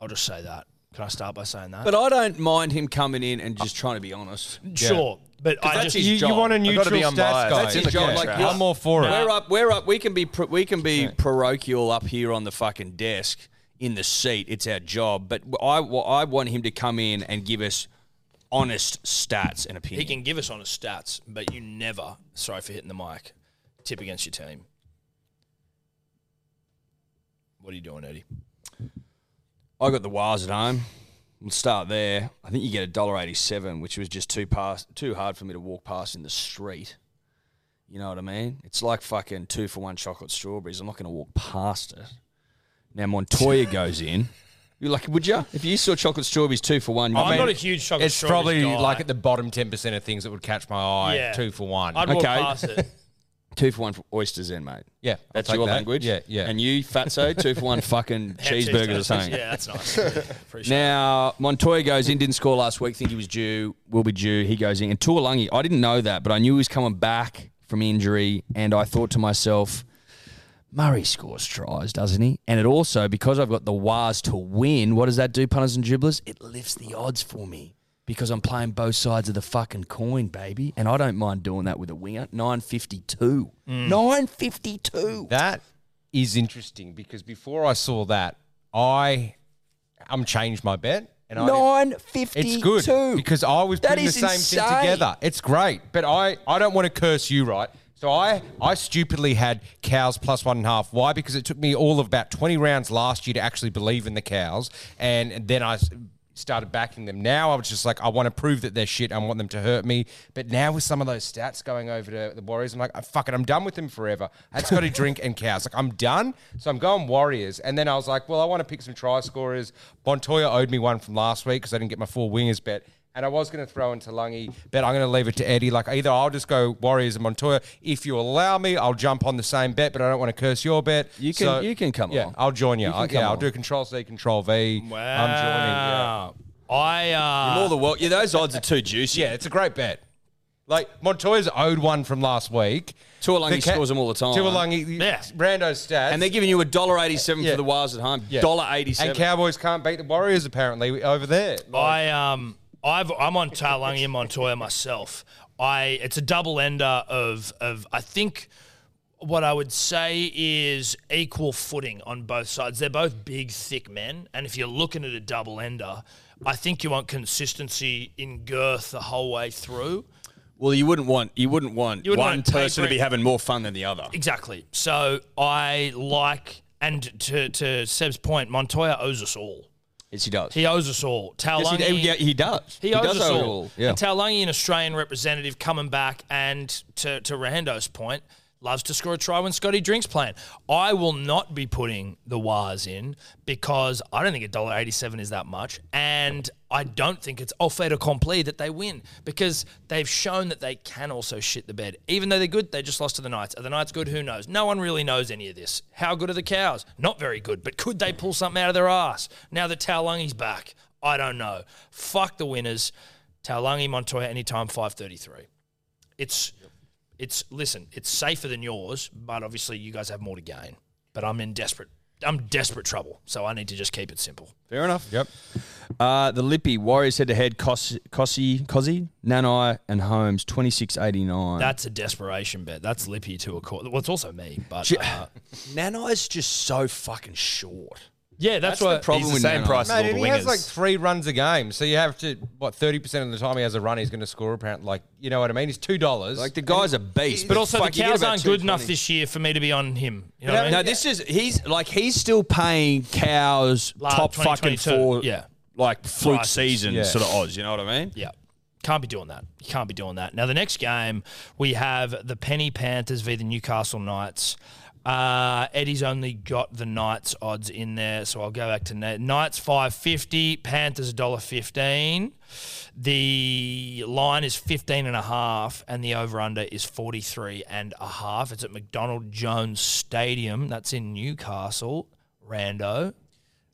Speaker 1: I'll just say that. Can I start by saying that?
Speaker 3: But I don't mind him coming in and just trying to be honest.
Speaker 1: sure, but I
Speaker 3: that's
Speaker 1: just
Speaker 3: his
Speaker 2: You, you
Speaker 3: job.
Speaker 2: want a
Speaker 3: I've
Speaker 2: neutral
Speaker 5: gotta be
Speaker 2: stats guy?
Speaker 5: unbiased. That's
Speaker 3: his job, like,
Speaker 2: I'm
Speaker 3: yeah.
Speaker 2: all for it.
Speaker 3: We're up. We're up. We can be. Pro- we can be parochial up here on the fucking desk in the seat. It's our job. But I. I want him to come in and give us honest stats and
Speaker 1: he
Speaker 3: opinion.
Speaker 1: can give us honest stats, but you never. Sorry for hitting the mic. Tip against your team. What are you doing, Eddie?
Speaker 3: I got the Wars at home. We'll start there. I think you get a dollar eighty-seven, which was just too pass, too hard for me to walk past in the street. You know what I mean? It's like fucking two for one chocolate strawberries. I'm not going to walk past it. Now Montoya goes in. You're like, would you? If you saw chocolate strawberries two for one, you
Speaker 1: I'm
Speaker 3: mean-
Speaker 1: not a huge chocolate.
Speaker 2: It's probably
Speaker 1: strawberries guy.
Speaker 2: like at the bottom 10% of things that would catch my eye.
Speaker 1: Yeah.
Speaker 2: Two for one.
Speaker 1: I'd walk
Speaker 3: Okay.
Speaker 1: past it.
Speaker 3: two for one for oysters, in mate.
Speaker 2: yeah. I'll
Speaker 3: That's
Speaker 2: take
Speaker 3: your
Speaker 2: that.
Speaker 3: language.
Speaker 2: Yeah, yeah.
Speaker 3: And you, fatso, two for one fucking cheeseburgers or something.
Speaker 1: Yeah, that's nice. Yeah, appreciate it.
Speaker 3: Now Montoya goes in, didn't score last week. Think he was due, will be due. He goes in, and Tuolungi. I didn't know that, but I knew he was coming back from injury, and I thought to myself, Murray scores tries, doesn't he? And it also because I've got the Waz to win. What does that do, punters and dribblers? It lifts the odds for me because I'm playing both sides of the fucking coin, baby, and I don't mind doing that with a winger. Nine fifty two. Nine fifty two.
Speaker 2: That is interesting because before I saw that, I I'm changed my bet and I
Speaker 3: Nine fifty two.
Speaker 2: it's good because I was
Speaker 3: That
Speaker 2: putting the
Speaker 3: is
Speaker 2: same thing
Speaker 3: insane.
Speaker 2: together. It's great, but I I don't want to curse you, right? So I I stupidly had cows plus one and a half. Why? Because it took me all of about twenty rounds last year to actually believe in the cows, and then I s- started backing them. Now I was just like, I want to prove that they're shit. I want them to hurt me. But now with some of those stats going over to the Warriors, I'm like, oh, fuck it, I'm done with them forever. I just got to drink and cows. Like, I'm done. So I'm going Warriors. And then I was like, well, I want to pick some try scorers. Montoya owed me one from last week because I didn't get my four wingers bet. And I was going to throw in Talangi, but I'm going to leave it to Eddie. Like, either I'll just go Warriors and Montoya. If you allow me, I'll jump on the same bet, but I don't want to curse your bet.
Speaker 3: You can- you can come
Speaker 2: yeah,
Speaker 3: along.
Speaker 2: I'll join you.
Speaker 3: You can
Speaker 2: I,
Speaker 3: come
Speaker 2: yeah, I'll
Speaker 3: along.
Speaker 2: do Control C, Control V.
Speaker 1: Wow.
Speaker 2: I'm joining. Yeah.
Speaker 1: I uh,
Speaker 3: All the world. Yeah, those odds are too juicy.
Speaker 2: yeah, it's a great bet. Like Montoya's owed one from last week.
Speaker 3: Tuolangi
Speaker 2: The ca-
Speaker 3: scores them all the time.
Speaker 2: Tuolangi,
Speaker 1: Yeah.
Speaker 2: Rando's stats,
Speaker 3: And they're giving you a dollar eighty-seven
Speaker 2: Yeah.
Speaker 3: for the Wires at home.
Speaker 2: Yeah.
Speaker 3: Dollar
Speaker 2: and
Speaker 3: eighty-seven. Oh.
Speaker 2: Cowboys can't beat the Warriors apparently over there.
Speaker 1: I um I've I'm on Talangi and Montoya myself. I it's a double ender of of I think what I would say is equal footing on both sides. They're both big, thick men, and if you're looking at a double ender, I think you want consistency in girth the whole way through.
Speaker 3: well, you wouldn't want you wouldn't want
Speaker 1: You wouldn't
Speaker 3: one
Speaker 1: want
Speaker 3: person to
Speaker 1: tapering-
Speaker 3: be having more fun than the other.
Speaker 1: Exactly. So I like, and to to Seb's point, Montoya owes us all.
Speaker 3: Yes, he does.
Speaker 1: He owes us all.
Speaker 3: Yes,
Speaker 1: Talangi,
Speaker 3: he, yeah, he does.
Speaker 1: He, owes
Speaker 3: does
Speaker 1: us
Speaker 3: owe
Speaker 1: all.
Speaker 3: it Yeah.
Speaker 1: And Talangi, an Australian representative, coming back, and to, to Rando's point, loves to score a try when Scotty Drinks playing. I will not be putting the Wires in because I don't think a dollar eighty-seven is that much, and I don't think it's au fait accompli that they win because they've shown that they can also shit the bed. Even though they're good, they just lost to the Knights. Are the Knights good? Who knows? No one really knows any of this. How good are the Cows? Not very good, but could they pull something out of their ass now that Talangi's back? I don't know. Fuck the winners. Talangi Montoya anytime 5:33. It's it's listen, it's safer than yours, but obviously you guys have more to gain. But I'm in desperate I'm desperate trouble, so I need to just keep it simple.
Speaker 3: Fair enough.
Speaker 2: Yep.
Speaker 3: Uh, the Lippy Warriors head to head. Cossi, Cossi, Nanai, and Holmes twenty six eighty nine.
Speaker 1: That's a desperation bet. That's lippy to a court. Well, it's also me, but
Speaker 3: Ju-
Speaker 1: uh,
Speaker 3: Nanai's just so fucking short.
Speaker 1: yeah, that's,
Speaker 3: the
Speaker 1: what
Speaker 3: problem
Speaker 5: He's the
Speaker 3: with
Speaker 5: same
Speaker 3: Nanai.
Speaker 5: price as
Speaker 2: Mate,
Speaker 5: all
Speaker 2: and
Speaker 5: the
Speaker 2: he has
Speaker 5: wingers.
Speaker 2: like three runs a game, so you have to what thirty percent of the time he has a run, he's going to score. Apparently, like you know what I mean? He's two dollars.
Speaker 3: Like the guy's a beast.
Speaker 1: but also the
Speaker 3: fuck, you get
Speaker 1: cows
Speaker 3: about
Speaker 1: aren't good
Speaker 3: 220.
Speaker 1: enough this year for me to be on him. You know what I mean?
Speaker 3: No, this is he's like he's still paying cows
Speaker 1: Like
Speaker 3: top fucking
Speaker 1: 2022,
Speaker 3: four
Speaker 1: yeah.
Speaker 3: like fluke
Speaker 1: Prices.
Speaker 3: season
Speaker 2: Yeah.
Speaker 3: sort of odds. You know what I mean?
Speaker 1: Yeah. Can't be doing that. You can't be doing that. Now, the next game, we have the Penny Panthers v. the Newcastle Knights. Uh, Eddie's only got the Knights odds in there, so I'll go back to Kn- Knights five fifty, Panthers dollar fifteen. The line is 15 and a half, and the over under is 43 and a half. It's at McDonald Jones Stadium. That's in Newcastle. Rando,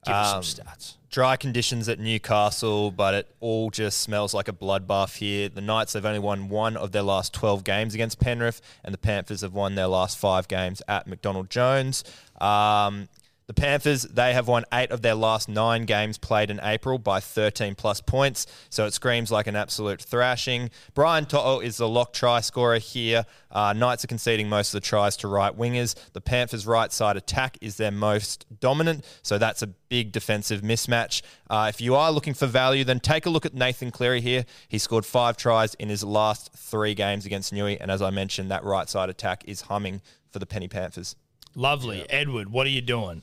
Speaker 1: give us some stats.
Speaker 5: dry conditions at Newcastle, but it all just smells like a bloodbath here. The Knights have only won one of their last 12 games against Penrith, and the Panthers have won their last five games at McDonald Jones. Um, the Panthers, they have won eight of their last nine games played in April by 13 plus points, so it screams like an absolute thrashing. Brian To'o is the lock try scorer here. Uh, Knights are conceding most of the tries to right wingers. The Panthers' right side attack is their most dominant, so that's a big defensive mismatch. Uh, if you are looking for value, then take a look at Nathan Cleary here. He scored five tries in his last three games against Newey, and as I mentioned, that right side attack is humming for the Penny Panthers.
Speaker 1: Lovely. Edward, what are you doing?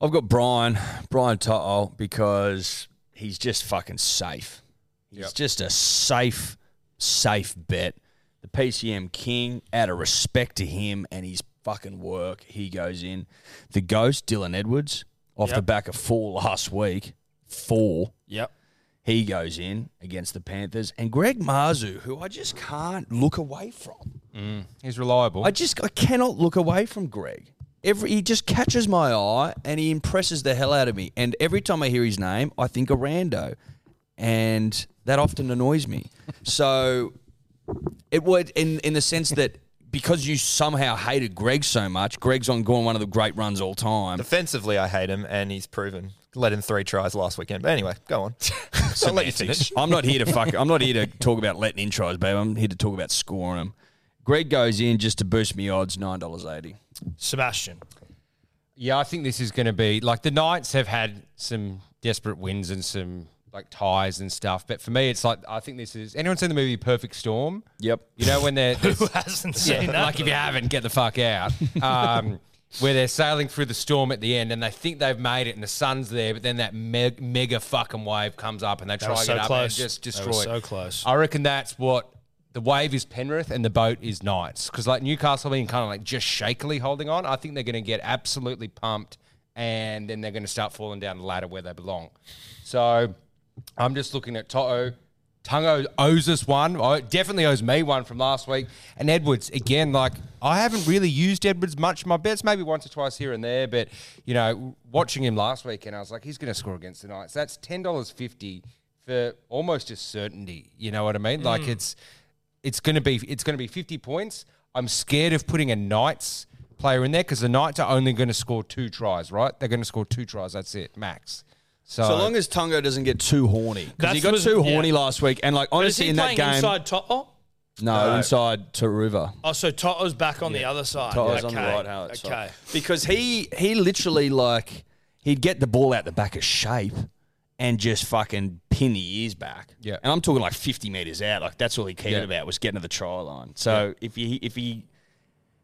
Speaker 3: I've got Brian, Brian Toto, because he's just fucking safe. He's just a safe, safe bet. The PCM King, out of respect to him and his fucking work, he goes in. The Ghost, Dylan Edwards, off the
Speaker 1: Yep.
Speaker 3: back of four last week, four.
Speaker 1: Yep.
Speaker 3: He goes in against the Panthers. And Greg Marzu, who I just can't look away from.
Speaker 2: he's reliable.
Speaker 3: I just I cannot look away from Greg. Every he just catches my eye and he impresses the hell out of me. And every time I hear his name, I think a rando, and that often annoys me. so it would in in the sense that because you somehow hated Greg so much, Greg's on going one of the great runs all time.
Speaker 5: Defensively, I hate him, and he's proven. Let in three tries last weekend. But anyway, go on. I'll let you finish.
Speaker 3: I'm not here to fuck. I'm not here to talk about letting in tries, babe. I'm here to talk about scoring them. Greg goes in just to boost me odds nine dollars eighty.
Speaker 1: Sebastian.
Speaker 2: Yeah, I think this is going to be like the Knights have had some desperate wins and some like ties and stuff. But for me, it's like I think this is. Anyone seen the movie Perfect Storm?
Speaker 3: Yep.
Speaker 2: You know when they're
Speaker 1: Who hasn't seen that?
Speaker 2: like if you haven't, get the fuck out. Um, where they're sailing through the storm at the end and they think they've made it and the sun's there, but then that meg- mega fucking wave comes up and they try
Speaker 1: was
Speaker 2: and
Speaker 1: so
Speaker 2: get up
Speaker 1: close.
Speaker 2: and just
Speaker 1: They were
Speaker 2: destroy. it.
Speaker 1: so close.
Speaker 2: I reckon that's what the wave is Penrith and the boat is Knights because like Newcastle being kind of like just shakily holding on. I think they're going to get absolutely pumped and then they're going to start falling down the ladder where they belong. So I'm just looking at Toto. Tungo owes us one. Oh, it definitely owes me one from last week. And Edwards again. Like I haven't really used Edwards much in my bets, maybe once or twice here and there. But you know, watching him last week, and I was like, he's going to score against the Knights. That's ten dollars fifty for almost a certainty. You know what I mean?
Speaker 1: Mm.
Speaker 2: Like it's it's going to be it's going to be 50 points. I'm scared of putting a Knights player in there because the Knights are only going to score two tries, right? They're going to score two tries. That's it, max. So,
Speaker 3: So long as Tungo doesn't get too horny, because he
Speaker 1: That's
Speaker 3: got
Speaker 1: was-
Speaker 3: too
Speaker 1: yeah.
Speaker 3: horny last week, and like
Speaker 1: But is
Speaker 3: honestly,
Speaker 1: he
Speaker 3: in that
Speaker 1: playing
Speaker 3: game,
Speaker 1: inside Toto?
Speaker 3: no, inside Taruva.
Speaker 1: Oh, so Toto's back on the other side.
Speaker 3: Tyres on the
Speaker 1: Oh, Okay,
Speaker 3: right hand
Speaker 1: Okay.
Speaker 3: side. Because he he literally like he'd get the ball out the back of shape and just fucking pin the ears back.
Speaker 2: Yeah.
Speaker 3: And I'm talking like 50 meters out. Like that's all he cared
Speaker 2: Yeah.
Speaker 3: about was getting to the try line. So if he if he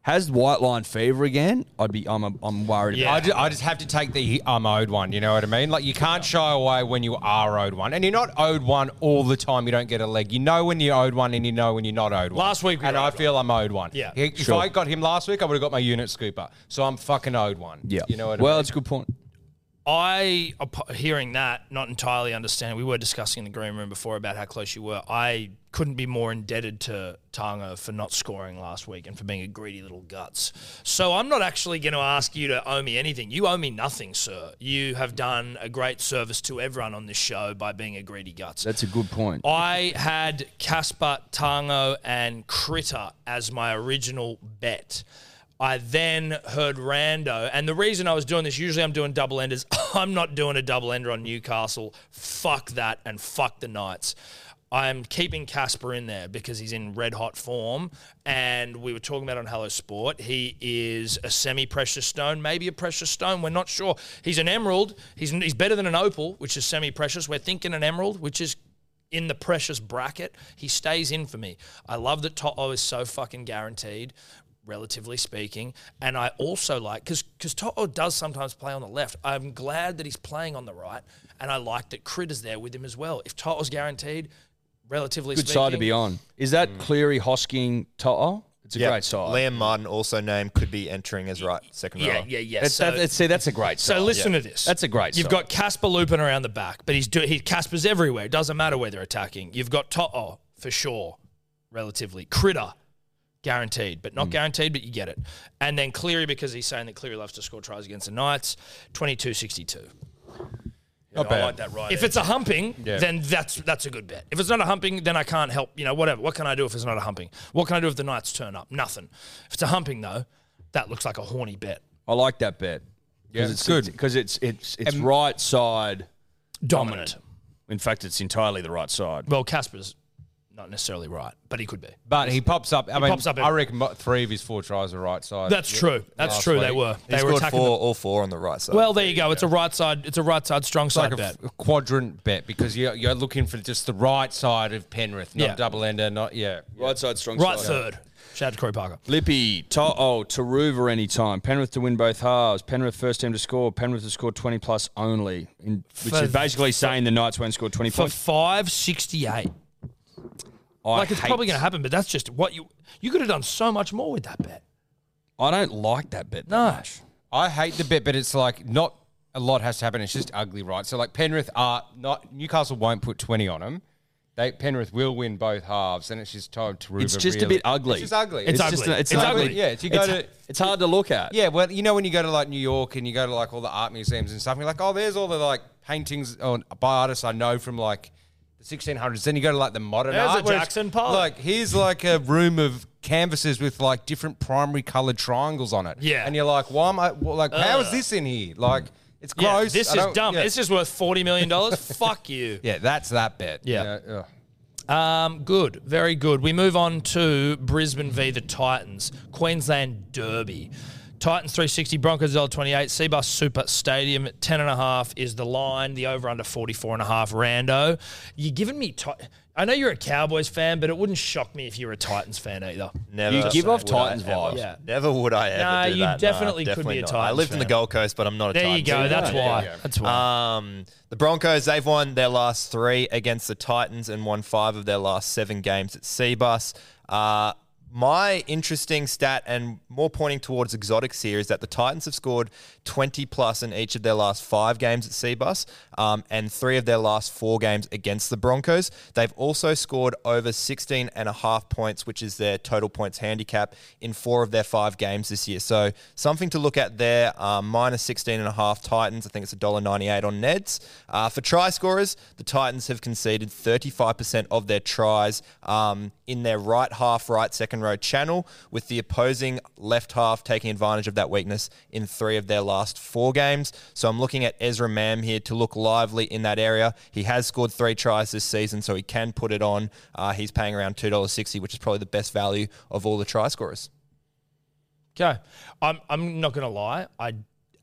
Speaker 3: has white line fever again, I'd be I'm a, I'm worried
Speaker 1: Yeah.
Speaker 2: I,
Speaker 3: about.
Speaker 2: just, I just have to take the I'm owed one. You know what I mean? Like you can't shy away when you are owed one, and you're not owed one all the time. You don't get a leg. You know when you're owed one, and you know when you're not owed one.
Speaker 1: Last week we
Speaker 2: and
Speaker 1: were
Speaker 2: I
Speaker 1: owed
Speaker 2: feel I'm owed one.
Speaker 1: Yeah.
Speaker 2: If
Speaker 3: Sure.
Speaker 2: I got him last week, I would have got my unit scooper. So I'm fucking owed one.
Speaker 3: Yeah.
Speaker 2: You know what?
Speaker 3: well,
Speaker 2: I mean?
Speaker 3: it's a good point.
Speaker 1: I, up- hearing that, not entirely understanding. We were discussing in the green room before about how close you were. I couldn't be more indebted to Tanga for not scoring last week and for being a greedy little guts. So I'm not actually going to ask you to owe me anything. You owe me nothing, sir. You have done a great service to everyone on this show by being a greedy guts.
Speaker 3: That's a good point.
Speaker 1: I had Casper, Tango, and Critter as my original bet. I then heard Rando, and the reason I was doing this, usually I'm doing double enders. I'm not doing a double ender on Newcastle. Fuck that, and fuck the Knights. I'm keeping Casper in there because he's in red hot form. And we were talking about on Hello Sport. He is a semi precious stone, maybe a precious stone. We're not sure. He's an emerald. He's, he's better than an opal, which is semi precious. We're thinking an emerald, which is in the precious bracket. He stays in for me. I love that Toto is so fucking guaranteed, relatively speaking. And I also like because because Toto does sometimes play on the left. I'm glad that he's playing on the right, and I like that Crit is there with him as well. If Toto's guaranteed, relatively
Speaker 3: Good
Speaker 1: speaking,
Speaker 3: side to be on. Is that Cleary, Hosking, Toto? It's a
Speaker 5: Yeah,
Speaker 3: great side.
Speaker 5: Liam Martin, also named, could be entering as right second
Speaker 1: Yeah,
Speaker 5: rower.
Speaker 1: yeah, yeah.
Speaker 3: That's,
Speaker 1: so,
Speaker 3: that- that's- see, that's a great side.
Speaker 1: So listen to this.
Speaker 3: That's a great
Speaker 1: You've
Speaker 3: side.
Speaker 1: got Casper looping around the back, but he's do he Casper's everywhere. It doesn't matter where they're attacking. You've got Toto for sure, relatively. Critter, guaranteed, but not
Speaker 3: Mm.
Speaker 1: guaranteed, but you get it. And then Cleary because he's saying that Cleary loves to score tries against the Knights, twenty two sixty two.
Speaker 2: not bad.
Speaker 3: that right.
Speaker 1: If it's a humping, then that's that's a good bet. If it's not a humping, then I can't help. You know, whatever. What can I do if it's not a humping? What can I do if the Knights turn up? Nothing. If it's a humping though, that looks like a horny bet.
Speaker 3: I like that bet.
Speaker 2: Yeah,
Speaker 3: it's
Speaker 2: good.
Speaker 3: because it's it's it's right side.
Speaker 1: Dominant.
Speaker 3: In fact, it's entirely the right side.
Speaker 1: Well, Casper's not necessarily right, but he could be.
Speaker 2: But he pops up. I mean,
Speaker 1: pops up
Speaker 2: I
Speaker 1: every-
Speaker 2: reckon mo- three of his four tries are right side.
Speaker 1: That's true. That's
Speaker 2: Last
Speaker 1: true. They
Speaker 2: week.
Speaker 1: were.
Speaker 5: He
Speaker 1: They were
Speaker 5: scored
Speaker 1: attacking.
Speaker 5: four, all four on the right side.
Speaker 1: the- well, there you go. It's a right side. It's a right side strong
Speaker 2: It's
Speaker 1: side
Speaker 2: like a
Speaker 1: bet.
Speaker 2: f- a quadrant bet because you're, you're looking for just the right side of Penrith, not
Speaker 1: Yeah.
Speaker 2: double ender, not yeah.
Speaker 3: Right side, strong
Speaker 1: right third. Shout out to Corey Parker.
Speaker 3: Lippy, To'o, Taruva anytime. Penrith to win both halves. Penrith first team to score. Penrith to score 20 plus only, in, which
Speaker 1: For-
Speaker 3: is basically saying the Knights won't score 20
Speaker 1: For
Speaker 3: plus.
Speaker 1: five sixty eight.
Speaker 3: I
Speaker 1: Like it's
Speaker 3: hate-
Speaker 1: probably going to happen, but that's just what you you could have done so much more with that bet.
Speaker 3: I don't like that bet. that
Speaker 1: No.
Speaker 3: much.
Speaker 2: I hate the bet, but it's like not a lot has to happen. It's just ugly, right? So like Penrith are not Newcastle won't put twenty on them. They Penrith will win both halves, and it's just time to.
Speaker 3: It's just a bit ugly.
Speaker 2: It's just ugly.
Speaker 1: It's
Speaker 3: just-
Speaker 1: ugly.
Speaker 3: it's,
Speaker 1: It's
Speaker 3: ugly.
Speaker 1: ugly.
Speaker 2: Yeah, if you go
Speaker 3: it's,
Speaker 2: to-
Speaker 3: it's hard to look at.
Speaker 2: Yeah, well, you know when you go to like New York and you go to like all the art museums and stuff, and you're like, oh, there's all the like paintings on by artists I know from like the 1600s. Then you go to like the modern
Speaker 1: There's
Speaker 2: art.
Speaker 1: a
Speaker 2: where it's
Speaker 1: Jackson Pollock.
Speaker 2: Like here's like a room of canvases with like different primary colored triangles on it.
Speaker 1: Yeah.
Speaker 2: and you're like, why am I well, like? how is this in here? Like it's
Speaker 1: Yeah,
Speaker 2: gross.
Speaker 1: this
Speaker 2: I
Speaker 1: is
Speaker 2: don't-
Speaker 1: dumb.
Speaker 2: Yeah.
Speaker 1: This is worth forty million dollars. Fuck you.
Speaker 2: yeah, that's that bet.
Speaker 1: Yeah.
Speaker 2: You know, ugh.
Speaker 1: Um, good, very good. We move on to Brisbane v the Titans, Queensland Derby. Titans 360, Broncos L28, Seabus Super Stadium at 10.5 is the line, the over under 44.5 rando. You're giving me. Ti- I know you're a Cowboys fan, but it wouldn't shock me if you're a Titans fan either.
Speaker 5: Never.
Speaker 3: You give off
Speaker 5: would I
Speaker 3: Titans
Speaker 5: ever-
Speaker 3: vibes.
Speaker 1: Yeah.
Speaker 5: Never would I ever.
Speaker 1: Nah,
Speaker 5: do
Speaker 1: you
Speaker 5: that.
Speaker 1: definitely could be
Speaker 5: definitely
Speaker 1: a
Speaker 5: not. I
Speaker 1: Titans
Speaker 5: lived in the
Speaker 1: fan.
Speaker 5: Gold Coast, but I'm not a
Speaker 1: There you
Speaker 5: Titans
Speaker 1: go.
Speaker 5: fan.
Speaker 1: That's why. That's why.
Speaker 5: Um, the Broncos, they've won their last three against the Titans and won five of their last seven games at Seabus. Uh, my interesting stat and more pointing towards exotics here is that the Titans have scored 20 plus in each of their last five games at Seabus um, and three of their last four games against the Broncos. They've also scored over 16 and a half points, which is their total points handicap, in four of their five games this year. So something to look at there. Um, minus 16 and a half Titans. I think it's $1.98 on Neds. Uh, for try scorers, the Titans have conceded 35% of their tries um, in their right half, right second row channel, with the opposing left half taking advantage of that weakness in three of their last four games. So I'm looking at Ezra Mam here to look lively in that area. He has scored three tries this season, so he can put it on. Uh, he's paying around $2.60, which is probably the best value of all the try scorers.
Speaker 1: Okay, I'm I'm not gonna lie. I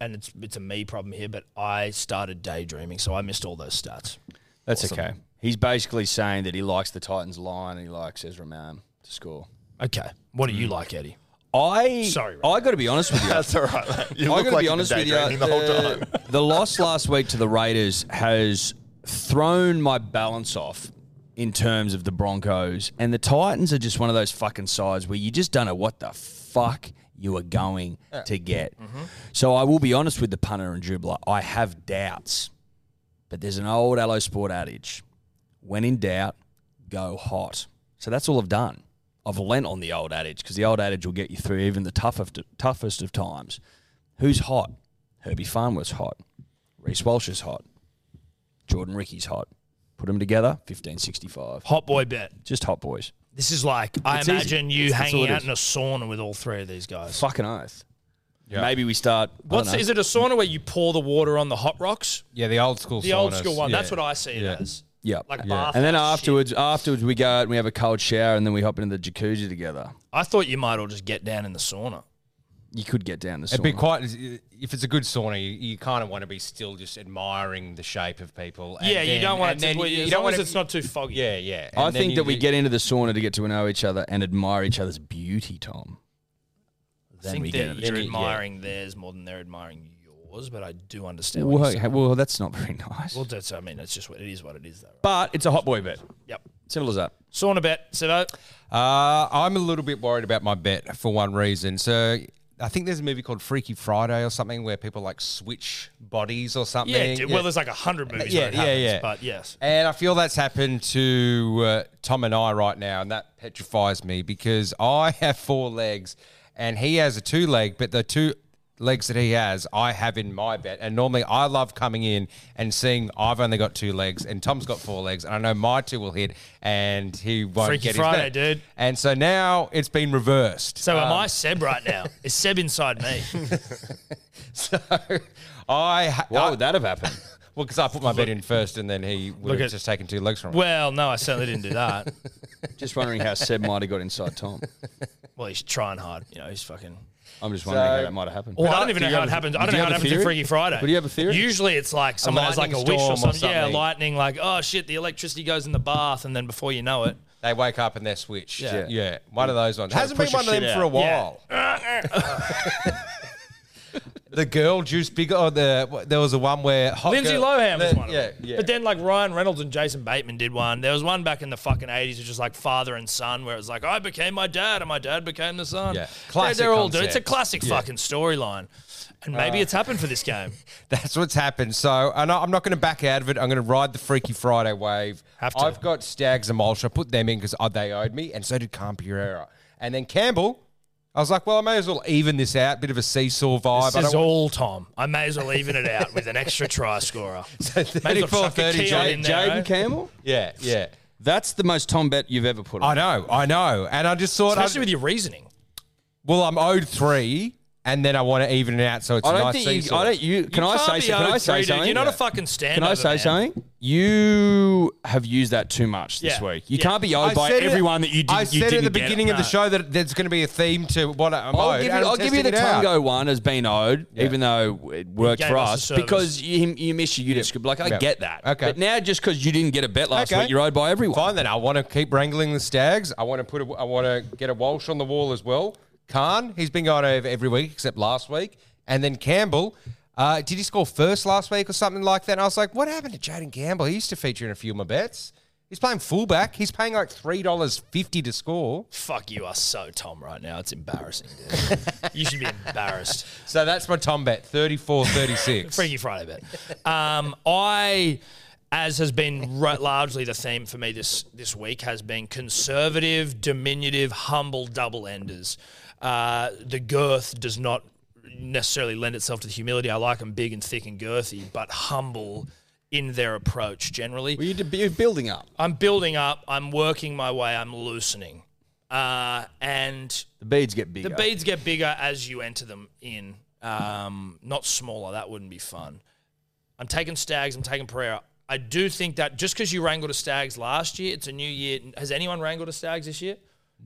Speaker 1: and it's it's a me problem here, but I started daydreaming, so I missed all those stats.
Speaker 3: That's okay. He's basically saying that he likes the Titans line and he likes Ezra Mam to score.
Speaker 1: Okay, what do you
Speaker 5: Mm.
Speaker 1: like, Eddie?
Speaker 3: I
Speaker 1: Sorry, Ray.
Speaker 3: I got to be honest with you.
Speaker 5: That's all right. Mate. You
Speaker 3: I
Speaker 5: look
Speaker 3: got to be
Speaker 5: like you've been
Speaker 3: honest with uh, you.
Speaker 5: daydreaming the whole time.
Speaker 3: the- the loss last week to the Raiders has thrown my balance off in terms of the Broncos, and the Titans are just one of those fucking sides where you just don't know what the fuck you are going to get.
Speaker 5: Mm-hmm.
Speaker 3: So I will be honest with the punter and dribbler. I have doubts, but there's an old Allo Sport adage: when in doubt, go hot. So that's all I've done. I've lent on the old adage because the old adage will get you through even the toughest toughest of times. Who's hot? Herbie Farnworth's hot. Reese Walsh is hot. Jordan Ricky's hot. Put them together, fifteen sixty five.
Speaker 1: Hot boy bet.
Speaker 3: Just hot boys.
Speaker 1: This is like I
Speaker 3: It's easy.
Speaker 1: imagine you
Speaker 3: That's all
Speaker 1: hanging
Speaker 3: it
Speaker 1: out
Speaker 3: is.
Speaker 1: in a sauna with all three of these guys.
Speaker 3: Fucking oath. Maybe we start.
Speaker 1: What's is it a sauna where you pour the water on the hot rocks?
Speaker 2: Yeah, the old school.
Speaker 1: The old school one.
Speaker 2: Yeah.
Speaker 1: That's what I see it as.
Speaker 3: Yeah.
Speaker 1: Like bath
Speaker 3: and then
Speaker 1: house
Speaker 3: afterwards, afterwards we go out and we have a cold shower and then we hop into the jacuzzi together.
Speaker 1: I thought you might all just get down in the sauna.
Speaker 3: You could get down the
Speaker 2: It'd be
Speaker 3: sauna.
Speaker 2: quite. If it's a good sauna, you, you kind of want to be still just admiring the shape of people. and
Speaker 1: yeah, you
Speaker 2: then-
Speaker 1: don't want
Speaker 2: and
Speaker 1: it to.
Speaker 2: then
Speaker 1: well,
Speaker 2: you
Speaker 1: as
Speaker 2: don't
Speaker 1: long
Speaker 2: want
Speaker 1: as it's not too foggy.
Speaker 2: Yeah, yeah.
Speaker 3: I
Speaker 2: And then
Speaker 3: think
Speaker 2: you-
Speaker 3: that we get into the sauna to get to know each other and admire each other's beauty, Tom.
Speaker 1: I
Speaker 3: Then
Speaker 1: think
Speaker 3: we
Speaker 1: that
Speaker 3: get into
Speaker 1: you're
Speaker 3: the
Speaker 1: admiring theirs more than they're admiring yours, but I do understand. What you're saying.
Speaker 3: Well, well, that's not very nice.
Speaker 1: Well, that's. I mean, it's just what it is. What it is, though. Right?
Speaker 3: but it's a hot boy bet.
Speaker 1: Yep.
Speaker 3: Simple as that.
Speaker 1: Sauna bet. Sevo.
Speaker 2: Uh, I'm a little bit worried about my bet for one reason. So I think there's a movie called Freaky Friday or something where people like switch bodies or something.
Speaker 1: Yeah, dude, Well, there's like a hundred movies.
Speaker 2: Yeah,
Speaker 1: where it
Speaker 2: yeah,
Speaker 1: happens,
Speaker 2: yeah.
Speaker 1: But yes.
Speaker 2: And I feel that's happened to uh, Tom and I right now, and that petrifies me because I have four legs and he has a two leg, but the two legs that he has, I have in my bet. And normally I love coming in and seeing I've only got two legs and Tom's got four legs, and I know my two will hit and he won't
Speaker 1: Freaky
Speaker 2: get
Speaker 1: Friday,
Speaker 2: his bet.
Speaker 1: dude.
Speaker 2: And so now it's been reversed.
Speaker 1: So am I Seb right now? Is Seb inside me?
Speaker 2: So I. Ha-
Speaker 3: Why
Speaker 2: I-
Speaker 3: would that have happened?
Speaker 2: Well, because I put my bet in first, and then he would
Speaker 1: Look
Speaker 2: have
Speaker 1: at-
Speaker 2: just taken two legs from me.
Speaker 1: Well, no, I certainly didn't do that.
Speaker 3: just wondering how Seb might have got inside Tom.
Speaker 1: Well, he's trying hard. You know, he's fucking.
Speaker 3: I'm just wondering how that might have happened.
Speaker 1: Well, I don't even know how it happens. I don't know how it happens in Freaky Friday.
Speaker 3: But do you have a theory?
Speaker 1: Usually, it's like someone has like a
Speaker 2: lightning
Speaker 1: wish or
Speaker 2: storm
Speaker 1: something.
Speaker 2: or
Speaker 1: Yeah,
Speaker 2: something.
Speaker 1: lightning. Like, oh shit, the electricity goes in the bath, and then before you know it,
Speaker 2: They wake up and they're switched.
Speaker 1: Yeah.
Speaker 2: Yeah, one of those ones. Hasn't
Speaker 5: to
Speaker 2: been one
Speaker 5: push
Speaker 2: of
Speaker 5: your
Speaker 2: them
Speaker 5: shit
Speaker 2: for a
Speaker 5: out.
Speaker 2: while. the girl juice big. Or the what- there was a one where hot
Speaker 1: Lindsay
Speaker 2: girl-
Speaker 1: Lohan was
Speaker 2: the-
Speaker 1: one. Of
Speaker 2: yeah,
Speaker 1: them.
Speaker 2: yeah.
Speaker 1: But then like Ryan Reynolds and Jason Bateman did one. There was one back in the fucking eighties, which was like father and son, where it was like I became my dad and my dad became the son.
Speaker 2: Yeah.
Speaker 1: They're-
Speaker 2: Classic
Speaker 1: They're, all doing. It's a
Speaker 2: concept.
Speaker 1: classic fucking storyline, and
Speaker 3: Uh,
Speaker 1: maybe it's happened for this game.
Speaker 2: That's what's happened. So and I, I'm not going to back out of it. I'm going to ride the Freaky Friday wave.
Speaker 1: Have to.
Speaker 2: I've got Stags and Walsh. I put them in because they owed me, and so did Cam Pereira. And then Campbell. I was like, well, I may as well even this out. Bit of a seesaw vibe. I
Speaker 1: This is
Speaker 2: don't-
Speaker 1: all Tom. I may as well even it out with an extra try scorer.
Speaker 2: So
Speaker 1: May as
Speaker 2: 34,
Speaker 1: well chuck a
Speaker 2: 30,
Speaker 1: key on in there, eh?
Speaker 3: Jaden Campbell?
Speaker 2: yeah, yeah.
Speaker 3: That's the most Tom bet you've ever put
Speaker 2: I
Speaker 3: on.
Speaker 2: know, I know. And I just thought, I,
Speaker 1: especially with your reasoning.
Speaker 2: well, I'm owed three. and then I want to even it out so it's
Speaker 3: I
Speaker 2: a
Speaker 3: don't
Speaker 2: nice
Speaker 3: think you.
Speaker 2: seesaw.
Speaker 3: I don't. You can I
Speaker 1: can't
Speaker 3: say?
Speaker 1: be
Speaker 3: so- Can I
Speaker 1: 0-3,
Speaker 3: say
Speaker 1: dude.
Speaker 3: something?
Speaker 1: You're not a fucking stand.
Speaker 3: Can I say something? You have used that too much this
Speaker 1: Yeah.
Speaker 3: week. You
Speaker 1: Yeah.
Speaker 3: can't be owed
Speaker 2: I
Speaker 3: by
Speaker 2: said it-
Speaker 3: everyone that you did.
Speaker 2: I
Speaker 3: you
Speaker 2: said at
Speaker 3: didn't
Speaker 2: the
Speaker 3: get it.
Speaker 2: beginning of the
Speaker 3: No.
Speaker 2: show that there's going to be a theme to what I'm
Speaker 3: I'll
Speaker 2: owed,
Speaker 3: give you,
Speaker 2: and I'm
Speaker 3: I'll give you
Speaker 2: testing
Speaker 3: the
Speaker 2: it out.
Speaker 3: Tungo one as being owed, even though it worked
Speaker 1: gave
Speaker 3: for
Speaker 1: us a
Speaker 3: us
Speaker 1: service.
Speaker 3: because you, you missed your unit script. Like I
Speaker 2: Yeah.
Speaker 3: get that.
Speaker 2: Okay.
Speaker 3: But now just because you didn't get a bet last
Speaker 2: Okay.
Speaker 3: week, you're owed by everyone.
Speaker 2: Fine then. I want to keep wrangling the stags. I want to put. A, I want to get a Walsh on the wall as well. Khan, he's been going over every week except last week, and then Campbell. Uh, did he score first last week or something like that? And I was like, what happened to Jaden Campbell? He used to feature in a few of my bets. He's playing fullback. He's paying like three dollars fifty to score.
Speaker 1: Fuck you are so Tom right now. It's embarrassing. Dude. you should be embarrassed.
Speaker 2: So that's my Tom bet 34 36.
Speaker 1: Freaky Friday bet. Um, I, as has been ri- largely the theme for me this this week, has been conservative, diminutive, humble double enders. Uh, the girth does not necessarily lend itself to the humility. I like them big and thick and girthy, but humble in their approach generally.
Speaker 3: Well, you did- You're building up.
Speaker 1: I'm building up. I'm working my way. I'm loosening. Uh, and
Speaker 3: The beads get bigger.
Speaker 1: the beads get bigger as you enter them in, um, not smaller. That wouldn't be fun. I'm taking stags. I'm taking Pereira. I do think that just because you wrangled a stags last year, it's a new year. Has anyone wrangled a stags this year?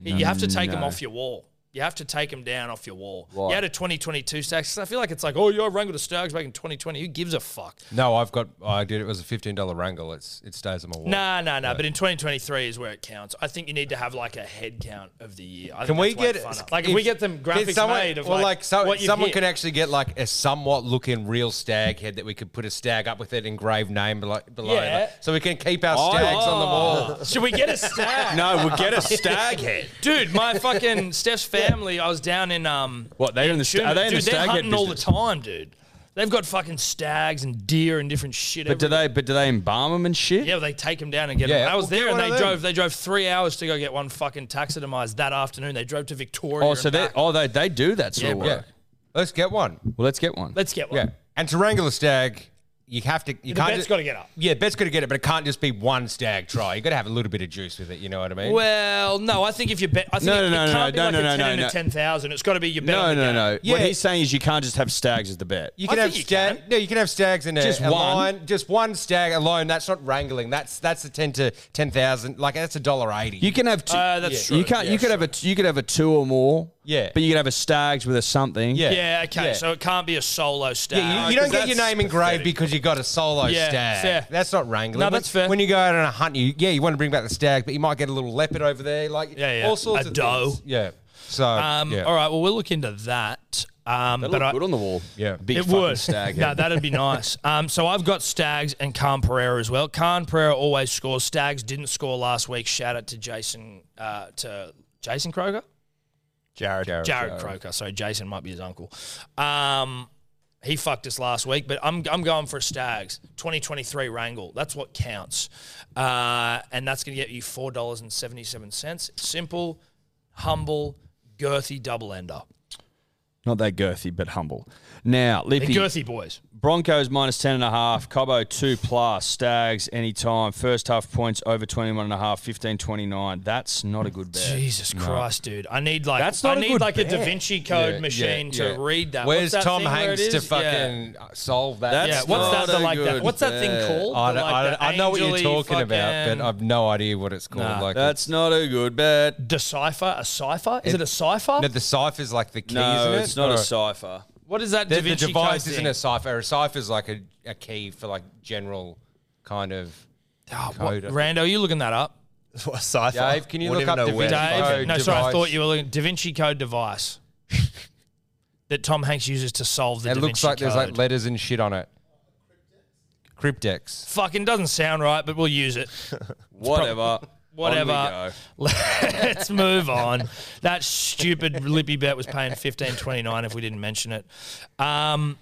Speaker 1: you have to take them off your wall. You have to take them down off your wall. You had a 2022 stags. 'cause I feel like it's like, oh, you wrangled a stags back in 2020. Who gives a fuck?
Speaker 2: No, I've got. I did. It was a fifteen dollar wrangle. It's it stays on my wall.
Speaker 1: Nah, nah, nah. But in 2023 is where it counts. I think you need to have like a head count of the year. I
Speaker 2: Can
Speaker 1: think
Speaker 2: we
Speaker 1: that's way
Speaker 2: get
Speaker 1: funner. like if, we get them
Speaker 2: can
Speaker 1: graphics
Speaker 2: someone,
Speaker 1: made of
Speaker 2: well,
Speaker 1: like,
Speaker 2: like so,
Speaker 1: what you've
Speaker 2: someone
Speaker 1: hit.
Speaker 2: can actually get like a somewhat looking real stag head that we could put a stag up with an engraved name below, below
Speaker 1: Yeah. Oh.
Speaker 2: like, so we can keep our stags on the wall.
Speaker 1: Should we get a stag?
Speaker 3: no, we'll get a stag head.
Speaker 1: dude. My fucking Steph's family. I was down in um.
Speaker 3: What they're in the sta-
Speaker 1: Tuna.
Speaker 3: are they in
Speaker 1: dude,
Speaker 3: the
Speaker 1: they're
Speaker 3: stag head
Speaker 1: hunting all the
Speaker 3: business?
Speaker 1: time, dude. They've got fucking stags and deer and different shit.
Speaker 3: But do
Speaker 1: everywhere.
Speaker 3: they? But do they embalm them and shit?
Speaker 1: Yeah, well, they take them down and get
Speaker 2: Yeah,
Speaker 1: them. I was
Speaker 2: we'll get
Speaker 1: there and
Speaker 2: one of
Speaker 1: they
Speaker 2: them.
Speaker 1: drove. They drove three hours to go get one fucking taxidermized that afternoon. They drove to Victoria.
Speaker 3: Oh, so
Speaker 1: and
Speaker 3: they
Speaker 1: back.
Speaker 3: oh they they do that sort
Speaker 1: Yeah,
Speaker 3: of
Speaker 1: bro.
Speaker 3: work.
Speaker 2: Yeah, let's get one.
Speaker 3: Well, let's get one.
Speaker 1: let's get one.
Speaker 2: Yeah, and to wrangle a stag, you have to. You
Speaker 1: The
Speaker 2: can't.
Speaker 1: bet's
Speaker 2: ju-
Speaker 1: got to get up.
Speaker 2: yeah, bet's got to get it, but it can't just be one stag try. You got to have a little bit of juice with it. You know what I mean?
Speaker 1: Well, no, I think if you bet, I think
Speaker 3: No,
Speaker 1: it,
Speaker 3: no,
Speaker 1: it can't
Speaker 3: no,
Speaker 1: be
Speaker 3: no, no,
Speaker 1: like
Speaker 3: no,
Speaker 1: a
Speaker 3: no,
Speaker 1: ten
Speaker 3: no.
Speaker 1: and a ten thousand. It's got to be your bet.
Speaker 3: no,
Speaker 1: on the
Speaker 3: no,
Speaker 1: game.
Speaker 3: no.
Speaker 2: Yeah.
Speaker 3: What he's saying is you can't just have stags as the bet.
Speaker 2: You can
Speaker 1: I
Speaker 2: have
Speaker 1: think you
Speaker 2: stag.
Speaker 1: can.
Speaker 2: No, you can have stags in a,
Speaker 3: Just
Speaker 2: a
Speaker 3: one.
Speaker 2: line. Just one stag alone. That's not wrangling. That's that's a ten to ten thousand. Like that's a dollar eighty.
Speaker 3: You can have two.
Speaker 1: Uh, that's
Speaker 3: You
Speaker 1: true.
Speaker 3: can't.
Speaker 1: Yeah,
Speaker 3: you could have a. t- You could have a two or more.
Speaker 2: Yeah.
Speaker 3: But you could have a stags with a something.
Speaker 2: Yeah.
Speaker 1: Yeah, okay.
Speaker 2: Yeah.
Speaker 1: So it can't be a solo stag.
Speaker 2: Yeah, you, you don't get your name engraved because you got a solo
Speaker 1: Yeah,
Speaker 2: stag.
Speaker 1: fair.
Speaker 2: That's not wrangling.
Speaker 1: No,
Speaker 2: When-
Speaker 1: that's fair.
Speaker 2: When you go out on a hunt, you yeah, you want to bring back the stag, but you might get a little leopard over there, like
Speaker 1: Yeah, yeah.
Speaker 2: all sorts
Speaker 1: A
Speaker 2: of
Speaker 1: doe.
Speaker 2: things. Yeah. So
Speaker 1: Um,
Speaker 2: yeah.
Speaker 1: All right. Well, we'll look into that. Um,
Speaker 3: That
Speaker 1: but
Speaker 3: look
Speaker 1: I,
Speaker 3: good on the wall.
Speaker 2: Yeah.
Speaker 3: Big
Speaker 1: it
Speaker 3: fucking
Speaker 1: would.
Speaker 3: stag.
Speaker 1: no,
Speaker 3: head.
Speaker 1: that'd be nice. Um, so I've got Stags and Khan Pereira as well. Khan Pereira always scores. Stags didn't score last week. Shout out to Jason uh, to Jason Kroger.
Speaker 5: Jared.
Speaker 1: Jared Croker. Sorry, Jason might be his uncle. Um, he fucked us last week, but I'm, I'm going for a Stags 2023 Wrangle. That's what counts. Uh, and that's going to get you $4.77. Simple, humble, girthy double ender.
Speaker 3: Not that girthy, but humble. Now, Lippy.
Speaker 1: Girthy boys.
Speaker 3: Broncos minus 10.5, Cobo 2 plus, Stags anytime, first half points over 21.5, 15 29. That's not a good bet.
Speaker 1: Jesus Christ, dude. I need like
Speaker 3: That's not
Speaker 1: I
Speaker 3: a
Speaker 1: need
Speaker 3: good
Speaker 1: like a Da
Speaker 3: bet.
Speaker 1: Vinci Code
Speaker 2: Yeah,
Speaker 1: machine
Speaker 2: yeah, yeah.
Speaker 1: to read that.
Speaker 2: Where's
Speaker 1: What's that
Speaker 2: Tom
Speaker 1: thing where it
Speaker 2: Hanks to
Speaker 1: is? Yeah.
Speaker 2: fucking uh, solve that?
Speaker 3: That's
Speaker 1: Yeah,
Speaker 3: It's
Speaker 1: what's
Speaker 3: not
Speaker 1: that? The,
Speaker 3: a
Speaker 1: like that?
Speaker 3: good
Speaker 1: What's that thing
Speaker 3: bet.
Speaker 1: called?
Speaker 2: I,
Speaker 1: The,
Speaker 2: don't,
Speaker 1: like,
Speaker 2: I,
Speaker 1: the
Speaker 2: don't, I know what you're
Speaker 1: angely
Speaker 2: talking about,
Speaker 1: fucking-
Speaker 2: but I've no idea what it's called.
Speaker 1: Nah.
Speaker 2: like
Speaker 3: That's not a good bet.
Speaker 1: decipher a cipher? Is it, a cipher?
Speaker 2: no, the cipher's like the key,
Speaker 3: No,
Speaker 2: isn't it?
Speaker 3: it's not
Speaker 2: Or-
Speaker 3: a cipher.
Speaker 1: what is that?
Speaker 2: the,
Speaker 1: da
Speaker 2: the
Speaker 1: Vinci
Speaker 2: device
Speaker 1: code
Speaker 2: isn't
Speaker 1: thing?
Speaker 2: a cipher. A cipher's like a, a key for like general kind of.
Speaker 1: Oh, what-
Speaker 2: code, I think.
Speaker 1: Rando, are you looking that up?
Speaker 5: Sci-fi.
Speaker 2: Dave, can you
Speaker 5: Wouldn't
Speaker 2: look
Speaker 5: even
Speaker 2: up
Speaker 5: know
Speaker 2: the
Speaker 5: where.
Speaker 2: video?
Speaker 1: Dave?
Speaker 2: Code
Speaker 1: no, sorry, I
Speaker 2: device.
Speaker 1: thought you were looking Da Vinci Code device that Tom Hanks uses to solve the
Speaker 2: It
Speaker 1: Da
Speaker 2: looks
Speaker 1: Vinci
Speaker 2: like there's like
Speaker 1: Code.
Speaker 2: letters and shit on it. Cryptex.
Speaker 1: Fucking doesn't sound right, but we'll use it.
Speaker 3: Whatever. On we
Speaker 1: Whatever.
Speaker 3: go.
Speaker 1: Let's move on. That stupid lippy bet was paying fifteen twenty nine if we didn't mention it. Um,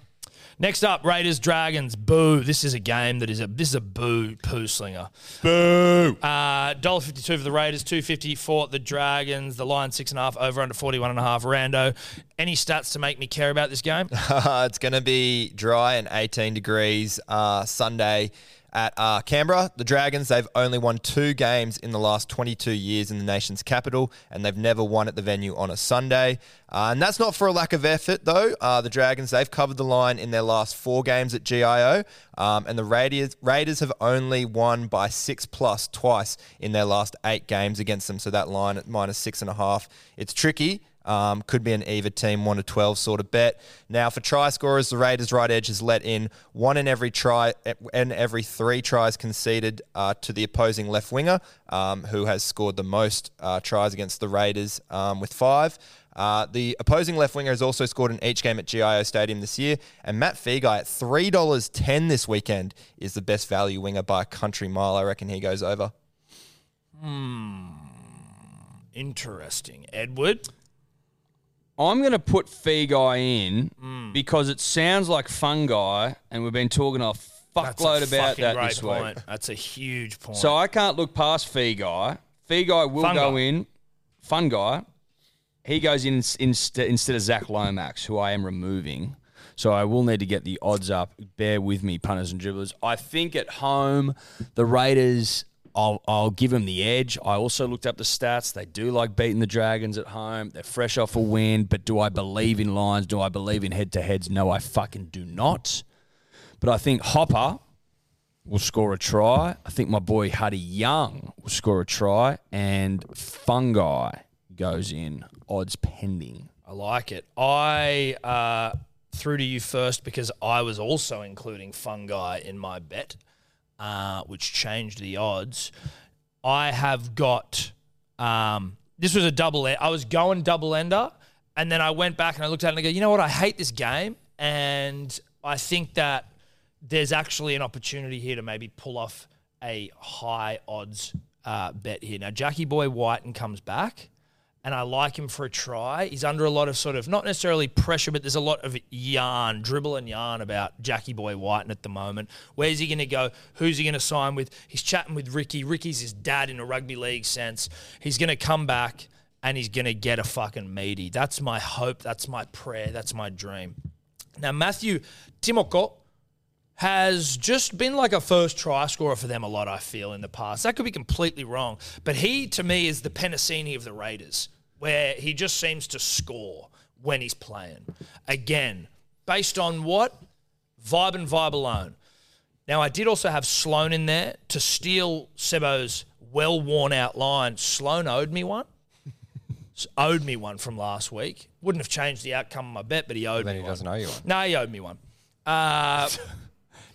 Speaker 1: next up, Raiders Dragons. Boo! This is a game that is a this is a boo poo slinger.
Speaker 3: Boo.
Speaker 1: Uh, dollar fifty two for the Raiders, two fifty for the Dragons. The Lions six and a half over under forty one and a half. Rando, any stats to make me care about this game?
Speaker 5: Uh, it's going to be dry and 18 degrees uh, Sunday. at uh, Canberra. The Dragons, they've only won two games in the last 22 years in the nation's capital, and they've never won at the venue on a Sunday. Uh, and that's not for a lack of effort, though. Uh, the Dragons, they've covered the line in their last four games at GIO, um, and the Raiders, Raiders have only won by six plus twice in their last eight games against them. So that line at minus six and a half, it's tricky. Um, could be an either team, 1 to 12 sort of bet. Now, for try scorers, the Raiders' right edge has let in one in every try and every three tries conceded uh, to the opposing left winger, um, who has scored the most uh, tries against the Raiders um, with five. Uh, the opposing left winger has also scored in each game at GIO Stadium this year, and Matt Feguy at $3.10 this weekend is the best value winger by a country mile. I reckon he goes over.
Speaker 1: Interesting. Edward?
Speaker 3: I'm going to put Fee Guy in
Speaker 1: Mm.
Speaker 3: because it sounds like fungi, and we've been talking a
Speaker 1: That's
Speaker 3: fuckload
Speaker 1: a
Speaker 3: about
Speaker 1: fucking
Speaker 3: that
Speaker 1: great
Speaker 3: this week.
Speaker 1: point. That's a huge point.
Speaker 3: So I can't look past Fee Guy. Fee Guy will
Speaker 1: Fungi.
Speaker 3: go in. Fun Guy. He goes in, inst- instead of Zach Lomax, who I am removing. So I will need to get the odds up. Bear with me, punters and dribblers. I think at home, the Raiders, I'll, I'll give them the edge. I also looked up the stats. They do like beating the Dragons at home. They're fresh off a win. But do I believe in lines? Do I believe in head to heads? No, I fucking do not. But I think Hopper will score a try. I think my boy Huddy Young will score a try, and Fungi goes in. Odds pending.
Speaker 1: I like it. I uh, threw to you first because I was also including fungi in my bet, uh, which changed the odds. I have got um, this was a double. e- I was going double ender, and then I went back and I looked at it and I go, you know what? I hate this game, and I think that there's actually an opportunity here to maybe pull off a high odds uh, bet here. Now Jackie Boy White and comes back and I like him for a try. He's under a lot of sort of not necessarily pressure, but there's a lot of yarn, dribble and yarn about Jackie Boy Whiten at the moment. Where's he going to go? Who's he going to sign with? He's chatting with Ricky. Ricky's his dad in a rugby league sense. He's going to come back and he's going to get a fucking meaty. That's my hope. That's my prayer. That's my dream. Now, Matthew Timoko has just been like a first try scorer for them a lot, I feel, in the past. That could be completely wrong. But he, to me, is the Penasini of the Raiders, where he just seems to score when he's playing. Again, based on what? Vibe and vibe alone. Now, I did also have Sloan in there to steal Sebo's well worn out line. Sloan owed me one. S- owed me one from last week. Wouldn't have changed the outcome of my bet, but he owed
Speaker 2: Then
Speaker 1: me
Speaker 2: he
Speaker 1: one.
Speaker 2: doesn't owe you one.
Speaker 1: No, he owed me one. Uh,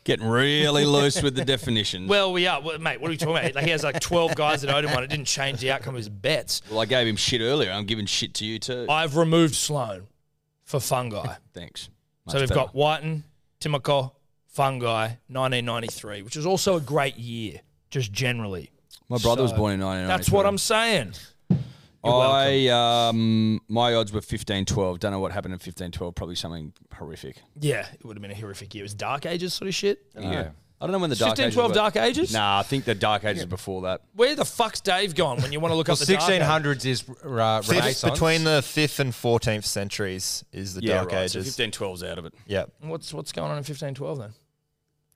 Speaker 3: Getting really loose with the definitions. Well,
Speaker 1: Well, we are, well, mate. What are we talking about? Like he has like twelve guys that owed him one. It didn't change the outcome of his bets.
Speaker 3: I gave him shit earlier. I'm giving shit to you too.
Speaker 1: I've removed Sloan for fungi,
Speaker 3: Thanks.
Speaker 1: so we've got Whiten, Timoko, fungi, nineteen ninety three, which is also a great year, just generally.
Speaker 3: my brother was
Speaker 1: so-
Speaker 3: born in 1993.
Speaker 1: That's what I'm saying.
Speaker 3: I um my odds were 15-12. Don't know what happened in 15-12. Probably something horrific.
Speaker 1: Yeah, it would have been a horrific year. It was Dark Ages sort of shit.
Speaker 3: Yeah. I don't know when the dark
Speaker 1: 15,
Speaker 3: ages
Speaker 1: 12
Speaker 3: were.
Speaker 1: Dark Ages?
Speaker 3: Nah, I think the dark ages before that.
Speaker 1: Where the fuck's Dave gone? When you want to look
Speaker 2: Well,
Speaker 1: up the Dark Ages?
Speaker 2: sixteen hundreds is uh,
Speaker 5: Fifth,
Speaker 2: Renaissance.
Speaker 5: between the 5th and 14th centuries is the Dark Ages.
Speaker 3: So 15-12's out of it.
Speaker 5: yeah.
Speaker 1: What's what's going on in fifteen twelve then?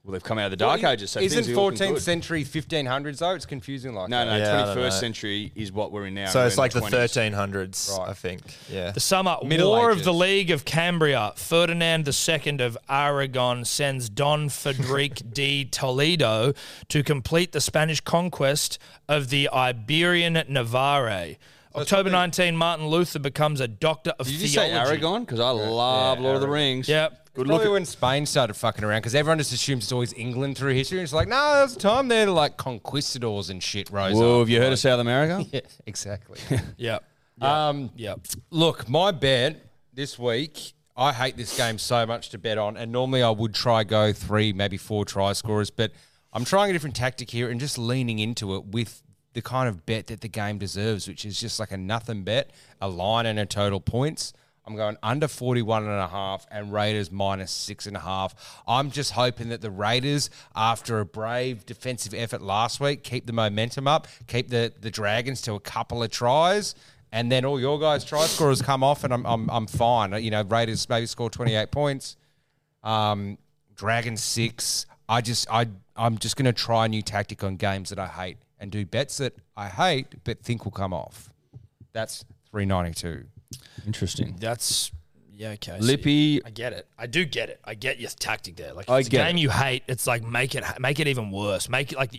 Speaker 3: Well, they've come out of the dark ages. So
Speaker 2: Isn't
Speaker 3: things are looking
Speaker 2: fourteenth
Speaker 3: good.
Speaker 2: century fifteen hundreds though? It's confusing like that.
Speaker 3: No, no,
Speaker 5: Yeah, I don't
Speaker 3: twenty first
Speaker 5: know.
Speaker 3: century is what we're in now.
Speaker 5: So
Speaker 3: We're
Speaker 5: it's
Speaker 3: in
Speaker 5: like the
Speaker 3: 20s.
Speaker 5: 1300s, I think. Yeah.
Speaker 1: The summer
Speaker 2: Middle
Speaker 1: War of
Speaker 2: Ages.
Speaker 1: the League of Cambria. Ferdinand II of Aragon sends Don Frederic de Toledo to complete the Spanish conquest of the Iberian Navarre. October 19, Martin Luther becomes a doctor of
Speaker 3: Did you
Speaker 1: theology.
Speaker 3: say Aragon? Because I love Lord of the Rings.
Speaker 1: Yep.
Speaker 3: Good
Speaker 2: Probably
Speaker 3: look.
Speaker 2: when Spain started fucking around because everyone just assumes it's always England through history. And it's like, no, there's a time there like conquistadors and shit rose
Speaker 3: Whoa,
Speaker 2: up.
Speaker 3: have you heard of South America?
Speaker 2: Yeah, exactly.
Speaker 1: Yep.
Speaker 2: um,
Speaker 1: Yep.
Speaker 2: Look, my bet this week, I hate this game so much to bet on, and normally I would try go three, maybe four try scorers, but I'm trying a different tactic here and just leaning into it with the kind of bet that the game deserves, which is just like a nothing bet, a line and a total points. I'm going under 41 and a half and Raiders minus six and a half. I'm just hoping that the Raiders, after a brave defensive effort last week, keep the momentum up, keep the, the Dragons to a couple of tries, and then all your guys' try scorers come off, and I'm, I'm, I'm fine. You know, Raiders maybe score 28 points, um, Dragons six, I just I I'm just going to try a new tactic on games that I hate and do bets that I hate but think will come off. That's 392.
Speaker 3: Interesting.
Speaker 1: That's yeah, okay. so
Speaker 3: Lippy,
Speaker 1: I get it. I do get it. I get your tactic there. Like if
Speaker 3: I
Speaker 1: it's a
Speaker 3: get
Speaker 1: game you hate. It's like make it make it even worse. Make it like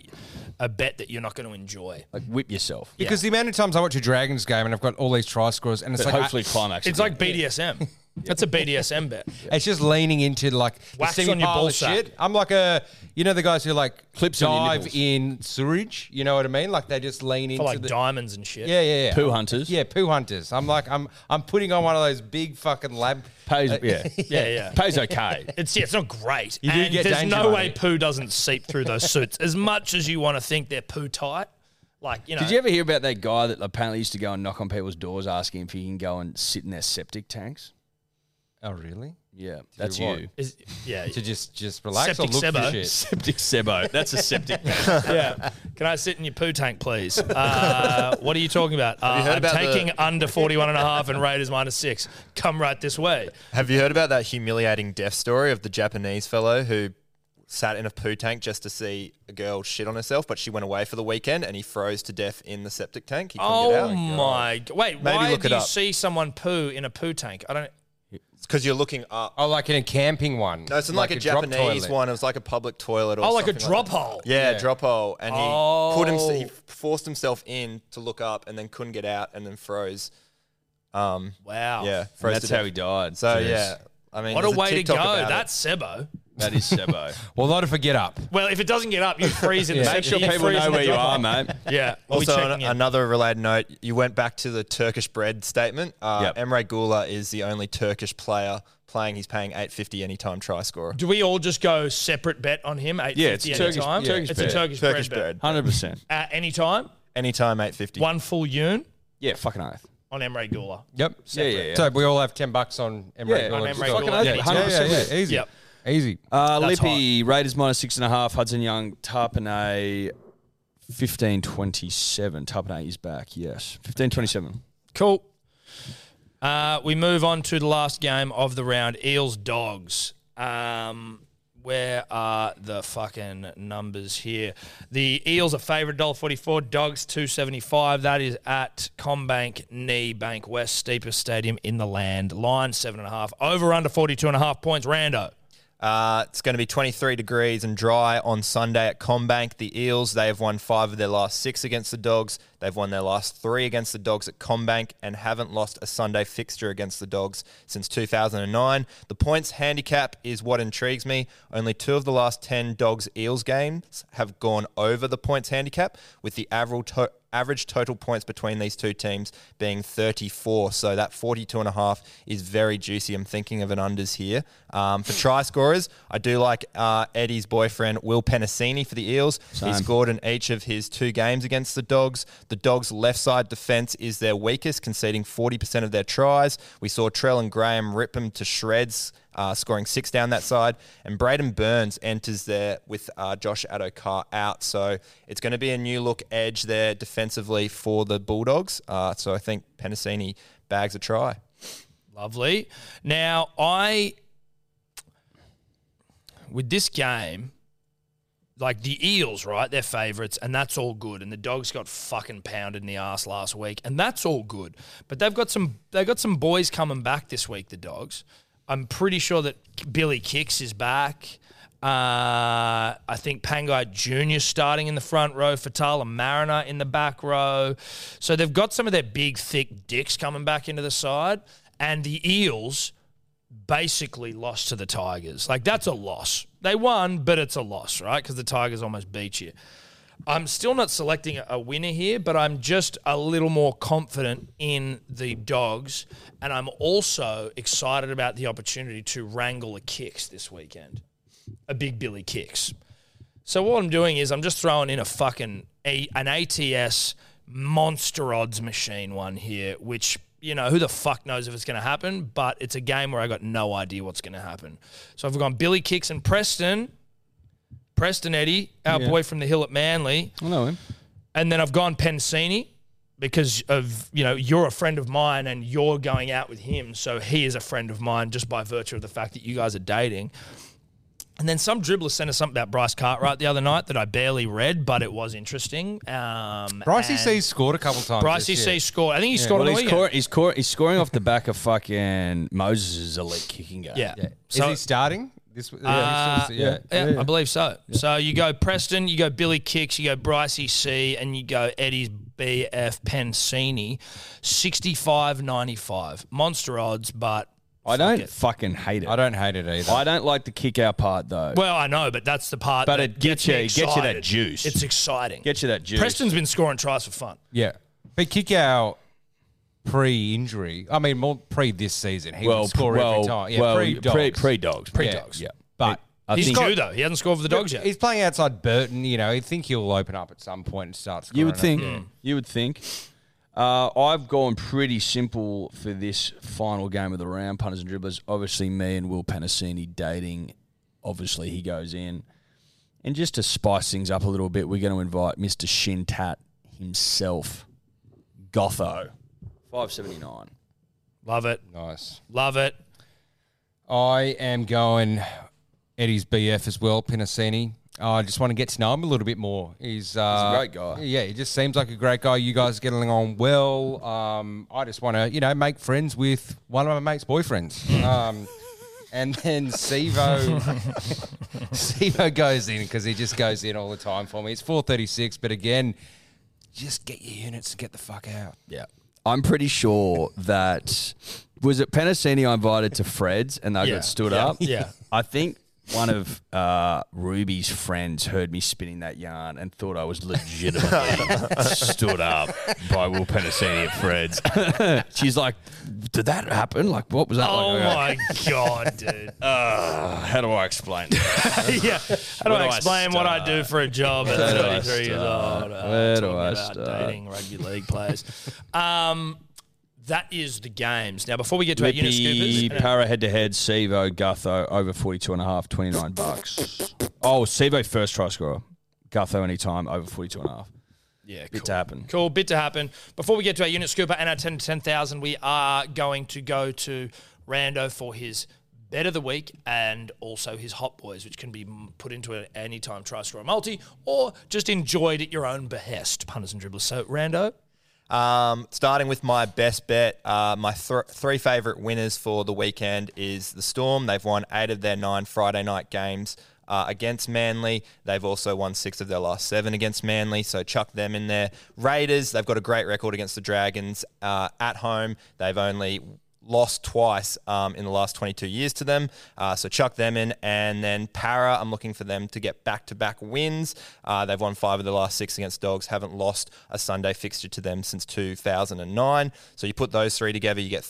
Speaker 1: a bet that you're not going to enjoy.
Speaker 3: like whip yourself.
Speaker 2: Because the amount of times I watch a Dragons game and I've got all these try scorers and it's
Speaker 3: But
Speaker 2: like
Speaker 3: hopefully climax.
Speaker 1: It's
Speaker 3: again.
Speaker 1: like BDSM. That's a BDSM bet.
Speaker 2: I- it's just leaning into like the
Speaker 1: Wax on your
Speaker 2: semi-pile
Speaker 1: ball
Speaker 2: of
Speaker 1: sack.
Speaker 2: shit. I'm like a you know the guys who like
Speaker 3: Clips on your
Speaker 2: dive
Speaker 3: nipples.
Speaker 2: in sewage. You know what I mean? Like they just lean into
Speaker 1: For like
Speaker 2: the
Speaker 1: diamonds and shit.
Speaker 2: yeah yeah yeah
Speaker 3: poo hunters.
Speaker 2: Yeah, poo hunters. I'm like, I'm, I'm putting on one of those big fucking lab.
Speaker 3: Pays, Uh, yeah.
Speaker 1: Yeah, yeah.
Speaker 3: Pays okay.
Speaker 1: It's yeah, it's not great.
Speaker 2: You do
Speaker 1: and
Speaker 2: get
Speaker 1: there's
Speaker 2: danger
Speaker 1: no
Speaker 2: on
Speaker 1: way
Speaker 2: it.
Speaker 1: poo doesn't seep through those suits. As much as you want to think they're poo tight, like you know.
Speaker 3: Did you ever hear about that guy that apparently used to go and knock on people's doors asking if he can go and sit in their septic tanks?
Speaker 2: Oh, really?
Speaker 3: Yeah, that's
Speaker 2: what?
Speaker 3: you.
Speaker 1: is- yeah.
Speaker 2: To just, just relax
Speaker 1: Septic
Speaker 2: or look
Speaker 1: sebo.
Speaker 2: for shit.
Speaker 3: Septic sebo. That's a septic.
Speaker 1: yeah. Can I sit in your poo tank, please? Uh, what are you talking about? Uh,
Speaker 5: you heard
Speaker 1: I'm
Speaker 5: about
Speaker 1: taking under 41 and a half and Raiders minus six. Come right this way.
Speaker 5: Have you heard about that humiliating death story of the Japanese fellow who sat in a poo tank just to see a girl shit on herself, but she went away for the weekend and he froze to death in the septic tank? He couldn't get
Speaker 1: Oh
Speaker 5: out.
Speaker 1: my! g- Wait,
Speaker 5: Maybe
Speaker 1: why
Speaker 5: look
Speaker 1: do
Speaker 5: it
Speaker 1: you
Speaker 5: up.
Speaker 1: see someone poo in a poo tank? I don't.
Speaker 5: Because you're looking up.
Speaker 2: Oh, like in a camping one.
Speaker 5: No, it's in like, a,
Speaker 2: drop
Speaker 5: Japanese
Speaker 2: toilet.
Speaker 5: one. It was like a public toilet or
Speaker 1: Oh, like a
Speaker 5: something
Speaker 1: drop
Speaker 5: that.
Speaker 1: hole.
Speaker 5: Yeah, drop hole. And he, put himself, he
Speaker 1: Oh.
Speaker 5: forced himself in to look up and then couldn't get out and then froze. Um,
Speaker 1: Wow.
Speaker 5: yeah, froze
Speaker 3: that's
Speaker 5: to
Speaker 3: how
Speaker 5: death.
Speaker 3: he died.
Speaker 5: So,
Speaker 3: Jeez.
Speaker 5: yeah. I mean,
Speaker 1: What a
Speaker 5: there's
Speaker 1: way to
Speaker 5: TikTok
Speaker 1: go.
Speaker 5: about it.
Speaker 1: That's Sebo.
Speaker 3: that is sebo.
Speaker 2: Well, not if I get up.
Speaker 1: Well, if it doesn't get up, you freeze in the
Speaker 3: Make sure
Speaker 1: you
Speaker 3: people
Speaker 1: freeze
Speaker 3: know
Speaker 1: in the
Speaker 3: where you
Speaker 1: drop
Speaker 3: are,
Speaker 1: hole.
Speaker 3: mate.
Speaker 1: Yeah. We'll be
Speaker 5: Also, an-
Speaker 1: checking in.
Speaker 5: another related note, you went back to the Turkish bread statement. Uh,
Speaker 3: Yep.
Speaker 5: Emre Gula is the only Turkish player playing. He's paying 850 anytime try scorer.
Speaker 1: Do we all just go separate bet on him? Eight
Speaker 3: Yeah, it's
Speaker 1: fifty any
Speaker 3: a Turkish-
Speaker 1: time.
Speaker 3: yeah. Turkish
Speaker 1: it's
Speaker 3: bet.
Speaker 1: a Turkish,
Speaker 5: Turkish
Speaker 1: bread,
Speaker 5: bread.
Speaker 3: Hundred percent.
Speaker 1: bet. At any time,
Speaker 5: Anytime 850.
Speaker 1: one full yoon
Speaker 3: Yeah, fucking oath.
Speaker 1: on Emre Gula.
Speaker 2: Yep.
Speaker 3: Yeah, yeah, yeah.
Speaker 2: So we all have 10 bucks on Emery
Speaker 3: Yeah,
Speaker 1: on
Speaker 2: Gordon.
Speaker 1: Emre
Speaker 3: fucking
Speaker 1: Gordon.
Speaker 3: oath.
Speaker 1: Yeah,
Speaker 3: mate.
Speaker 1: yeah,
Speaker 2: Yeah,
Speaker 3: 100%.
Speaker 2: yeah, yeah. Easy.
Speaker 1: Yep.
Speaker 2: Easy.
Speaker 3: Uh,
Speaker 1: That's
Speaker 3: Lippy, Raiders minus six and a half. Hudson Young, Tarpanay, fifteen twenty-seven. Tarpanay is back. Yes, fifteen twenty-seven.
Speaker 1: Cool. Uh, we move on to the last game of the round: Eels Dogs. Um, where are the fucking numbers here? The Eels are favourite dollar forty four. Dogs two seventy five. That is at Combank Knee Bank West Steepest Stadium in the land. Line seven and a half. Over under forty two and a half points. Rando.
Speaker 5: Uh, it's going to be 23 degrees and dry on Sunday at Combank. The Eels, they have won five of their last six against the Dogs. They've won their last three against the Dogs at Combank and haven't lost a Sunday fixture against the Dogs since 2009. The points handicap is what intrigues me. Only two of the last 10 Dogs Eels games have gone over the points handicap, with the average, to- average total points between these two teams being 34. So that 42 and a half is very juicy. I'm thinking of an unders here. Um, for try scorers, I do like uh, Eddie's boyfriend, Will Penasini, for the Eels. He scored in each of his two games against the Dogs. The Dogs' left side defence is their weakest, conceding 40% of their tries. We saw Trell and Graham rip them to shreds uh, scoring six down that side. And Braden Burns enters there with uh, Josh Adokar out. So it's going to be a new look edge there defensively for the Bulldogs. Uh, so I think Penasini bags a try.
Speaker 1: Lovely. Now, I with this game, like the Eels, right? They're favourites, and that's all good. And the Dogs got fucking pounded in the ass last week, and that's all good. But they've got some they've got some boys coming back this week. The Dogs. I'm pretty sure that Billy Kicks is back. Uh, I think Pangai Jr. starting in the front row, Fatala Mariner in the back row. So they've got some of their big, thick dicks coming back into the side. And the Eels, basically lost to the Tigers. Like that's a loss. They won, but it's a loss, right? Because the Tigers almost beat you. I'm still not selecting a winner here, but I'm just a little more confident in the dogs, and I'm also excited about the opportunity to wrangle a kicks this weekend, a big Billy kicks. So what I'm doing is I'm just throwing in a fucking a, an ATS monster odds machine one here, which you know who the fuck knows if it's going to happen, but it's a game where I got no idea what's going to happen. So I've gone Billy kicks and Preston, Preston Eddie, our boy from the hill at Manly,
Speaker 3: I know him.
Speaker 1: and then I've gone Pensini because of you know you're a friend of mine and you're going out with him, so he is a friend of mine just by virtue of the fact that you guys are dating. And then some dribbler sent us something about Bryce Cartwright the other night that I barely read, but it was interesting. Um,
Speaker 2: Brycey
Speaker 1: and
Speaker 2: C's scored a couple times.
Speaker 1: Bryce
Speaker 2: this
Speaker 1: C
Speaker 2: year.
Speaker 1: scored. I think he scored
Speaker 3: Well,
Speaker 1: on the
Speaker 3: he's,
Speaker 1: weekend.
Speaker 3: cor- he's, cor- he's scoring off the back of fucking Moses' elite kicking game.
Speaker 1: Yeah.
Speaker 2: Is he starting? This, yeah,
Speaker 1: Uh,
Speaker 2: this- yeah.
Speaker 1: Yeah, I believe so. So you go Preston, you go Billy Kicks, you go Brycey C, and you go Eddie's BF Pensini, 65.95. Monster odds, but
Speaker 3: I don't fucking hate it.
Speaker 2: I don't hate it either.
Speaker 3: I don't like the kick out part though.
Speaker 1: well, I know, but that's the part.
Speaker 3: But
Speaker 1: that
Speaker 3: it gets
Speaker 1: me
Speaker 3: you- gets you that
Speaker 1: excited.
Speaker 3: juice.
Speaker 1: It's exciting.
Speaker 3: Get you that juice.
Speaker 1: Preston's been scoring tries for fun.
Speaker 2: yeah. But kick out pre-injury. I mean, more pre this season. He
Speaker 3: well,
Speaker 2: would score
Speaker 3: well,
Speaker 2: every time. Yeah,
Speaker 3: well,
Speaker 2: pre-dogs.
Speaker 3: pre pre dogs, pre dogs.
Speaker 2: Yeah.
Speaker 3: Yeah,
Speaker 2: But
Speaker 3: I
Speaker 1: he's
Speaker 3: think
Speaker 1: due though. He hasn't scored for the dogs yet.
Speaker 2: He's playing outside Burton. You know, you think he'll open up at some point and start scoring.
Speaker 3: you would
Speaker 2: it.
Speaker 3: think. You would think. Uh, I've gone pretty simple for this final game of the round, punters and dribblers. Obviously, me and Will Panasini dating. Obviously, he goes in, and just to spice things up a little bit, we're going to invite Mister Shintat himself, Gotho, five seventy nine.
Speaker 1: Love it.
Speaker 2: Nice.
Speaker 1: Love it.
Speaker 2: I am going Eddie's BF as well, Pinasini. I just want to get to know him a little bit more. He's, uh,
Speaker 3: great guy.
Speaker 2: Yeah, he just seems like a great guy. You guys get along well. Um, I just want to, you know, make friends with one of my mate's boyfriends. Um, and then Sevo, Sevo goes in because he just goes in all the time for me. It's four thirty six, but again, just get your units and get the fuck out.
Speaker 3: Yeah. I'm pretty sure that was it Penasini I invited to Fred's and they
Speaker 1: Yeah,
Speaker 3: got stood
Speaker 1: yeah,
Speaker 3: up.
Speaker 1: yeah.
Speaker 3: I think one of uh, Ruby's friends heard me spinning that yarn and thought I was legitimately stood up by Will Penasini at Fred's. She's like, Did that happen? Like what was that
Speaker 1: Oh
Speaker 3: like? I
Speaker 1: my
Speaker 3: go,
Speaker 1: god, dude.
Speaker 3: "Oh, how do I explain that?
Speaker 1: yeah. How do
Speaker 3: Where
Speaker 1: I
Speaker 3: do I
Speaker 1: explain what I do for a job at
Speaker 3: do I
Speaker 1: 33 years
Speaker 3: start?
Speaker 1: old? Uh,
Speaker 3: Where do
Speaker 1: talking
Speaker 3: I
Speaker 1: about
Speaker 3: start?
Speaker 1: Dating rugby league players. um, that is the games. Now, before we get to our unit
Speaker 3: Rippy,
Speaker 1: scoopers,
Speaker 3: para head to head, Sevo, Gutho, over 42 and a half, 29 bucks. Oh, Sevo first try scorer. Gutho anytime, over 42 and a half.
Speaker 1: yeah,
Speaker 3: Bit to happen.
Speaker 1: Cool, bit to happen. Before we get to our unit scooper and our 10 to 10,000, we are going to go to Rando for his bet of the week and also his hot boys, which can be m- put into an anytime try score multi or just enjoyed at your own behest, punters and dribblers. So, Rando,
Speaker 5: Um, starting with my best bet, uh, my th- three favorite winners for the weekend is the Storm. They've won eight of their nine Friday night games uh, against Manly. They've also won six of their last seven against Manly, so chuck them in there. Raiders, they've got a great record against the Dragons uh, at home. They've only lost twice um, in the last 22 years to them. Uh, so chuck them in. And then Para, I'm looking for them to get back to back wins. Uh, they've won five of the last six against Dogs, haven't lost a Sunday fixture to them since 2009. So you put those three together, you get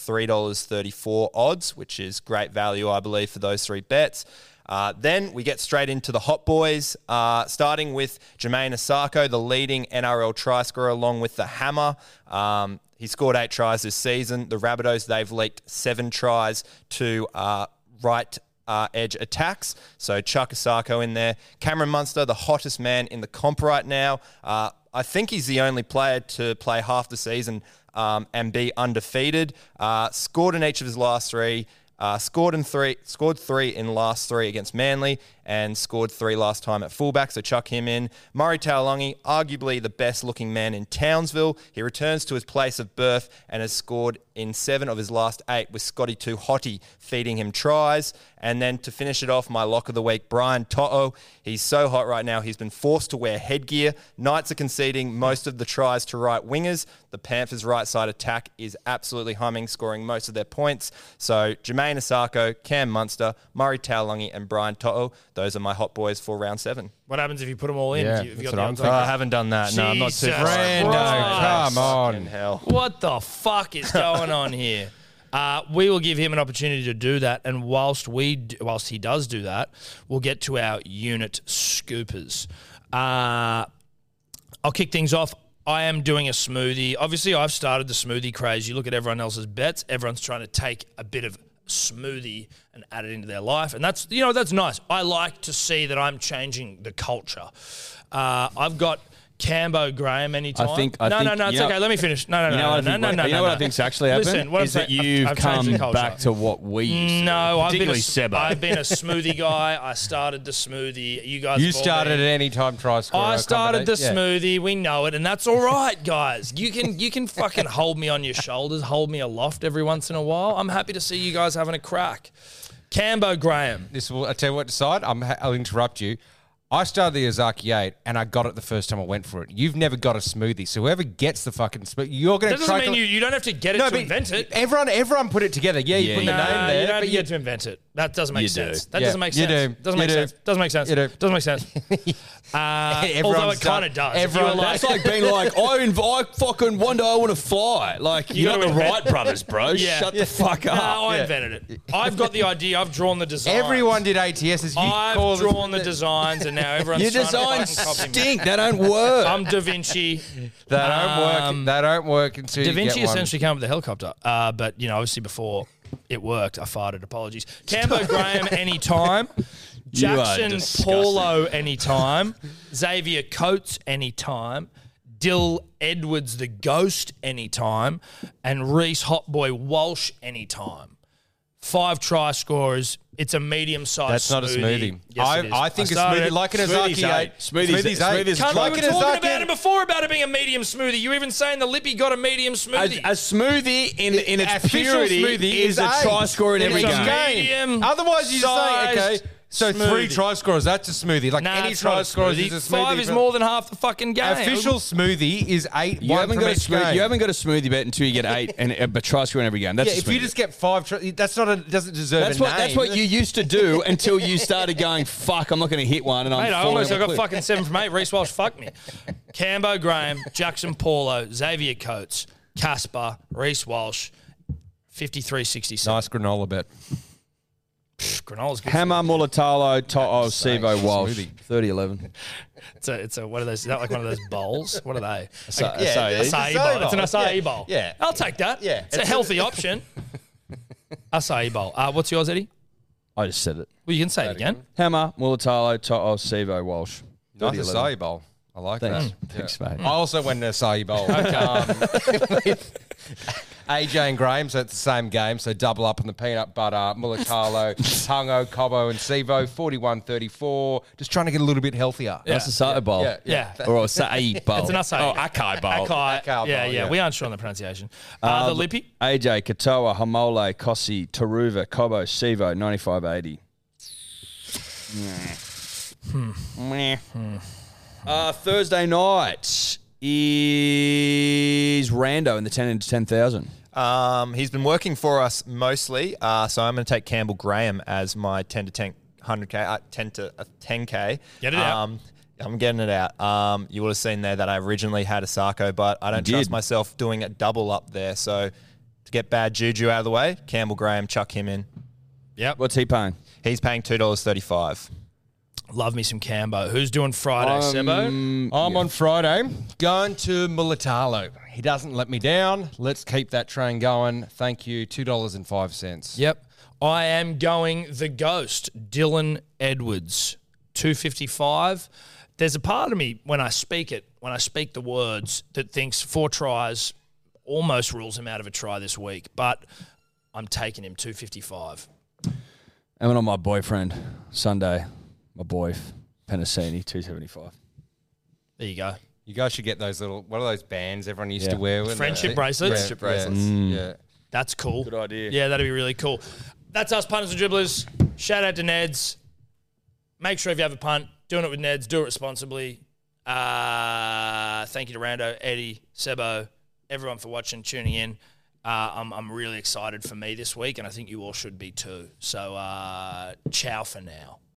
Speaker 5: $3.34 odds, which is great value, I believe, for those three bets. Uh, then we get straight into the hot boys, uh, starting with Jermaine Asako, the leading NRL try scorer, along with the hammer. Um, he scored eight tries this season. The Rabbitohs, they've leaked seven tries to uh, right uh, edge attacks. So Chuck Asako in there. Cameron Munster, the hottest man in the comp right now. Uh, I think he's the only player to play half the season um, and be undefeated. Uh, scored in each of his last three. Uh, scored in three, scored three in last three against Manly, and scored three last time at fullback. So chuck him in. Murray Taolongi, arguably the best looking man in Townsville, he returns to his place of birth and has scored in seven of his last eight, with Scotty Too Hottie feeding him tries. And then to finish it off, my lock of the week, Brian To'o. He's so hot right now. He's been forced to wear headgear. Knights are conceding most of the tries to right wingers. The Panthers' right side attack is absolutely humming, scoring most of their points. So Jermaine Asako, Cam Munster, Murray Taolongi, and Brian To'o. Those are my hot boys for round seven.
Speaker 1: what happens if you put them all in?
Speaker 2: Yeah,
Speaker 1: Have you- have you
Speaker 2: that's
Speaker 1: got
Speaker 2: what
Speaker 1: the
Speaker 2: I'm
Speaker 1: odds
Speaker 2: thinking.
Speaker 1: on
Speaker 5: I haven't done that. No, I'm not too
Speaker 1: Jesus
Speaker 5: far.
Speaker 1: Christ.
Speaker 2: Brando, come on.
Speaker 5: Hell.
Speaker 1: What the fuck is going on here? Uh, we will give him an opportunity to do that, and whilst we, d- whilst he does do that, we'll get to our unit scoopers. Uh, I'll kick things off. I am doing a smoothie. Obviously, I've started the smoothie craze. You look at everyone else's bets. Everyone's trying to take a bit of smoothie and add it into their life, and that's you know that's nice. I like to see that I'm changing the culture. Uh, I've got Cambo Graham anytime?
Speaker 3: think- I
Speaker 1: no, no,
Speaker 3: think-
Speaker 1: no. It's
Speaker 3: you know-
Speaker 1: okay. Let me finish. No, no,
Speaker 3: You know
Speaker 1: no,
Speaker 3: what I
Speaker 1: no,
Speaker 3: think,
Speaker 1: no, no,
Speaker 3: you
Speaker 1: no,
Speaker 3: know what
Speaker 1: no.
Speaker 3: I think's actually happened?
Speaker 1: Listen, what I'm
Speaker 3: is that
Speaker 1: saying- I've-
Speaker 3: you've
Speaker 1: I've changed the
Speaker 3: come
Speaker 1: culture.
Speaker 3: back to what we used to
Speaker 1: No,
Speaker 3: do.
Speaker 1: I've been, a,
Speaker 3: particularly Sebo.
Speaker 1: I've been a smoothie guy. I started the smoothie. You guys,
Speaker 2: You
Speaker 1: have all
Speaker 2: started at
Speaker 1: been-
Speaker 2: any time try scorer.
Speaker 1: I started the
Speaker 2: combination. Yeah.
Speaker 1: smoothie. We know it, and that's all right, guys. You can you can fucking hold me on your shoulders, hold me aloft every once in a while. I'm happy to see you guys having a crack. Cambo Graham.
Speaker 2: This will. I tell you what, decide. I'm. ha- I'll interrupt you. I started the Ozaki eight, and I got it the first time I went for it. You've never got a smoothie, so whoever gets the fucking smoothie, you're going
Speaker 1: That
Speaker 2: to
Speaker 1: doesn't
Speaker 2: try.
Speaker 1: mean you, you don't have to get it to
Speaker 2: but
Speaker 1: invent it.
Speaker 2: Everyone, everyone put it together. Yeah, you
Speaker 3: Yeah,
Speaker 2: put
Speaker 3: yeah.
Speaker 2: the
Speaker 1: Nah,
Speaker 2: name there,
Speaker 1: you don't
Speaker 2: but
Speaker 1: have to
Speaker 2: you
Speaker 1: get to invent it. That doesn't make
Speaker 3: You do.
Speaker 1: sense. That
Speaker 2: Yeah.
Speaker 1: doesn't make
Speaker 2: You
Speaker 1: sense.
Speaker 2: do.
Speaker 1: Doesn't
Speaker 2: You
Speaker 1: make
Speaker 2: do.
Speaker 1: sense. Doesn't make sense.
Speaker 2: You do.
Speaker 1: Doesn't make sense. Uh, although
Speaker 2: Everyone's
Speaker 1: it kind of
Speaker 2: done-
Speaker 1: does. If you
Speaker 2: everyone-
Speaker 1: were like-
Speaker 3: That's like being like, I, inv- I fucking one day I want to fly. Like, you're
Speaker 1: gotta
Speaker 3: not the
Speaker 1: invent-
Speaker 3: Wright brothers, bro. Shut the fuck up.
Speaker 1: Nah, I invented it. I've got the idea. I've drawn the design.
Speaker 2: everyone did ATSs. You
Speaker 1: I've
Speaker 2: called it-
Speaker 1: drawn the designs, and now everyone's
Speaker 3: Your
Speaker 1: trying to
Speaker 3: designs
Speaker 1: fucking copy me.
Speaker 3: stink. They don't work.
Speaker 1: I'm Da Vinci. Um,
Speaker 2: They don't work. They don't work until
Speaker 1: Da
Speaker 2: you
Speaker 1: Vinci
Speaker 2: get one.
Speaker 1: essentially came up with the helicopter, uh, but you know, obviously before it worked, I farted. Apologies. Cambo Graham anytime.
Speaker 3: You are
Speaker 1: Jackson
Speaker 3: disgusting.
Speaker 1: Paulo anytime. Xavier Coates anytime. Dill Edwards the Ghost anytime, and Reese Hotboy Walsh anytime. Five try scorers. It's a medium sized.
Speaker 2: That's not a smoothie.
Speaker 1: Yes,
Speaker 2: I,
Speaker 1: it is.
Speaker 2: I think a
Speaker 1: started
Speaker 2: smoothie,
Speaker 1: it.
Speaker 2: like an
Speaker 3: Smoothies
Speaker 2: Azaki
Speaker 3: eight.
Speaker 2: eight.
Speaker 3: Smoothies eight. Smoothies
Speaker 1: Cunt,
Speaker 2: like
Speaker 1: we
Speaker 2: an
Speaker 1: were talking
Speaker 2: Azaki
Speaker 1: about it before about it being a medium smoothie. You were even saying the lippy got a medium
Speaker 3: a,
Speaker 1: smoothie.
Speaker 3: a smoothie in, in its
Speaker 2: Official
Speaker 3: purity
Speaker 2: smoothie
Speaker 3: is,
Speaker 2: is
Speaker 3: a
Speaker 2: eight.
Speaker 3: try score in
Speaker 2: It's
Speaker 3: every
Speaker 1: a
Speaker 3: game.
Speaker 1: medium
Speaker 2: Otherwise, you just say,
Speaker 1: sized
Speaker 2: okay, so three
Speaker 1: smoothie.
Speaker 2: try scorers, that's a smoothie. Like
Speaker 1: Nah,
Speaker 2: any
Speaker 1: it's not
Speaker 2: try
Speaker 1: a
Speaker 2: scorers
Speaker 1: smoothie.
Speaker 2: is a smoothie.
Speaker 1: Five is
Speaker 2: but
Speaker 1: more than half the fucking game.
Speaker 2: Official smoothie is eight.
Speaker 3: You
Speaker 2: one
Speaker 3: haven't,
Speaker 2: from
Speaker 3: got a
Speaker 2: each
Speaker 3: smoothie,
Speaker 2: game.
Speaker 3: you haven't got a smoothie bet until you get eight and a, a try score in every game. That's
Speaker 2: Yeah,
Speaker 3: a
Speaker 2: if you
Speaker 3: smoothie.
Speaker 2: just get five, try, that's not a doesn't deserve
Speaker 3: That's
Speaker 2: a
Speaker 3: what
Speaker 2: name.
Speaker 3: that's what you used to do until you started going. Fuck, I'm not going to hit one, and I'm.
Speaker 1: Mate, I
Speaker 3: falling
Speaker 1: almost I
Speaker 3: off a
Speaker 1: got
Speaker 3: cliff."
Speaker 1: fucking seven from eight. Reese Walsh, fuck me. Cambo Graham, Jackson Paulo, Xavier Coates, Casper, Reese Walsh, 53-67.
Speaker 2: Nice granola bet.
Speaker 1: Granola's good.
Speaker 3: Hammer, Mulatalo, To'o, Sivo, Walsh,
Speaker 2: Smoothie.
Speaker 3: 30-11.
Speaker 1: It's a, it's a, what are those? Is that like one of those bowls? What are they?
Speaker 3: So-
Speaker 1: Like,
Speaker 3: so-
Speaker 1: acai
Speaker 2: acai
Speaker 1: bowl. It's an
Speaker 2: bowl.
Speaker 1: acai
Speaker 2: Yeah,
Speaker 1: bowl.
Speaker 2: yeah.
Speaker 1: I'll take that.
Speaker 2: Yeah.
Speaker 1: It's, a healthy option. acai bowl. Uh, what's yours, Eddie?
Speaker 3: I just said it.
Speaker 1: Well, you can say it again.
Speaker 3: Hammer, Mulatalo, To'o, Sivo, Walsh.
Speaker 2: Nice
Speaker 3: 30-11.
Speaker 2: acai bowl. I like
Speaker 3: Thanks,
Speaker 2: that.
Speaker 3: thanks, mate.
Speaker 2: I also went an acai bowl. um, AJ and Graham, so it's the same game. So double up on the peanut butter, Mulatalo, Tango, Cobo, and Sivo, 41 34. Just trying to get a little bit healthier.
Speaker 3: That's a Sato bowl.
Speaker 2: Yeah,
Speaker 1: Yeah.
Speaker 3: Or a Sa'i bowl.
Speaker 1: It's an acai.
Speaker 3: Oh, Akai
Speaker 1: Akai.
Speaker 3: bowl.
Speaker 2: Akai
Speaker 1: yeah,
Speaker 2: bowl,
Speaker 1: yeah,
Speaker 2: yeah.
Speaker 1: We aren't sure on the pronunciation. Uh, the lippy.
Speaker 3: AJ, Katoa, Hamole, Kossi, Taruva, Cobo, Sivo, 95-80. Meh. Uh, Thursday night is Rando in the 10 into 10,000.
Speaker 5: Um, he's been working for us mostly, uh, so I'm going to take Campbell Graham as my 10 to 10, 100k, uh, 10 to uh, 10k.
Speaker 1: Get it out.
Speaker 5: Um, I'm getting it out. Um, you would have seen there that I originally had a Sarko, but I don't
Speaker 3: You
Speaker 5: trust
Speaker 3: did.
Speaker 5: myself doing a double up there. So to get bad juju out of the way, Campbell Graham, chuck him in.
Speaker 3: What's he paying?
Speaker 5: He's paying two dollars thirty-five.
Speaker 1: Love me some Cambo. Who's doing Friday,
Speaker 3: Um,
Speaker 1: Sebo?
Speaker 2: Um, I'm on Friday going to Mulatalo. He doesn't let me down. Let's keep that train going. Thank you. $2.05.
Speaker 1: Yep. I am going the ghost, Dylan Edwards, 255. There's a part of me when I speak it, when I speak the words, that thinks four tries almost rules him out of a try this week, but I'm taking him 255.
Speaker 3: I went on my boyfriend Sunday, my boy, Penasini, 275.
Speaker 1: There you go.
Speaker 2: You guys should get those little, what are those bands everyone used
Speaker 3: Yeah.
Speaker 2: to wear? weren't they?
Speaker 1: Friendship bracelets?
Speaker 2: Friendship
Speaker 5: Yeah.
Speaker 2: bracelets.
Speaker 3: Mm.
Speaker 2: Yeah.
Speaker 1: That's cool. Good
Speaker 3: idea.
Speaker 1: Yeah, that'd be really cool. That's us, punters and dribblers. Shout out to Neds. Make sure if you have a punt, doing it with Neds, do it responsibly. Uh, thank you to Rando, Eddie, Sebo, everyone for watching, tuning in. Uh, I'm, I'm really excited for me this week, and I think you all should be too. So, uh, ciao for now.